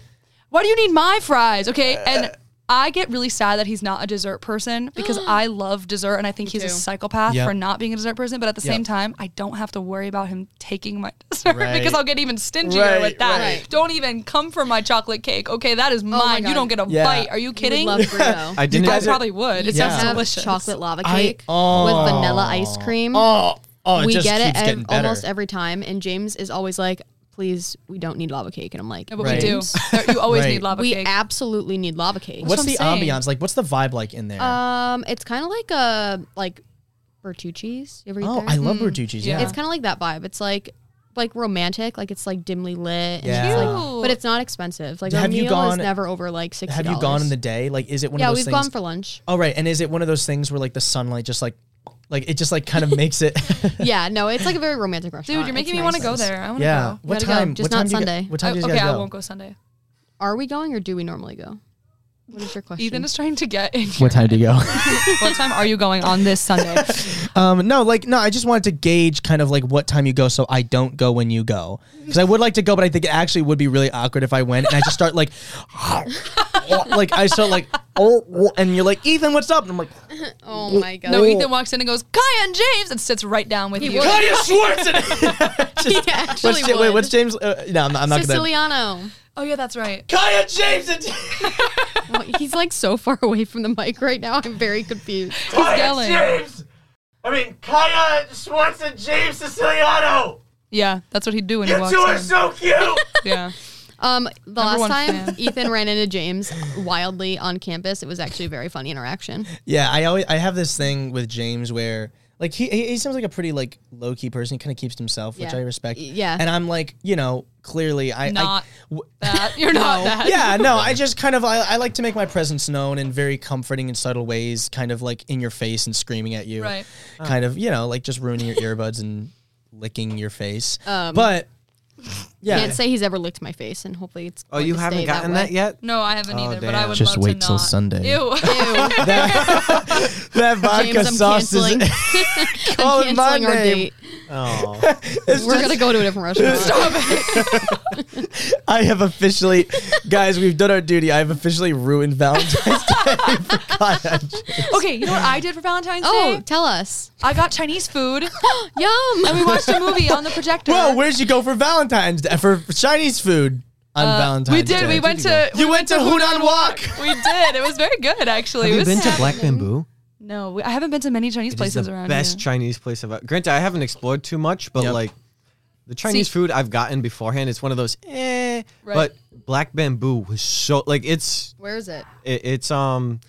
Speaker 2: Why do you need my fries? Okay.
Speaker 1: Uh,
Speaker 2: And I get really sad that he's not a dessert person because I love dessert and I think he's a
Speaker 4: too.
Speaker 2: psychopath
Speaker 1: Yep.
Speaker 2: for not being a dessert person. But at the
Speaker 1: Yep.
Speaker 2: same time, I don't have to worry about him taking my dessert
Speaker 1: Right.
Speaker 2: because I'll get even stingier
Speaker 1: Right,
Speaker 2: with that.
Speaker 4: right.
Speaker 2: Don't even come for my chocolate cake. Okay, that is
Speaker 4: my
Speaker 2: mine. You
Speaker 4: God.
Speaker 2: don't get a
Speaker 1: Yeah.
Speaker 2: bite. Are you
Speaker 4: He would
Speaker 2: kidding?
Speaker 4: love burrito.
Speaker 3: I didn't.
Speaker 2: I
Speaker 1: guys are-
Speaker 2: probably would. It
Speaker 1: Yeah.
Speaker 2: sounds
Speaker 4: have
Speaker 2: delicious.
Speaker 4: chocolate lava
Speaker 1: I-
Speaker 4: cake
Speaker 1: oh.
Speaker 4: with vanilla ice cream.
Speaker 1: Oh, oh, it
Speaker 4: we
Speaker 1: just
Speaker 4: get it
Speaker 1: keeps
Speaker 4: ev-
Speaker 1: getting better.
Speaker 4: almost every time, and James is always like, "Please, we don't need lava cake," and I'm like,
Speaker 2: No, but
Speaker 1: Right.
Speaker 2: we do. There- You always
Speaker 1: Right.
Speaker 2: need lava
Speaker 4: "We
Speaker 2: cake.
Speaker 4: absolutely need lava cake."
Speaker 1: what's
Speaker 2: what
Speaker 1: the
Speaker 2: I'm saying.
Speaker 1: ambiance like? What's the vibe like in there?
Speaker 4: Um, it's kind of like a like Bertucci's. You ever eat
Speaker 1: oh,
Speaker 4: there?
Speaker 1: I love Bertucci's.
Speaker 2: yeah.
Speaker 1: Yeah.
Speaker 4: It's kind of like that vibe. It's like like romantic, like it's like dimly lit. And
Speaker 1: Yeah.
Speaker 4: it's like,
Speaker 2: Cute.
Speaker 4: but it's not expensive. Like a
Speaker 1: Have you
Speaker 4: meal
Speaker 1: gone-
Speaker 4: is never over like sixty.
Speaker 1: Have you gone in the day? Like, is it one
Speaker 4: Yeah,
Speaker 1: of
Speaker 4: we've
Speaker 1: those things?
Speaker 4: gone for lunch.
Speaker 1: oh, right. And is it one of those things where like the sunlight just like, like it just like kind of makes it?
Speaker 4: yeah, no, it's like a very romantic restaurant.
Speaker 2: Dude, you're making
Speaker 4: It's nice.
Speaker 2: me want to go there. I want to
Speaker 1: yeah.
Speaker 2: go.
Speaker 1: What
Speaker 4: gotta go.
Speaker 1: time?
Speaker 4: Just
Speaker 1: what
Speaker 4: not
Speaker 1: time do you
Speaker 4: Sunday.
Speaker 1: Get, what time
Speaker 2: I-
Speaker 1: do you guys
Speaker 2: Oh, okay,
Speaker 1: go?
Speaker 2: I won't go Sunday.
Speaker 4: Are we going or do we normally go? What is your question?
Speaker 2: Ethan is trying to get in.
Speaker 1: What time do you go?
Speaker 2: what time are you going on this Sunday?
Speaker 1: um, no, like no. I just wanted to gauge kind of like what time you go, so I don't go when you go, because I would like to go, but I think it actually would be really awkward if I went and I just start like, like I start like oh, oh, and you're like Ethan, what's up? And I'm like,
Speaker 4: oh my god.
Speaker 2: No, Ethan walks in and goes, Kaya and James, and sits right down with you.
Speaker 1: Claudia Schwarzenegger.
Speaker 4: He actually
Speaker 1: What's Ja- wait,
Speaker 4: would.
Speaker 1: what's James? Uh, no, I'm not, I'm not gonna.
Speaker 4: Siciliano.
Speaker 2: Oh, yeah, that's right.
Speaker 1: Kaya James and
Speaker 4: Well, he's like so far away from the mic right now. I'm very confused.
Speaker 2: He's yelling.
Speaker 5: I mean, Kaya Swanson, James Siciliano.
Speaker 2: Yeah, that's what he'd do when he
Speaker 5: You
Speaker 2: walks
Speaker 5: two are
Speaker 2: in.
Speaker 5: so cute.
Speaker 2: yeah.
Speaker 4: Um, the last
Speaker 2: one
Speaker 4: time
Speaker 2: fan.
Speaker 4: Ethan ran into James wildly on campus, it was actually a very funny interaction.
Speaker 1: Yeah, I always I have this thing with James where like he he he seems like a pretty like low key person. He kind of keeps to himself, which
Speaker 4: Yeah.
Speaker 1: I respect.
Speaker 4: Y- yeah.
Speaker 1: and I'm like, you know, clearly I I-
Speaker 2: Not
Speaker 1: w-
Speaker 2: That. You're not that.
Speaker 1: yeah, no, I just kind of I, I like to make my presence known in very comforting and subtle ways, kind of like in your face and screaming at you,
Speaker 2: Right.
Speaker 1: Kind of, you know, like just ruining your earbuds and licking your face.
Speaker 4: Um,
Speaker 1: but yeah,
Speaker 4: Can't say he's ever licked my face, and hopefully it's.
Speaker 3: Oh, you haven't gotten that, yet.
Speaker 2: No, I haven't either, but I
Speaker 3: Oh, damn.
Speaker 2: would
Speaker 1: Just
Speaker 2: love
Speaker 1: wait
Speaker 2: to
Speaker 1: till
Speaker 2: not.
Speaker 1: Sunday.
Speaker 2: Ew.
Speaker 4: Ew,
Speaker 1: that vodka
Speaker 4: James, I'm
Speaker 1: sauce is
Speaker 4: canceling.
Speaker 1: Call
Speaker 4: I'm
Speaker 1: it my
Speaker 4: canceling our
Speaker 1: name.
Speaker 4: date.
Speaker 3: Oh,
Speaker 4: We're gonna go to a different restaurant.
Speaker 1: I have officially, guys, we've done our duty. I have officially ruined Valentine's Day for Kaya.
Speaker 2: okay, you know what I did for Valentine's
Speaker 4: Oh,
Speaker 2: Day?
Speaker 4: tell us.
Speaker 2: I got Chinese food.
Speaker 4: Yum.
Speaker 2: and we watched a movie on the projector.
Speaker 1: Well, where'd you go for Valentine's Day? For Chinese food on Valentine's
Speaker 2: we did.
Speaker 1: Day.
Speaker 2: We went to.
Speaker 1: You went to Hunan Walk.
Speaker 2: We did. It was very good, actually. It
Speaker 3: have you
Speaker 2: was
Speaker 3: been to
Speaker 2: sad.
Speaker 3: Black Bamboo?
Speaker 2: No, we- I haven't been to many Chinese
Speaker 3: It is
Speaker 2: places
Speaker 3: the
Speaker 2: around
Speaker 3: best
Speaker 2: here.
Speaker 3: Chinese place I've. Granted, I haven't explored too much, but
Speaker 1: Yep.
Speaker 3: like the Chinese
Speaker 2: See-
Speaker 3: food I've gotten beforehand, it's one of those. Eh,
Speaker 2: Right.
Speaker 3: But Black Bamboo was so like it's
Speaker 4: Where is it?
Speaker 3: it, it's um.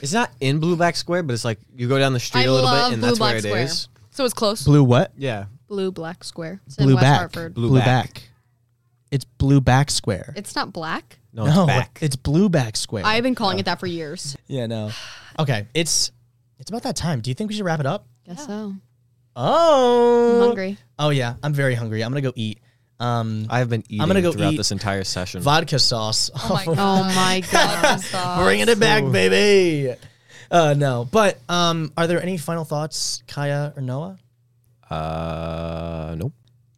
Speaker 3: It's not in Blue Black Square, but it's like you go down the street
Speaker 4: I
Speaker 3: a little
Speaker 4: love
Speaker 3: bit, and
Speaker 4: Blue
Speaker 3: that's
Speaker 4: Black
Speaker 3: where it is.
Speaker 4: Square.
Speaker 2: so it's close.
Speaker 1: Blue what?
Speaker 3: Yeah,
Speaker 4: Blue Black Square. It's in
Speaker 1: Blue
Speaker 4: West
Speaker 1: back.
Speaker 4: Hartford.
Speaker 3: Blue
Speaker 1: Blue
Speaker 3: back.
Speaker 1: back. It's blue back square.
Speaker 4: It's not black.
Speaker 3: no, it's back.
Speaker 1: it's blue back square.
Speaker 4: I've been calling it that for years.
Speaker 1: yeah, no. Okay, it's it's about that time. Do you think we should wrap it up?
Speaker 4: Guess so.
Speaker 1: Oh,
Speaker 4: I'm hungry.
Speaker 1: Oh yeah, I'm very hungry. I'm gonna go eat. Um,
Speaker 3: I have been eating
Speaker 1: gonna go
Speaker 3: throughout
Speaker 1: eat
Speaker 3: this entire session.
Speaker 1: vodka sauce.
Speaker 2: Oh my god.
Speaker 4: Oh my god.
Speaker 1: Bringing it back, baby. Uh, no, but um, are there any final thoughts, Kaya or Noah?
Speaker 3: uh, nope.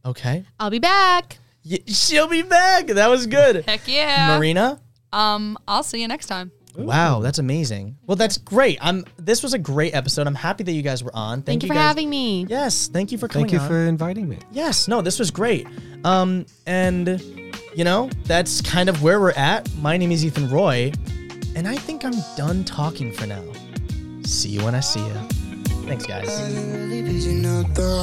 Speaker 1: Okay,
Speaker 4: I'll be back.
Speaker 1: Y- she'll be back. That was good,
Speaker 2: Heck yeah.
Speaker 1: Marina.
Speaker 2: Um, I'll see you next time.
Speaker 1: Wow, that's amazing. Well, that's great. I'm. This was a great episode. I'm happy that you guys were on. Thank,
Speaker 4: Thank you for
Speaker 1: guys.
Speaker 4: having me.
Speaker 1: Yes, thank you for coming.
Speaker 3: Thank you
Speaker 1: on.
Speaker 3: for inviting me.
Speaker 1: Yes, no, this was great. Um, and you know, that's kind of where we're at. My name is Ethan Roy, and I think I'm done talking for now. See you when I see you. Thanks, guys.
Speaker 6: really vision of the